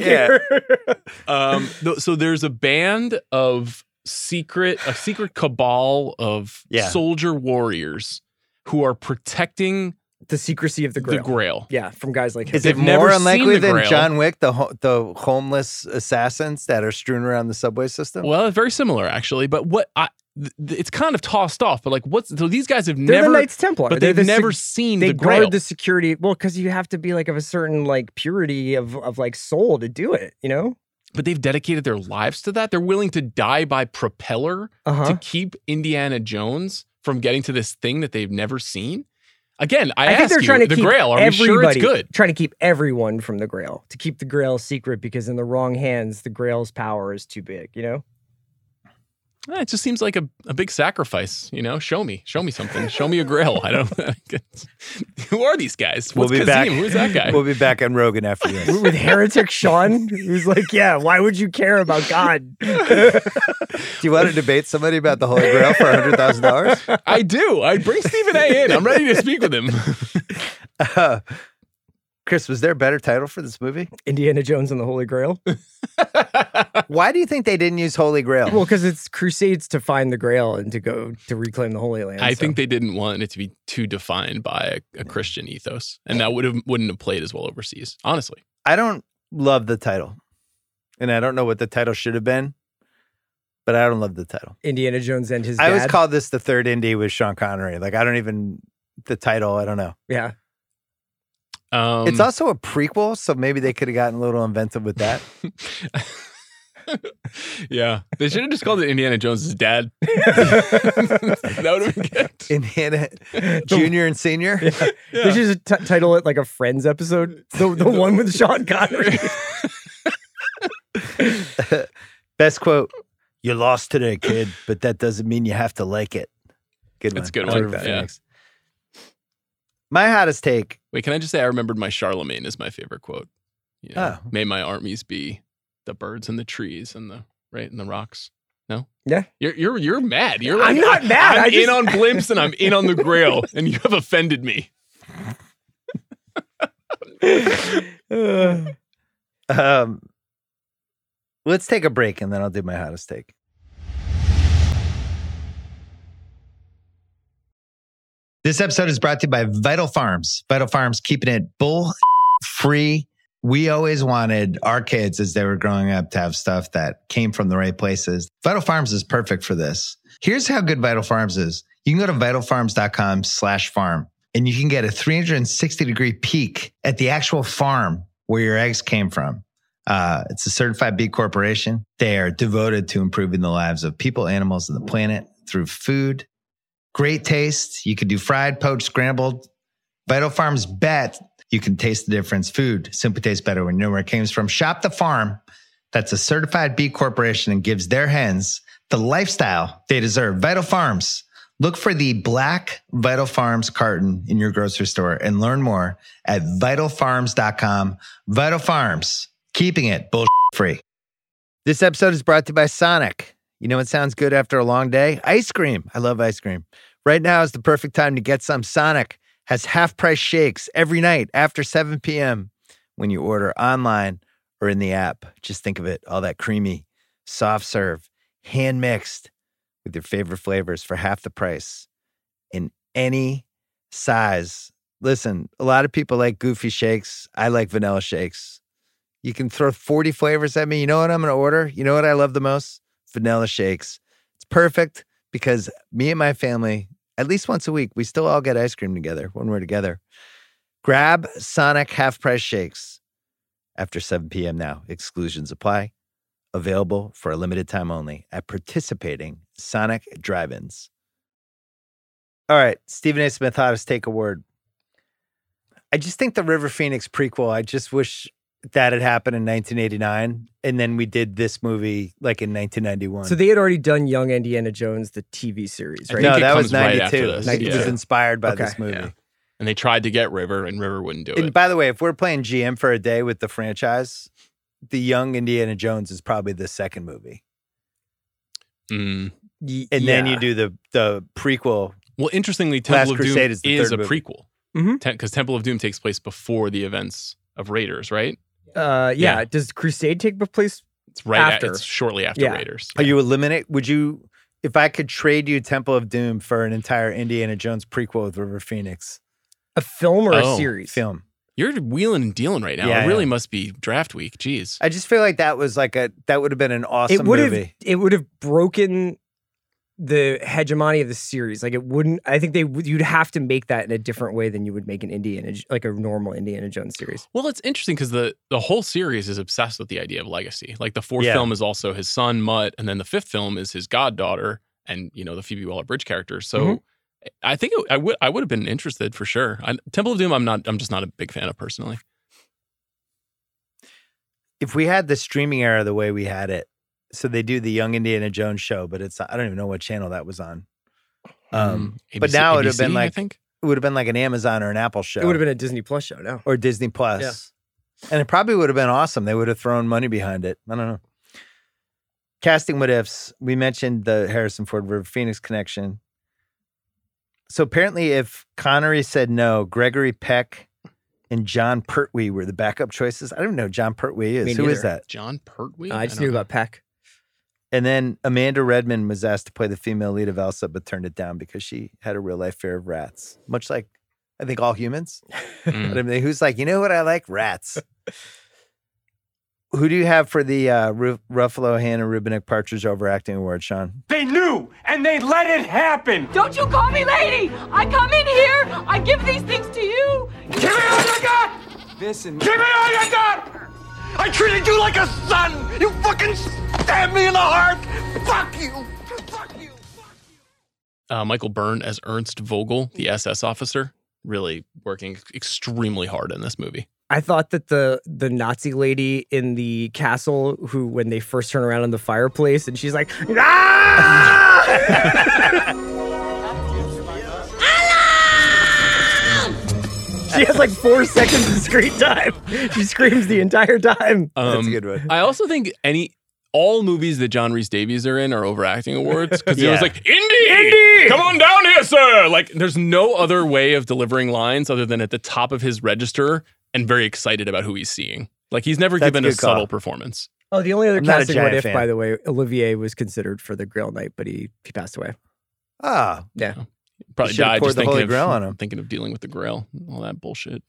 Yeah.
um th- so there's a band of secret a secret cabal of
Yeah.
soldier warriors who are protecting
the secrecy of the
the
grail.
grail
yeah, from guys like him.
Is it
They've never
more
seen
unlikely
the
than
Grail.
John Wick, the ho- the homeless assassins that are strewn around the subway system?
well it's very similar actually but what i th- th- it's kind of tossed off but like what's so these guys have
They're
never
the Knights Templar,
but
They're
they've
the
never
sec-
seen
they
the
guard
grail
the security. Well, because you have to be like of a certain like purity of of like soul to do it. You know,
but they've dedicated their lives to that they're willing to die by propeller
uh huh.
to keep indiana jones from getting to this thing that they've never seen again i,
I, think
ask
they're
you,
trying to
the
keep
grail are we sure it's
everybody
good
trying to keep everyone from the Grail to keep the Grail secret because in the wrong hands the Grail's power is too big. You know,
Eh, It just seems like a, a big sacrifice, you know. Show me, show me something. Show me a grill. I don't. Who are these guys?
We'll
What's
be
Kazim?
back.
Who's that guy?
We'll be back on Rogan after this.
with heretic Sean, who's like, yeah, why would you care about God?
Do you want to debate somebody about the Holy Grail for hundred thousand dollars?
I do. I bring Stephen A. in. I'm ready to speak with him.
Chris, was there a better title for this movie?
Indiana Jones and the Holy Grail.
Why do you think they didn't use Holy Grail?
Well, because it's crusades to find the Grail and to go to reclaim the Holy Land.
I
so.
think they didn't want it to be too defined by a, a Christian ethos, and that would have wouldn't have played as well overseas. Honestly,
I don't love the title, and I don't know what the title should have been, but I don't love the title.
Indiana Jones and his
I
dad.
always called this the third indie with Sean Connery. Like I don't even the title. I don't know.
yeah.
um,
it's also a prequel, so maybe they could have gotten a little inventive with that.
yeah. They should have just called it Indiana Jones' dad. that would have been good.
Indiana Junior and Senior.
They should just t- title it like a Friends episode. The, the one with Sean Connery.
Best quote: "You lost today, kid, but that doesn't mean you have to like it." Good
That's a
one.
good one,
River
yeah.
Phoenix. My hottest take.
Wait, can I just say I remembered my Charlemagne is my favorite quote. You know,
Oh.
May my armies be the birds and the trees and the right and the rocks. No.
Yeah.
You're you're you're mad. You're like
I'm not mad.
I'm
I just-
in on blimps and I'm in on the grail, and you have offended me.
Uh,
Um, let's take a break and then I'll do my hottest take.
This episode is brought to you by Vital Farms. Vital Farms keeping it bull free. We always wanted our kids as they were growing up to have stuff that came from the right places. Vital Farms is perfect for this. Here's how good Vital Farms is. You can go to vitalfarms.com slash farm and you can get a 360 degree peek at the actual farm where your eggs came from. Uh, it's a certified B corporation. They are devoted to improving the lives of people, animals, and the planet through food. Great taste. You could do fried, poached, scrambled. Vital Farms bet You can taste the difference. Food simply tastes better when you know where it came from. Shop the farm that's a certified B corporation and gives their hens the lifestyle they deserve. Vital Farms. Look for the black Vital Farms carton in your grocery store and learn more at vitalfarms.com. Vital Farms, keeping it bullshit free.
This episode is brought to you by Sonic. You know what sounds good after a long day? Ice cream. I love ice cream. Right now is the perfect time to get some. Sonic has half price shakes every night after 7 p.m. when you order online or in the app. Just think of it all that creamy, soft serve, hand mixed with your favorite flavors for half the price in any size. Listen, a lot of people like goofy shakes. I like vanilla shakes. You can throw 40 flavors at me. You know what I'm going to order? You know what I love the most? Vanilla shakes. It's perfect because me and my family, at least once a week, we still all get ice cream together when we're together. Grab Sonic half price shakes after 7 p.m. now. Exclusions apply. Available for a limited time only at participating Sonic drive ins. All right, Stephen A. Smith, how to take a word. I just think the River Phoenix prequel, I just wish that had happened in 1989. And then we did this movie like in 1991.
So they had already done Young Indiana Jones, the TV series,
I think
right?
No,
it
that
comes
was
right
92.
after this.
Like, It was
Yeah.
inspired by
Okay.
this movie.
Yeah. And they tried to get River, and River wouldn't do
And
it.
by the way, if we're playing GM for a day with the franchise, the Young Indiana Jones is probably the second movie.
Mm.
Y-
And then
yeah.
you do the the prequel.
Well, interestingly,
Last
Temple of
Crusade
Doom
is
is,
the third
a
movie. Mm-hmm.
prequel
Mhm.
because Temple of Doom takes place before the events of Raiders, right?
Uh, yeah.
Yeah.
Does Crusade take place?
It's right at-
After.
it's shortly after
Yeah.
Raiders.
Are you eliminate? Would you, if I could trade you Temple of Doom for an entire Indiana Jones prequel with River Phoenix
A film or a
Oh.
series?
film?
You're wheeling and dealing right now.
Yeah,
it really
yeah.
must be draft week. Jeez.
I just feel like that was like a that would have been an awesome
it would have
movie.
it would have broken the hegemony of the series. Like it wouldn't. I think they would- you'd have to make that in a different way than you would make an Indiana like a normal Indiana Jones series.
Well, it's interesting because the the whole series is obsessed with the idea of legacy. Like the fourth
Yeah.
film is also his son Mutt, and then the fifth film is his goddaughter, and you know the Phoebe Waller Bridge character. So
Mm-hmm.
Mhm.
I think it, I would I would have been interested for sure. I, Temple of Doom, I'm not. I'm just not a big fan of personally.
If we had the streaming era the way we had it, so they do the Young Indiana Jones show, but it's I don't even know what channel that was on. Um,
Mm,
but
ABC
now it would have been
ABC, I
like
think.
it would have been like an Amazon or an Apple show.
It would have been a Disney Plus show now.
or Disney Plus. And it probably would have been awesome. They would have thrown money behind it. I don't know. Casting what ifs. We mentioned the Harrison Ford River Phoenix connection. So apparently, if Connery said no, Gregory Peck and John Pertwee were the backup choices. I don't even know who John Pertwee is.
Me
Who is
neither.
that?
John Pertwee.
I just
don't
knew
know.
about Peck.
And then Amanda Redmond was asked to play the female lead of Elsa, but turned it down because she had a real life fear of rats, much like I think all humans.
Mm.
But I mean, who's like, you know what I like? Rats. Who do you have for the uh, Ru- Ruffalo, Hannah, Rubinick, Partridge Overacting Award, Sean?
They knew, and they let it happen.
Don't you call me lady! I come in here, I give these things to you.
Give me all you got!
This and
Give me all you got! I treated you like a son! You fucking stabbed me in the heart! Fuck you!
uh, Michael Byrne as Ernst Vogel, the SS officer, really working extremely hard in this movie.
I thought that the the Nazi lady in the castle who when they first turn around in the fireplace and she's like, she has like four seconds of screen time. She screams the entire time.
Uh,
Um, I also think any all movies that John Reese Davies are in are overacting awards because it
Yeah.
was like Indy,
Indy!"
come on down here, sir. Like, there's no other way of delivering lines other than at the top of his register and very excited about who he's seeing. Like, he's never
That's a
given a,
good call.
subtle performance.
Oh, the only other
I'm not a
casting what
giant
if,
fan.
by the way, Olivier was considered for the Grail Knight, but he he passed away.
Ah,
Yeah.
Probably
should've
died
poured
just
the
thinking
Holy
of,
Grail on him.
thinking of dealing with the Grail, and all that bullshit.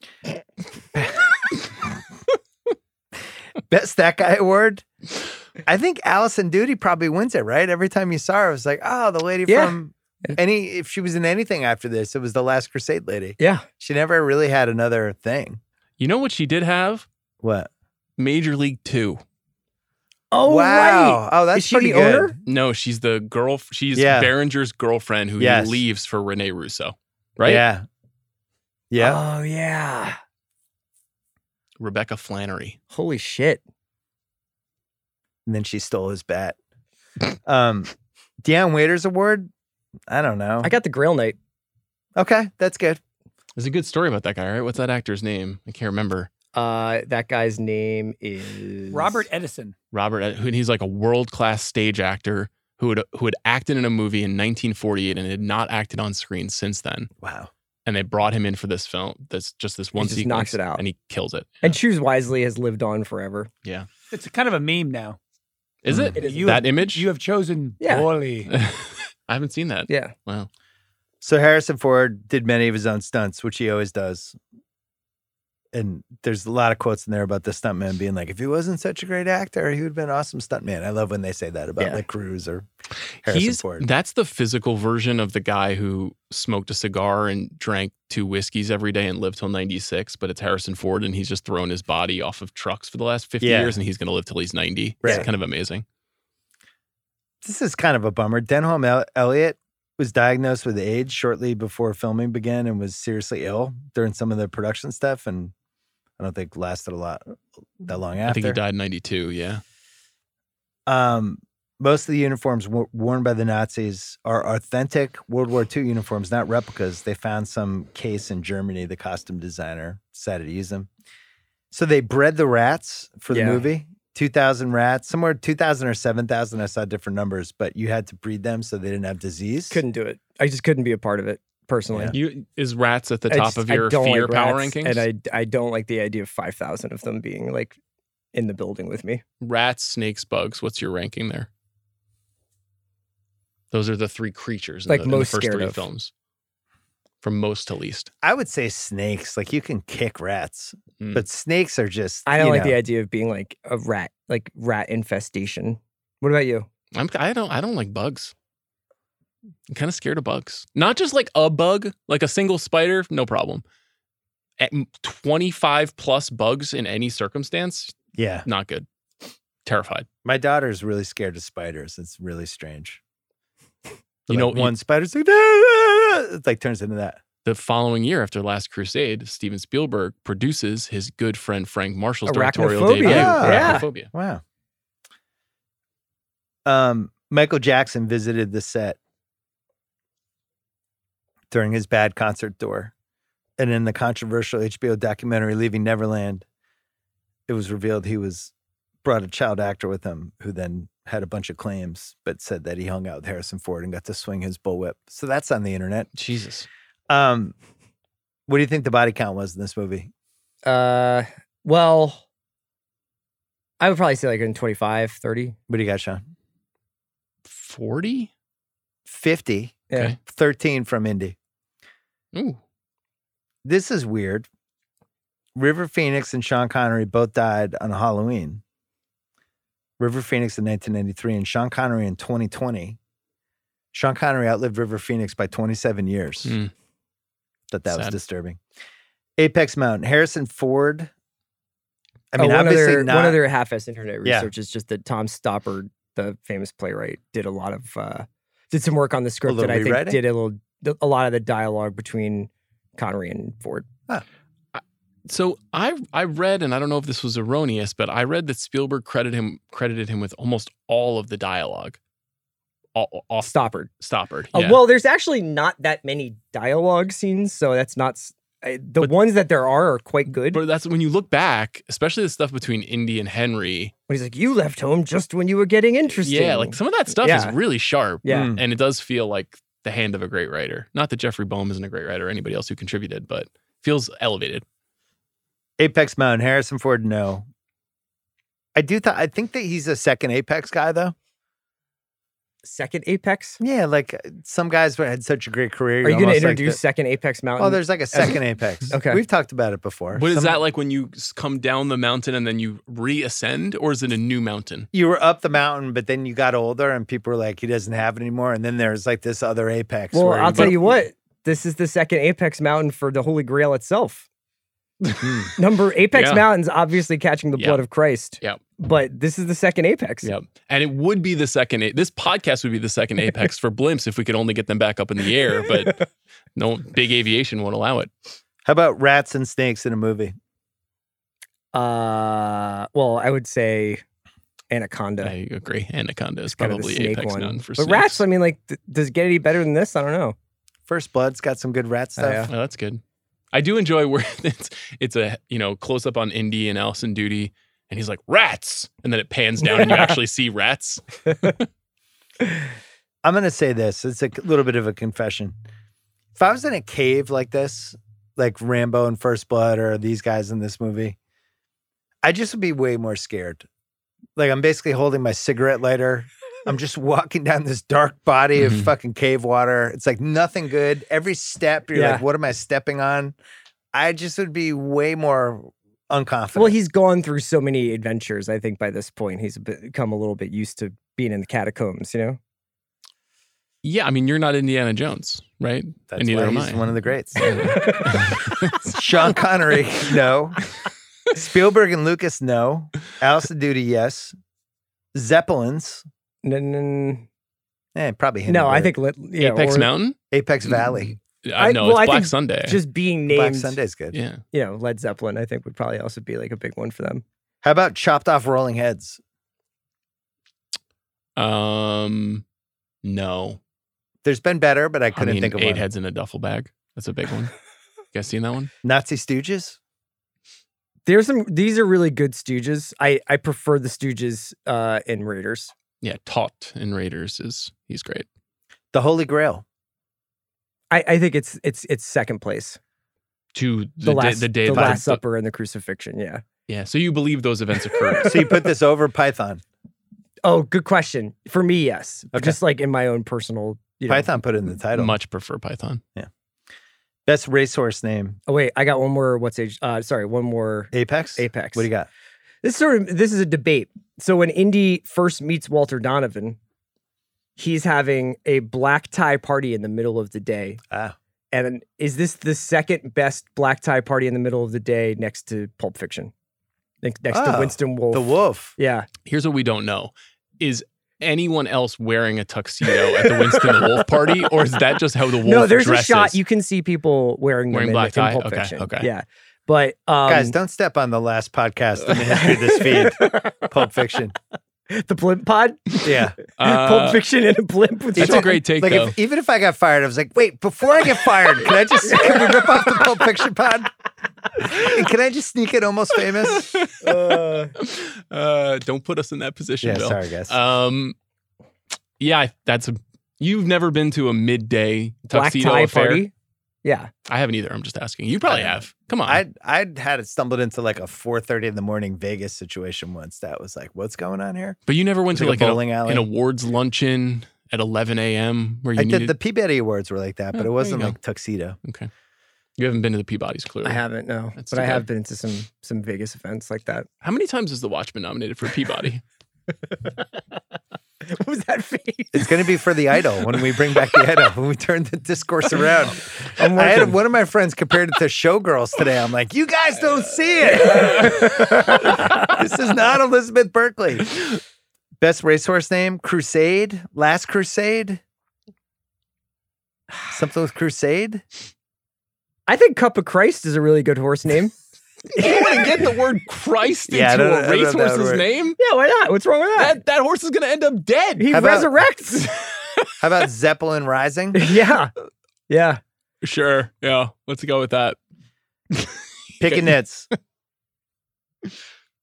Best That Guy Award? I think Allison Duty probably wins it, right? Every time you saw her, it was like, oh, the lady
Yeah.
from any, if she was in anything after this, it was The Last Crusade lady.
Yeah.
She never really had another thing.
You know what she did have?
What?
Major League Two.
Oh
wow.
right.
Oh, that's
Is she
pretty
the
good.
owner?
No, she's the girl. She's
Yeah.
Behringer's girlfriend who
Yes.
leaves for Rene Russo, right?
Yeah. Yeah.
Oh yeah.
Rebecca Flannery.
Holy shit.
And then she stole his bat. um, Deion Waiters Award? I don't know.
I got the Grail Knight.
Okay, that's good.
There's a good story about that guy, right? What's that actor's name? I can't remember.
Uh, that guy's name is
Robert Edison.
Robert, Ed- who- and he's like a world class stage actor who had who had acted in a movie in 1948 and had not acted on screen since then.
Wow.
And they brought him in for this film. That's just this one
just
sequence.
knocks it out.
and he kills it.
And Choose Wisely has lived on forever.
Yeah,
It's kind of a meme now.
is it,
It is. You
that
have-
image?
You have chosen
Yeah.
poorly.
I haven't seen that.
Yeah.
Wow.
So Harrison Ford did many of his own stunts, which he always does. And there's a lot of quotes in there about the stuntman being like, if he wasn't such a great actor, he would have been an awesome stuntman. I love when they say that about
Yeah.
like Cruz or Harrison
He's
Ford.
that's the physical version of the guy who smoked a cigar and drank two whiskeys every day and lived till 96, but it's Harrison Ford and he's just thrown his body off of trucks for the last 50
Yeah.
years and he's going to live till he's 90.
Right.
It's kind of amazing.
this is kind of a bummer. Denholm El- Elliott was diagnosed with AIDS shortly before filming began and was seriously ill during some of the production stuff. And I don't think lasted a lot uh, that long after.
I think he died in 92, yeah.
Um, most of the uniforms wo- worn by the Nazis are authentic World War II uniforms, not replicas. They found some case in Germany. The costume designer decided to use them. So they bred the rats for the
Yeah.
movie. 2,000 rats, somewhere 2,000 or 7,000. I saw different numbers, but you had to breed them so they didn't have disease.
Couldn't do it. I just couldn't be a part of it personally.
Yeah.
You is rats at the
I
top
just-
of
I
your
don't
fear
like
power
rats,
rankings?
And I, I don't like the idea of 5,000 of them being like in the building with me.
rats, snakes, bugs. What's your ranking there? Those are the three creatures in,
Like
the, in the
most
first
scared
three
of.
films. From most to least.
I would say snakes. Like you can kick rats,
Mm.
but snakes are just.
Hmm. I don't
you
like the
know,
idea of being like a rat, like rat infestation. What about you?
I'm I don't I don't like bugs. I'm kind of scared of bugs. Not just like a bug, like a single spider, no problem. At m- 25 plus bugs in any circumstance,
Yeah.
not good. Terrified.
My daughter's really scared of spiders. It's really strange.
You
Like,
know, you-
one spider's like, "Ah, ah, ah," it like turns into that.
the following year after Last Crusade, Steven Spielberg produces his good friend Frank Marshall's directorial
Arachnophobia.
debut,
Ah,
yeah.
Arachnophobia.
Wow. Um, Michael Jackson visited the set during his bad concert tour. And in the controversial HBO documentary Leaving Neverland, it was revealed he was brought a child actor with him who then had a bunch of claims, but said that he hung out with Harrison Ford and got to swing his bullwhip. So that's on the internet.
Jesus.
Um, what do you think the body count was in this movie?
Uh, well, I would probably say like in 25, 30.
What do you got, Sean?
40?
50,
Yeah.
Okay.
13 from Indy.
Ooh.
This is weird. River Phoenix and Sean Connery both died on Halloween. River Phoenix in 1993 and Sean Connery in 2020. Sean Connery outlived River Phoenix by 27 years.
Hmm.
Thought that was
Sad.
disturbing. Apex Mountain, Harrison Ford. I mean,
oh, one
obviously
other,
not.
One other half-ass internet
Yeah.
research is just that Tom Stoppard, the famous playwright, did a lot of uh, did some work on the script
little
and I think
rewriting?
did a little a lot of the dialogue between Connery and Ford.
So I I read, and I don't know if this was erroneous, but I read that Spielberg credited him credited him with almost all of the dialogue. All, off
Stoppard.
Stoppard.
Uh,
Yeah.
well, there's actually not that many dialogue scenes, so that's not s- I- the
But-
ones that there are are quite good.
but that's when you look back, especially the stuff between Indy and Henry.
But he's like, "You left home just when you were getting interesting."
Yeah, like some of that stuff
Yeah.
is really sharp.
Yeah.
Mm.
And it does feel like the hand of a great writer. Not that Jeffrey Boehm isn't a great writer or anybody else who contributed, but feels elevated.
Apex Mountain, Harrison Ford, no. I do th- I think that he's a second Apex guy though.
second Apex.
Yeah, like uh, some guys were- had such a great career.
Are you going to
almost like
introduce second Apex
the-
Mountain?
oh, there's like a second Apex.
Okay.
we've talked about it before.
What is
Some-
that like when you s- come down the mountain and then you reascend, or is it a new mountain?
You were up the mountain, but then you got older, and people were like, "He doesn't have it anymore." And then there's like this other Apex.
Well,
where
I'll
he-
tell you what. This is the second Apex Mountain for the Holy Grail itself. Number Apex
Hmm. Yeah.
Mountain's obviously catching the
Yeah.
blood of Christ.
Yeah.
But this is the second Apex.
Yep. And it would be the second, a- this podcast would be the second apex for blimps if we could only get them back up in the air, but no big aviation won't allow it.
How about rats and snakes in a movie?
Uh, well, I would say Anaconda.
I agree. Anaconda is
Kind of the
probably
snake
apex
one.
known for
but
snakes.
rats. I mean, like, th- does it get any better than this? I don't know.
First Blood's got some good rat stuff.
Oh, that's good. I do enjoy where it's it's a you know close up on Indy and Allison Duty, and he's like rats, and then it pans down and you actually see rats.
I'm going to say this. It's a c- little bit of a confession. If I was in a cave like this, like Rambo in First Blood or these guys in this movie, I just would be way more scared. Like I'm basically holding my cigarette lighter. I'm just walking down this dark body of
Mhm.
fucking cave water. It's like nothing good. Every step, you're
Yeah.
like, what am I stepping on? I just would be way more unconfident.
Well, he's gone through so many adventures. I think by this point, he's become a little bit used to being in the catacombs. You know.
Yeah, I mean you're not Indiana Jones, right?
That's
and neither
why
am
he's
I.
one of the greats. Sean Connery, no. Spielberg and Lucas, no. Allison Duty, yes. Zeppelins,
No, no, no.
eh, probably.
No, I
Hindenburg.
think let, yeah,
Apex
or-
Mountain.
Apex Valley.
I know
well,
it's
I
Black
think
Sunday.
Just being named
Black Sunday's good.
yeah,
you know, Led Zeppelin, I think would probably also be like a big one for them.
How about chopped off rolling heads?
um, no,
There's been better, but I
I
couldn't
mean
think of
eight
one.
heads in a duffel bag. That's a big one. you guys seen that one?
Nazi Stooges.
There's some these are really good Stooges. I I prefer the Stooges uh in Raiders.
Yeah, Tot in Raiders is he's great.
The Holy Grail.
I I think it's it's it's second place.
To the,
The,
day-
last
the day
the
that-
last supper and the crucifixion, yeah.
Yeah, so you believe those events occurred.
So you put this over Python.
Oh, good question. For me, yes.
Okay.
Just like in my own personal you know.
Python put it in the title.
Much prefer Python.
Best racehorse name.
Oh wait, I got one more what's age uh sorry, one more
Apex.
Apex.
What do you got?
this sort of this is a debate. So when Indy first meets Walter Donovan, he's having a black tie party in the middle of the day.
Ah.
And is this the second best black tie party in the middle of the day next to Pulp Fiction? Next, next
Ah,
to Winston Wolfe.
The Wolf.
yeah.
Here's what we don't know: is anyone else wearing a tuxedo at the Winston Wolf party, or is that just how the Wolf
no, there's
dresses?
a shot you can see people wearing,
Wearing
them
black
in,
tie?
in Pulp
Okay,
Fiction.
okay.
Yeah. But um,
Guys, don't step on the last podcast in the history of this feed. Pulp Fiction.
the blimp pod,
Yeah.
Pulp Fiction and a blimp with
Uh, That's
Sean-
a great take,
Like
though.
if, even if I got fired, I was like, wait, before I get fired, can I just can we rip off the Pulp Fiction pod? And can I just sneak in almost famous?
Uh,
uh, don't put us in that position,
Yeah,
Bill.
sorry, guys.
Um, yeah, I- that's a. You've never been to a midday
black
tuxedo
tie
affair.
party. Yeah.
I haven't either. I'm just asking. You probably have. Come on.
I'd I'd had it stumbled into like a four thirty in the morning Vegas situation once. That was like, what's going on here?
but you never went to
like
like
a
an-
bowling alley.
an awards luncheon at 11 a.m. where you
I
needed.
did the Peabody Awards were like that,
Yeah,
but
there
it
you
wasn't
go.
like tuxedo.
okay. You haven't been to the Peabodys, clearly.
I haven't, no.
That's
but
too
I
bad.
have been to some some Vegas events like that.
How many times is The Watchman nominated for Peabody?
What was that face?
It's gonna be for the idol when we bring back the idol when we turn the discourse around. i had one of my friends compared it to Showgirls today. I'm like, you guys don't see it. this is not Elizabeth Berkley. Best racehorse name: Crusade, Last Crusade, something with Crusade.
I think Cup of Christ is a really good horse name.
you want to get the word Christ
Yeah, I
into
don't- I
a
don't know if that would
racehorse's
work.
name?
yeah, why not? What's wrong with that?
That, that horse is going to end up dead.
he
How about-
resurrects.
How about Zeppelin Rising?
yeah. Yeah.
Sure. Yeah. Let's go with that.
Pickinets.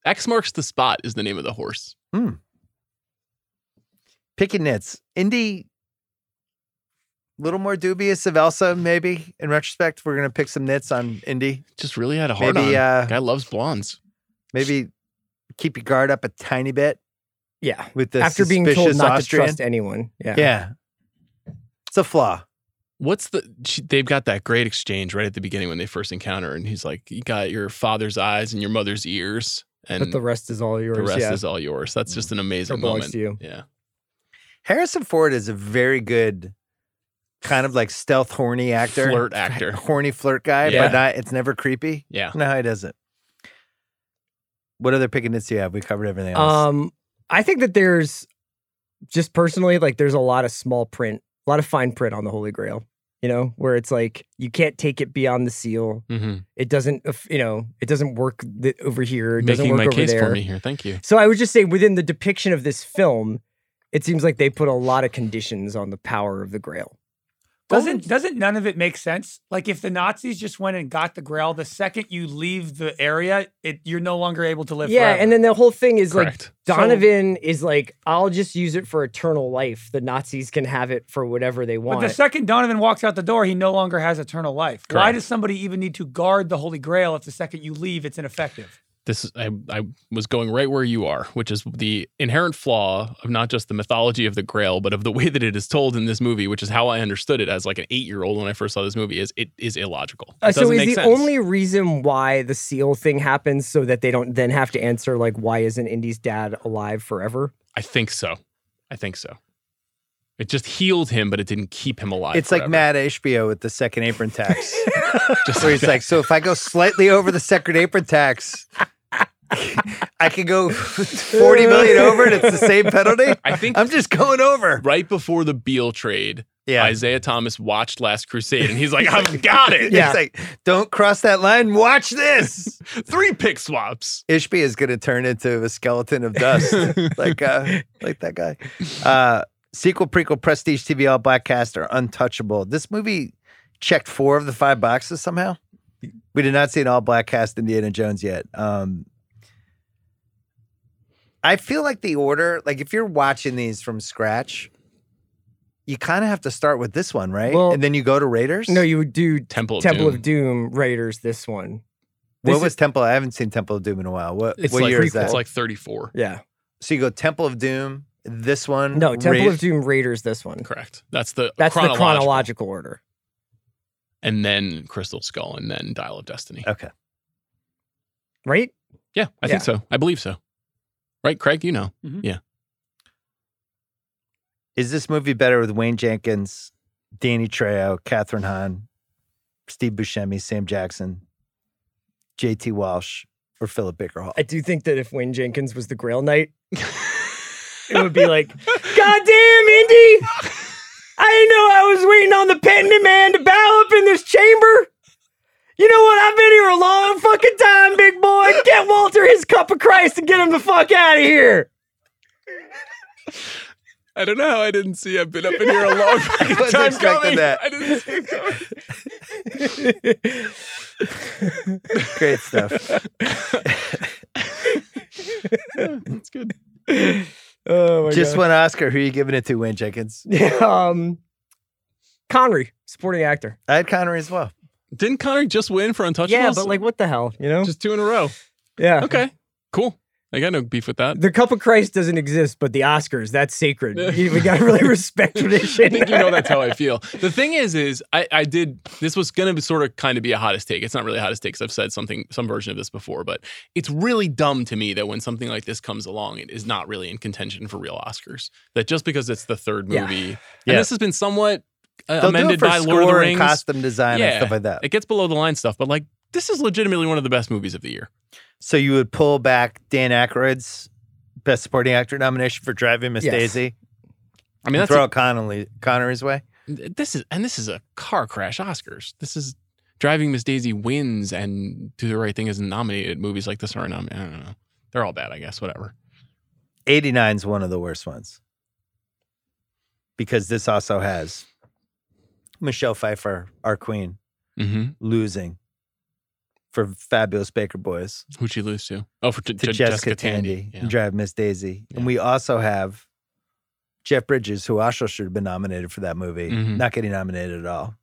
X marks the spot is the name of the horse.
Pickinets. Indy, a little more dubious of Elsa, maybe. In retrospect, we're going to pick some nits on Indy.
Just really had a hard
Maybe,
on.
uh,
Guy loves blondes.
Maybe keep your guard up a tiny bit
Yeah.
with the
After being told
suspicious
not
Austrian.
to trust anyone. Yeah.
Yeah. It's a flaw.
What's the? She, they've got that great exchange right at the beginning when they first encounter, and he's like, "You got your father's eyes and your mother's ears, and
But the rest is all yours.
the rest
yeah.
is all yours." That's just an amazing
It belongs
moment.
to you.
Yeah,
Harrison Ford is a very good kind of like stealth horny actor.
flirt actor.
Horny flirt guy,
Yeah.
but not it's never creepy.
Yeah,
No, he does it. What other pickinets do you have? We covered everything else.
Um, I think that there's just personally, like, there's a lot of small print, a lot of fine print on the Holy Grail. you know, where it's like you can't take it beyond the seal.
Mhm.
It doesn't, uh, you know, it doesn't work th- over here. It doesn't
Making
work
my
over
case
there.
for me here. Thank you.
So I would just say within the depiction of this film, it seems like they put a lot of conditions on the power of the Grail.
Doesn't doesn't none of it make sense? Like if the Nazis just went and got the Grail, the second you leave the area, it, you're no longer able to live.
yeah,
forever.
and then the whole thing is
Correct.
like Donovan is like, I'll just use it for eternal life. The Nazis can have it for whatever they
But
want.
the second Donovan walks out the door, he no longer has eternal life. Why
Correct.
does somebody even need to guard the Holy Grail if the second you leave, it's ineffective?
this is, I, I was going right where you are, which is the inherent flaw of not just the mythology of the Grail, but of the way that it is told in this movie, which is how I understood it as like an eight year old when I first saw this movie. Is it is illogical? It
Uh, so
doesn't
is
make
the
sense.
only reason why the seal thing happens so that they don't then have to answer like why isn't Indy's dad alive forever?
I think so. I think so. It just healed him, but it didn't keep him alive.
It's like Matt Ishbio with the second apron tax.
Just
where he's like, so if I go slightly over the second apron tax, I can go 40 million over and it's the same penalty?
I think
I'm just going over.
right before the Beal trade.
Yeah.
Isaiah Thomas watched Last Crusade, and he's like, "I've got it."
It's like, don't cross that line. Watch this.
Three pick swaps.
Ishbi is going to turn into a skeleton of dust, like uh, like that guy. Uh, sequel, prequel, prestige TV, all black cast are untouchable. This movie checked four of the five boxes somehow. We did not see an all black cast Indiana Jones yet. Um, I feel like the order, like if you're watching these from scratch, you kind of have to start with this one, right?
Well-
and then you go to Raiders.
No, you would do
Temple of
Temple
Doom.
of Doom Raiders this one.
What
This
was Temple? I haven't seen Temple of Doom in a while. What,
It's
what
like
year is that?
it's like thirty four.
Yeah.
So you go Temple of Doom, this one.
No, Temple
Ra-
of Doom Raiders this one.
Correct. That's the
That's the
chronological.
chronological order.
and then Crystal Skull, and then Dial of Destiny.
Okay.
Right?
Yeah, I think
Yeah.
so. I believe so. Right, Craig? You know.
Mhm.
Yeah.
Is this movie better with Wayne Jenkins, Danny Trejo, Catherine Hahn, Steve Buscemi, Sam Jackson, J.T. Walsh, or Philip Baker Hall?
I do think that if Wayne Jenkins was the Grail Knight, it would be like, God damn, Indy! I didn't know I was waiting on the pendant man to bow up in this chamber. You know what? I've been here a long fucking time, big boy. Get Walter his cup of Christ and get him the fuck out of here.
I don't know how I didn't see. I've been up in here a long fucking
wasn't
time
expecting
coming.
that.
I didn't see it coming.
Great stuff.
That's good.
Oh my
Just
God.
one Oscar. Who are you giving it to, Wayne Jenkins?
um, Connery, supporting actor.
I had Connery as well.
Didn't Connery just win for Untouchables?
Yeah, but like, what the hell, you know?
just two in a row.
yeah.
Okay. Cool. I got no beef with that.
The cup of Christ doesn't exist, but the Oscars, that's sacred. You- we gotta really respect
I
tradition.
think you know that's how I feel. The thing is, is I, I did this was gonna be sort of kind of be a hottest take. It's not really a hottest take 'cause I've said something some version of this before, but it's really dumb to me that when something like this comes along, it is not really in contention for real Oscars. That just because it's the third
Yeah.
movie, and
Yeah.
this has been somewhat
They'll
uh,
do it
amended
for
by
score
Lord of the
and
Rings,
costume design and stuff like that.
It gets below the line stuff, but like this is legitimately one of the best movies of the year.
So you would pull back Dan Aykroyd's Best Supporting Actor nomination for Driving Miss
Yes.
Daisy.
I mean,
and
that's
throw out Connolly, Connery's way.
this is and this is a car crash Oscars. This is Driving Miss Daisy wins and Do the Right Thing isn't nominated. Movies like this aren't nominated. I don't know. They're all bad, I guess. Whatever.
89 is one of the worst ones because this also has Michelle Pfeiffer, our queen,
Mm-hmm.
losing for Fabulous Baker Boys
Who'd she lose to? Oh, for J-
to
J-
Jessica,
Jessica,
Tandy
Tandy.
and Drive Miss Daisy.
Yeah.
And we also have Jeff Bridges, who also should have been nominated for that movie,
Mhm.
not getting nominated at all.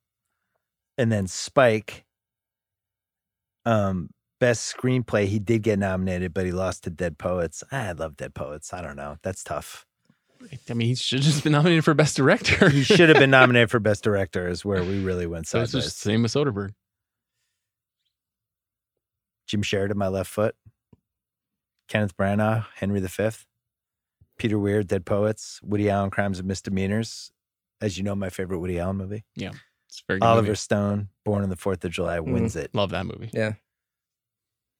And then Spike, um, best screenplay. He did get nominated, but he lost to Dead Poets. I love Dead Poets. I don't know. That's tough.
Yeah. I mean, he should have just been nominated for Best Director.
he should have been nominated for best director is where we really went
So it's
sideways.
just the same as Soderbergh.
Jim Sheridan, My Left Foot, Kenneth Branagh, Henry V, Peter Weir, Dead Poets, Woody Allen, Crimes and Misdemeanors. As you know, my favorite Woody Allen movie.
It's a very good.
Oliver
movie. Mm-hmm.
Stone, Born on the Fourth of July, wins it.
Love that movie.
yeah.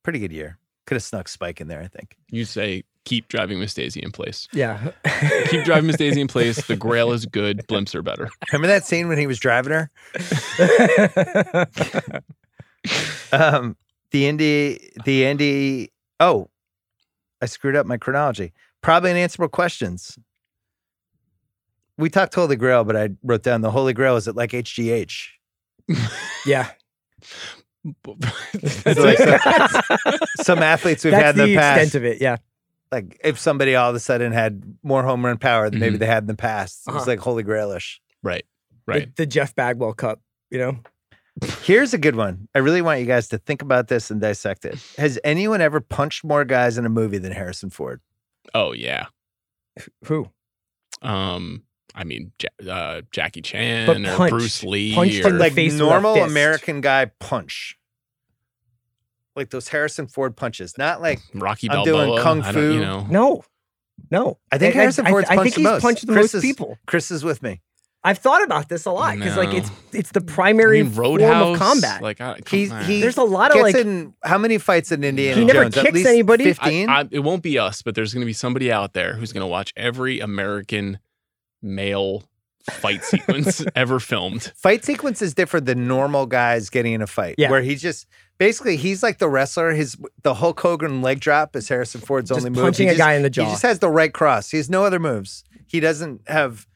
Pretty good year. Could have snuck Spike in there, I think.
You say keep driving Miss Daisy in place.
Yeah.
keep driving Miss Daisy in place. The Grail is good. Blimps are better.
Remember that scene when he was driving her? um, the Indy, the Indy. Oh, I screwed up my chronology. Probably unanswerable questions. We talked Holy Grail, but I wrote down the Holy Grail. Is it like HGH?
Yeah.
It's like some, some athletes we've
That's
had in the,
the
past.
extent of it, yeah.
Like if somebody all of a sudden had more home run power than maybe
Mhm.
they had in the past, it was
Uh-huh.
like Holy Grailish.
Right.
The, the Jeff Bagwell Cup, you know?
Here's a good one. I really want you guys to think about this and dissect it. Has anyone ever punched more guys in a movie than Harrison Ford?
Oh yeah.
Who?
Um, I mean, ja- uh, Jackie Chan
But
or
punch.
Bruce Lee
Punch
or
but like normal
fist.
American guy punch. Like those Harrison Ford punches, not like
Rocky
I'm
Balboa.
doing kung
I
fu.
don't- you know.
No. No.
I think
I- I-
Harrison
I-
Ford's
I think
punched the
he's
most.
punched the
Chris
most
is-
people.
Chris is with me.
I've thought about this a lot because like
No.
it's it's the primary form of combat.
he's, he
there's a lot of
gets
like
in how many fights in Indiana
He never
Jones? At
kicks
least
anybody.
15?
I- I- it won't be us, but there's going to be somebody out there who's going to watch every American male fight sequence ever filmed.
fight sequence is different than normal guys getting in a fight.
Yeah.
Where he just basically he's like the wrestler. His the Hulk Hogan leg drop is Harrison Ford's only move.
punching
He
a guy in the jaw.
He just has the right cross. He has no other moves. He doesn't have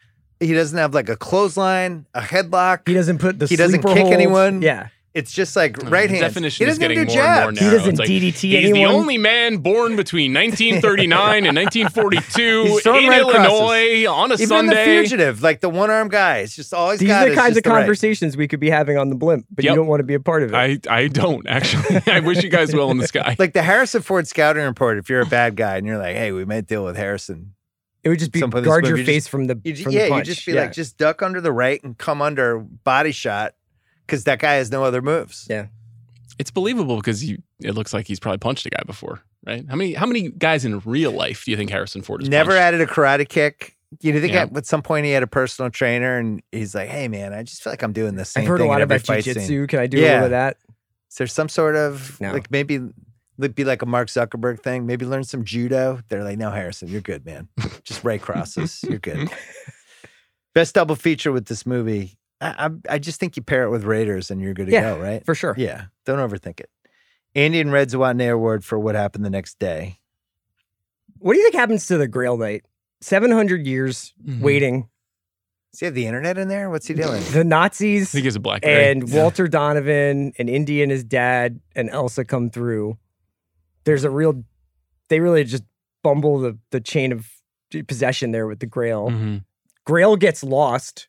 he doesn't have like a clothesline, a headlock.
He doesn't put the
he doesn't
sleeper
kick
hold.
anyone.
Yeah.
It's just like
I mean,
right
the
hand.
definition
he
is
doesn't
getting
even do
more and more
jabs.
narrow. It's like, he's the only man born between 1939 and 1942
He's throwing
in
right crosses.
Illinois on a
Even
Sunday.
the fugitive, like the one armed guy, it's just all he's
These
got
are the
is
kinds
just
of
the right.
conversations we could be having on the blimp, but
Yep.
you don't want to be a part of it.
I, I don't actually. I wish you guys will in the sky.
Like the Harrison Ford scouting report, if you're a bad guy and you're like, hey, we might deal with Harrison.
It would just be
Some point in this
guard your
movie, you
face
just-
from the
you ju-
from
yeah,
the punch.
you just be
yeah.
like, just duck under the right and come under body shot because that guy has no other moves.
Yeah.
It's believable because you. It looks like he's probably punched a guy before, right? How many how many guys in real life do you think Harrison Ford has
Never
punched?
added a karate kick. You know, think
Yeah.
at, at some point he had a personal trainer and he's like, hey, man, I just feel like I'm doing the same
I've heard a
thing.
lot
in every
about
fight
jujitsu.
scene."
Can I do a
yeah.
little of that?
Is there some sort of,
No.
like, maybe it'd be like a Mark Zuckerberg thing? Maybe learn some judo. They're like, no, Harrison, you're good, man. just right crosses. You're good. Best double feature with this movie. I, I, I just think you pair it with Raiders and you're good to
Yeah,
go, right?
for sure.
Yeah. Don't overthink it. Andy and Red Zawane Award for what happened the next day.
What do you think happens to the Grail Knight? Seven hundred years
Mhm.
waiting.
Does he have the internet in there? What's he doing?
The Nazis
I think he's a black
and Walter Donovan and Indy and his dad and Elsa come through. There's a real. They really just bumble the the chain of possession there with the Grail. Grail gets lost.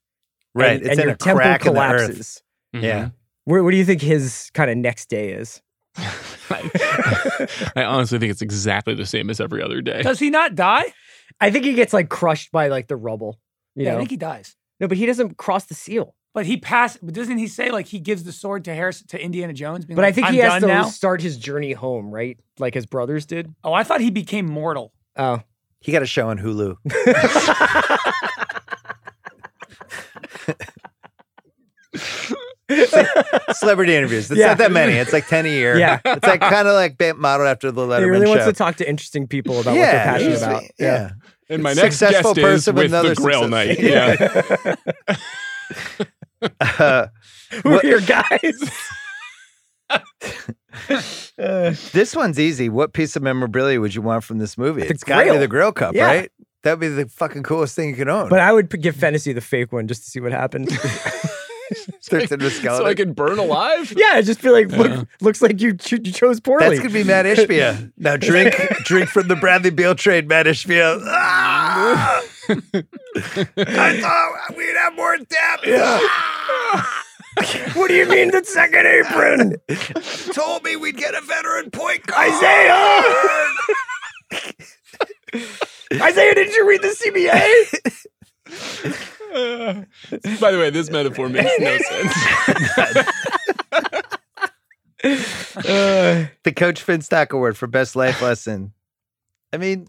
Mm. Right,
and,
it's
and
in
your
a
temple
crack in the earth.
collapses.
Mm-hmm.
Yeah.
Where, what do you think his kind of next day is?
I honestly think it's exactly the same as every other day.
Does he not die?
I think he gets like crushed by like the rubble. You
yeah,
know?
I think he dies.
no, but he doesn't cross the seal.
But he passed. But doesn't he say like he gives the sword to Harris to Indiana Jones? being
But I
like,
think
"I'm
he has
done
to
now."
start his journey home, right? Like his brothers did.
Oh, I thought he became mortal.
Oh,
He got a show on Hulu. Celebrity interviews. It's
Yeah.
not that many. It's like 10 a year.
Yeah.
It's like kind of like ba- modeled after the Letterman
he really
show.
wants to talk to interesting people about what they're
Yeah,
passionate
he's-
about.
yeah.
And my next
Successful
guest is
person with
with the
another
Grail
success-
Knight.
Yeah.
Yeah.
Uh,
We're
what-
here, guys.
this one's easy. What piece of memorabilia would you want from this movie? It's got to be
Grail.
the Grill Cup,
Yeah.
right? That'd be the fucking coolest thing you could own.
but I would p- give Fantasy the fake one just to see what happened.
Starts into a
so I
skeleton.
could burn alive?
yeah, I'd just be like, look, looks like you, cho- you chose poorly.
That's gonna be Matt Ishbia. Now drink, drink from the Bradley Beal trade, Matt Ishbia. Ah! I thought we'd have more depth. Ah!
what do you mean the second apron?
Told me we'd get a veteran point guard.
Isaiah! Isaiah, did you read the CBA?
By the way, this metaphor makes no sense.
the Coach Finstock Award for Best Life Lesson. I mean,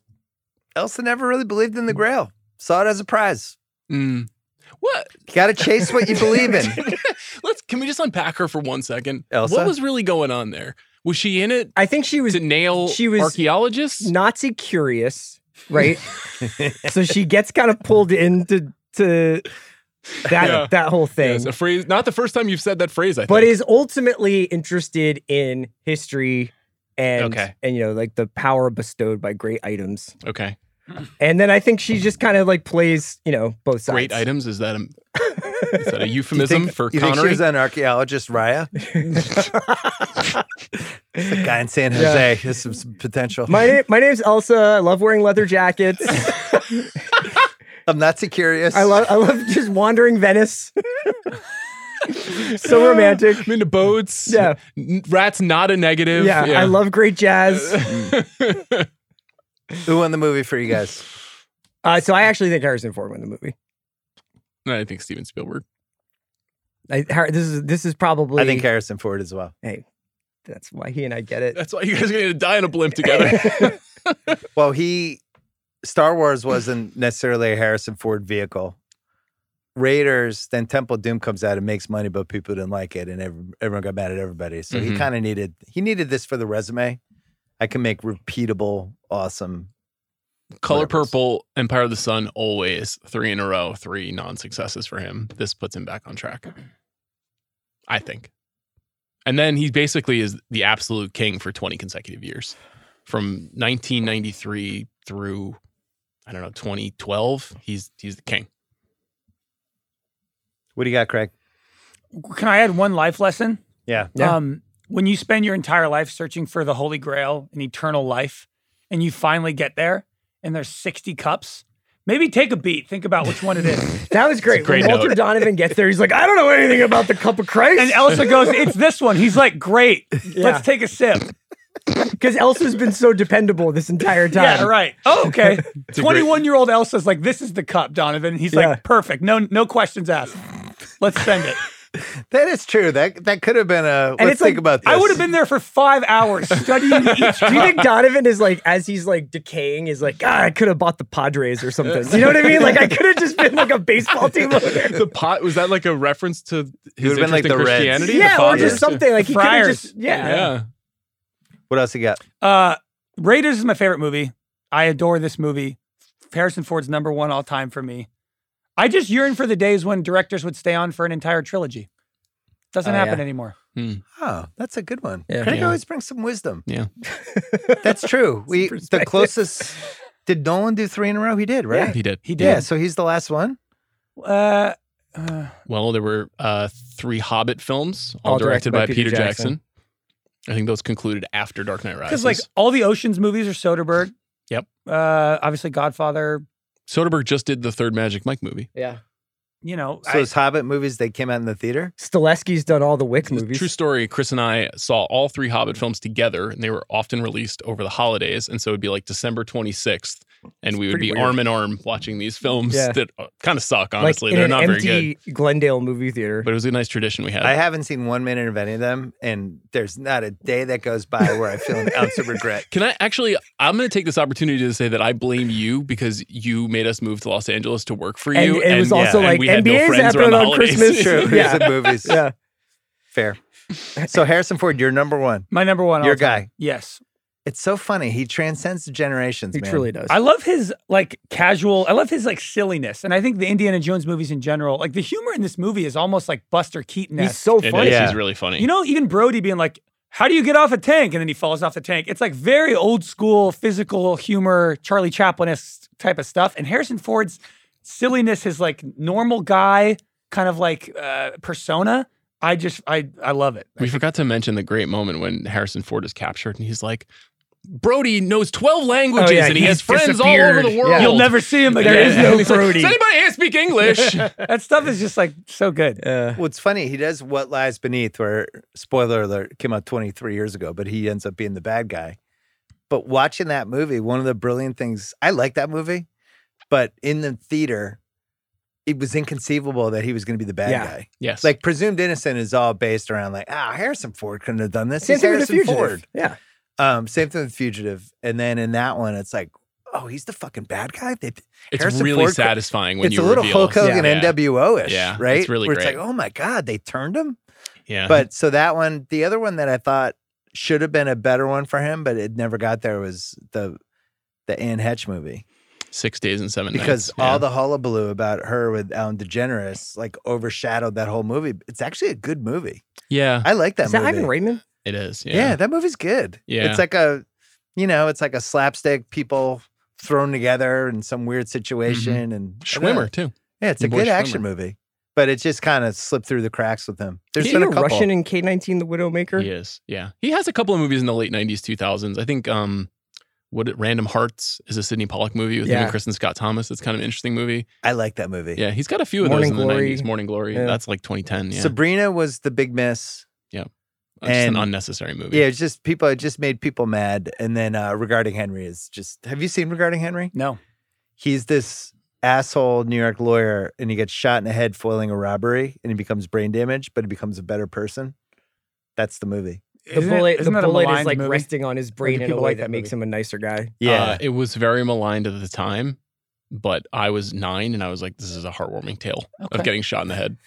Elsa never really believed in the Grail. Saw it as a prize.
Mm. What?
You gotta chase what you believe in.
Let's can we just unpack her for one second?
Elsa?
What was really going on there? Was she in it?
I think she was
to nail
she was
archaeologists,
Nazi curious, right? so she gets kind of pulled into to that
Yeah.
that whole thing.
Yes, a phrase. Not the first time you've said that phrase. I
but
think.
is ultimately interested in history and
Okay.
and you know like the power bestowed by great items.
okay.
And then I think she just kind of like plays, you know, both sides.
Great items. Is that a, is that a
Do you
euphemism
think-
for
you think she
Connery?
was an archaeologist, Raya? It's the guy in San Jose.
Yeah.
There's some, some potential.
My name, my name's Elsa. I love wearing leather jackets.
I'm not so curious.
I love I love just wandering Venice. so romantic.
I'm into boats.
Yeah.
N- Rats not a negative.
Yeah, I love great jazz.
Who won the movie for you guys?
Uh, so I actually think Harrison Ford won the movie.
I think Steven Spielberg.
I, Har- this is this is probably.
I think Harrison Ford as well.
Hey, that's why he and I get it.
That's why you guys are going to die in a blimp together.
Well, he Star Wars wasn't necessarily a Harrison Ford vehicle. Raiders, then Temple of Doom comes out and makes money, but people didn't like it, and every, everyone got mad at everybody. So he
Mhm.
kind of needed he needed this for the resume. I can make repeatable, awesome.
Color Purple, Empire of the Sun, always three in a row, three non successes for him. This puts him back on track, I think. And then he basically is the absolute king for 20 consecutive years from 1993 through, I don't know, 2012. He's he's the king.
What do you got, Craig?
Can I add one life lesson?
Yeah.
Um, when you spend your entire life searching for the Holy Grail and eternal life, and you finally get there, and there's 60 cups, maybe take a beat. Think about which one it is.
That was great.
great
When Walter
note.
Donovan gets there. He's like, I don't know anything about the cup of Christ.
and Elsa goes, It's this one. He's like, Great. Let's take a sip.
because Elsa's been so dependable this entire time.
Yeah, right. Oh, okay.
It's a great-
21 year old Elsa's like, This is the cup, Donovan. He's
Yeah.
like, Perfect. No, no questions asked. Let's send it.
That is true. That that could have been a. let's think about this.
I would have been there for five hours studying each.
Do you think Donovan is like, as he's like decaying, is like, God, I could have bought the Padres or something. You know what I mean? Like, I could have just been like a baseball team owner.
the pot was that like a reference to his
would've been
interest
like
in
the Reds.
Christianity?
Yeah,
The
or
Fathers?
just something like he
The
could have
Friars.
just, yeah.
yeah.
What else you got?
Uh, Raiders is my favorite movie. I adore this movie. Harrison Ford's number one all time for me. I just yearn for the days when directors would stay on for an entire trilogy. Doesn't
Oh,
happen
yeah.
anymore.
Oh, that's a good one.
Yeah.
Craig
Yeah.
always brings some wisdom.
Yeah.
That's true. We the
perspective.
closest. Did Nolan do three in a row? He did, right?
He did.
He did.
Yeah. So he's the last one.
Uh, uh,
Well, there were uh, three Hobbit films, all,
All
directed,
directed
by,
by
Peter
Peter
Jackson. I think those concluded after Dark Knight Rises.
because like all the oceans movies are Soderbergh.
Yep.
Uh, obviously Godfather.
Soderbergh just did the third Magic Mike movie.
Yeah.
You know,
So
I-
those Hobbit movies they came out in the theater.
Stileski's done all the Wick movies.
True story. Chris and I saw all three Hobbit films together, and they were often released over the holidays. And so it'd be like December 26th, and we would
pretty
be
weird.
arm in arm watching these films
Yeah.
that kind of suck,
Like,
honestly.
in
They're
an
not
empty
very good.
Glendale movie theater.
But it was a nice tradition we had.
I haven't seen one minute of any of them, and there's not a day that goes by where I feel an ounce of regret.
Can I actually? I'm going to take this opportunity to say that I blame you because you made us move to Los Angeles to work for you.
And it was also
and
like
we had no
NBA's
friends around
happening
the
on
holidays.
Christmas.
True.
Yeah.
Music movies.
Yeah.
Fair. So Harrison Ford, you're number one.
my number one. all
Your
time.
guy.
Yes.
It's so funny. He transcends the generations.
He
man.
truly does.
I love his like casual. I love his like silliness, and I think the Indiana Jones movies in general, like the humor in this movie is almost like Buster Keaton.
He's so
It is.
funny.
Yeah.
He's really funny.
You know, even Brody being like, "How do you get off a tank?" and then he falls off the tank. It's like very old school physical humor, Charlie Chaplin esque type of stuff. And Harrison Ford's silliness, his like normal guy kind of like uh, persona. I just I I love it.
we forgot to mention the great moment when Harrison Ford is captured and he's like, Brody knows 12 languages
Oh, yeah,
and he
he's
has friends all over the
disappeared.
world.
Yeah.
You'll never see him
And
again.
There is no
he's like,
Brody.
Does anybody here speak English?
that stuff is just like so good.
Uh,
Well, it's funny. He does What Lies Beneath, where, spoiler alert, came out 23 years ago, but he ends up being the bad guy. But watching that movie, one of the brilliant things, I like that movie, but in the theater, it was inconceivable that he was going to be the bad
Yeah.
guy.
yes.
Like, Presumed Innocent is all based around, like, ah, Harrison Ford couldn't have done this.
same
He's
thing with the
Harrison
fugitive.
Ford.
Yeah.
Um, same thing with Fugitive. And then in that one, it's like, oh, he's the fucking bad guy? They,
it's
Harrison
really
Ford could-
satisfying when
it's
you
a little
reveal.
Hulk Hogan
yeah.
NWO ish,
Yeah, it's
right?
really
Where
great.
it's like, oh my God, they turned him?
Yeah.
But so that one, the other one that I thought should have been a better one for him, but it never got there. Was the the Anne Hetch movie
Six days and seven
because
nights. Yeah.
all the hullabaloo about her with Ellen DeGeneres like overshadowed that whole movie. It's actually a good movie.
yeah,
I like that.
Is that
movie.
Ivan
Reitman?
it is.
Yeah. that movie's good.
Yeah.
it's like a, you know, it's like a slapstick people thrown together in some weird situation and
Mm-hmm. Schwimmer, too.
Yeah, it's a
Your boy
good action
Schwimmer.
movie, but it just kind of slipped through the cracks with him. There's
Is
been
he
a couple.
Russian in K nineteen The Widowmaker?
He is. Yeah. He has a couple of movies in the late 90s, 2000s. I think um what it- Random Hearts is a Sidney Pollack movie with him
Yeah.
and Kristen Scott Thomas. That's kind of an interesting movie.
I like that movie.
Yeah, he's got a few of
Morning
those in
Glory.
the 90s. Morning Glory.
Yeah.
That's like 2010. Yeah.
Sabrina was the big miss.
yeah. It's just
And
an unnecessary movie. Uh,
yeah, it's just people. It just made people mad. And then uh, regarding Henry is just. Have you seen regarding Henry?
No.
He's this asshole New York lawyer, and he gets shot in the head foiling a robbery, and he becomes brain damaged, but he becomes a better person. That's the movie.
The bullet, the bullet is like resting on his brain in a
people
way
like
that,
that
makes him a nicer guy.
Uh, it was very maligned at the time, but I was nine and I was like, this is a heartwarming tale
Okay.
of getting shot in the head.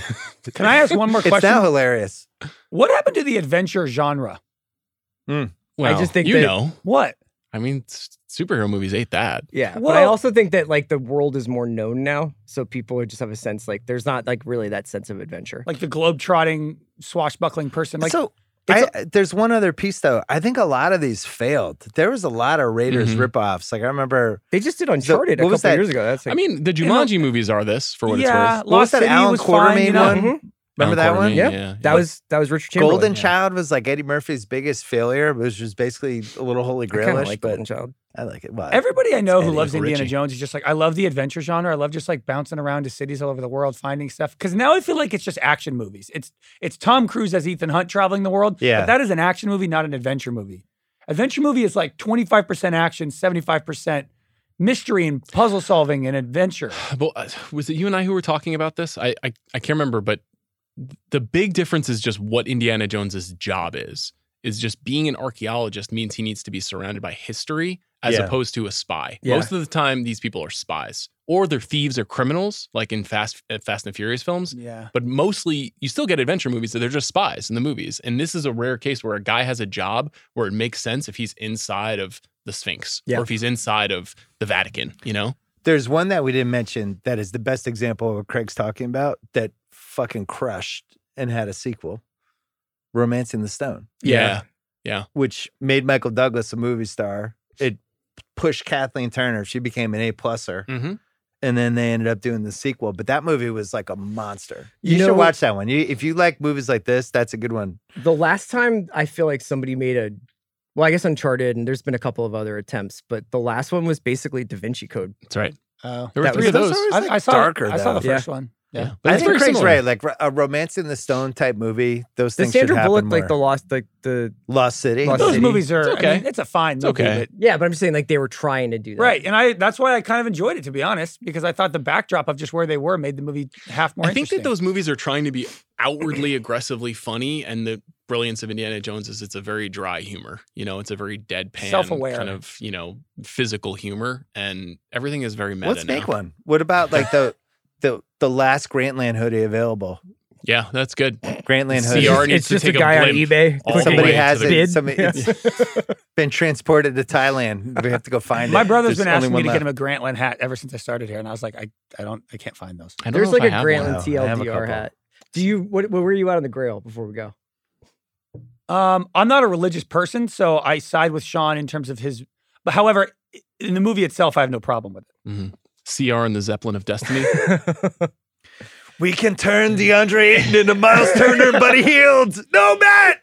Can I ask one more
It's
question?
now hilarious.
What happened to the adventure genre?
Well,
just think
you
that-
know.
What?
I mean, s- superhero movies ate that.
Yeah, but I
Well-
also think that like the world is more known now, so people just have a sense like there's not like really that sense of adventure.
Like the globe-trotting, swashbuckling person. Like
so I, uh, there's one other piece though. I think a lot of these failed. There was a lot of Raiders
Mhm.
ripoffs. Like I remember
they just did
Uncharted a
what was
couple
that?
years ago.
That's
I mean, the Jumanji movies are this for what
Yeah,
it's worth.
What was that Lost City Alan was Quartermain fine, you know? one?
Mm-hmm.
Mhm.
Remember that one?
Quartermain, yeah.
that was that was Richard Chamberlain.
Golden Child was like Eddie Murphy's biggest failure, which was basically a little holy
kinda
grailish.
like
but
Golden Child.
I like it. Well,
Everybody I know who
Eddie
loves
Uncle
Indiana
Richie.
Jones is just like, I love the adventure genre. I love just like bouncing around to cities all over the world, finding stuff. Because now I feel like it's just action movies. It's it's Tom Cruise as Ethan Hunt traveling the world.
Yeah.
But that is an action movie, not an adventure movie. Adventure movie is like 25% action, 75% mystery and puzzle solving and adventure.
But uh, was it you and I who were talking about this? I, I I can't remember, but the big difference is just what Indiana Jones's job is. Is just being an archaeologist means he needs to be surrounded by history as
Yeah.
opposed to a spy.
Yeah.
Most of the time, these people are spies or they're thieves or criminals, like in Fast uh, Fast and Furious films.
Yeah.
But mostly, you still get adventure movies that they're just spies in the movies. And this is a rare case where a guy has a job where it makes sense if he's inside of the Sphinx
Yeah.
or if he's inside of the Vatican. You know.
There's one that we didn't mention that is the best example of what Craig's talking about that fucking crushed and had a sequel, Romancing the Stone.
Yeah. Yeah.
Which made Michael Douglas a movie star. It pushed Kathleen Turner. She became an A pluser.
Mhm.
And then they ended up doing the sequel. But that movie was like a monster. You,
You know-
should watch that one. You, if you like movies like this, that's a good one.
The last time I feel like somebody made a well, I guess Uncharted, and there's been a couple of other attempts, but the last one was basically Da Vinci Code.
That's right.
Oh,
There were three of those.
I, I saw,
darker,
I saw the
though.
first one. Yeah.
I think Craig's right. Like a romance in the stone type movie, those
The
things should
Sandra
happen
Bullock, like the
more.
Lost, like the
Lost City.
Lost
Those
City.
movies are
okay.
I mean, it's a fine movie. but-
Yeah, but I'm just saying, like they were trying to do that.
Right, and I that's why I kind of enjoyed it to be honest, because I thought the backdrop of just where they were made the movie half more
I think
interesting.
that those movies are trying to be outwardly aggressively funny, and the brilliance of Indiana Jones is it's a very dry humor. You know, it's a very deadpan,
Self-aware.
kind of you know physical humor, and everything is very meta.
Let's
now.
make one. What about like the the the last Grantland hoodie available?
Yeah, that's good.
Grantland hoodie.
CR needs to take blimp all the
Somebody
way
has
to
it.
the-
Somebody, it's been transported to Thailand. We have to go find it.
My brother's
There's
been
only
asking me
one
to get him
left.
a Grantland hat ever since I started here, and I was like, I, I don't, I can't find those.
I don't
There's
know if
like
I
a
have
Grantland
one.
I have a
TLDR
couple.
hat. Do you what? Where were you out on the Grail before we go?
Um, I'm not a religious person, so I side with Sean in terms of his. But however, in the movie itself, I have no problem with it.
Mhm. CR and the Zeppelin of Destiny.
We can turn DeAndre Ayton into Miles Turner, and Buddy Healed. No, Matt,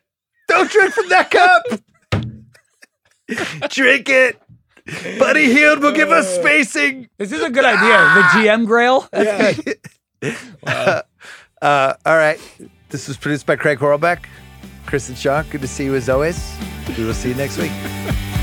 don't drink from that cup. drink it. Buddy Healed will give
Uh.
us spacing.
This is a good idea. The GM Grail. That's good.
Uh, all right. This was produced by Craig Horlbeck, Chris and Sean. Good to see you as always. We will see you next week.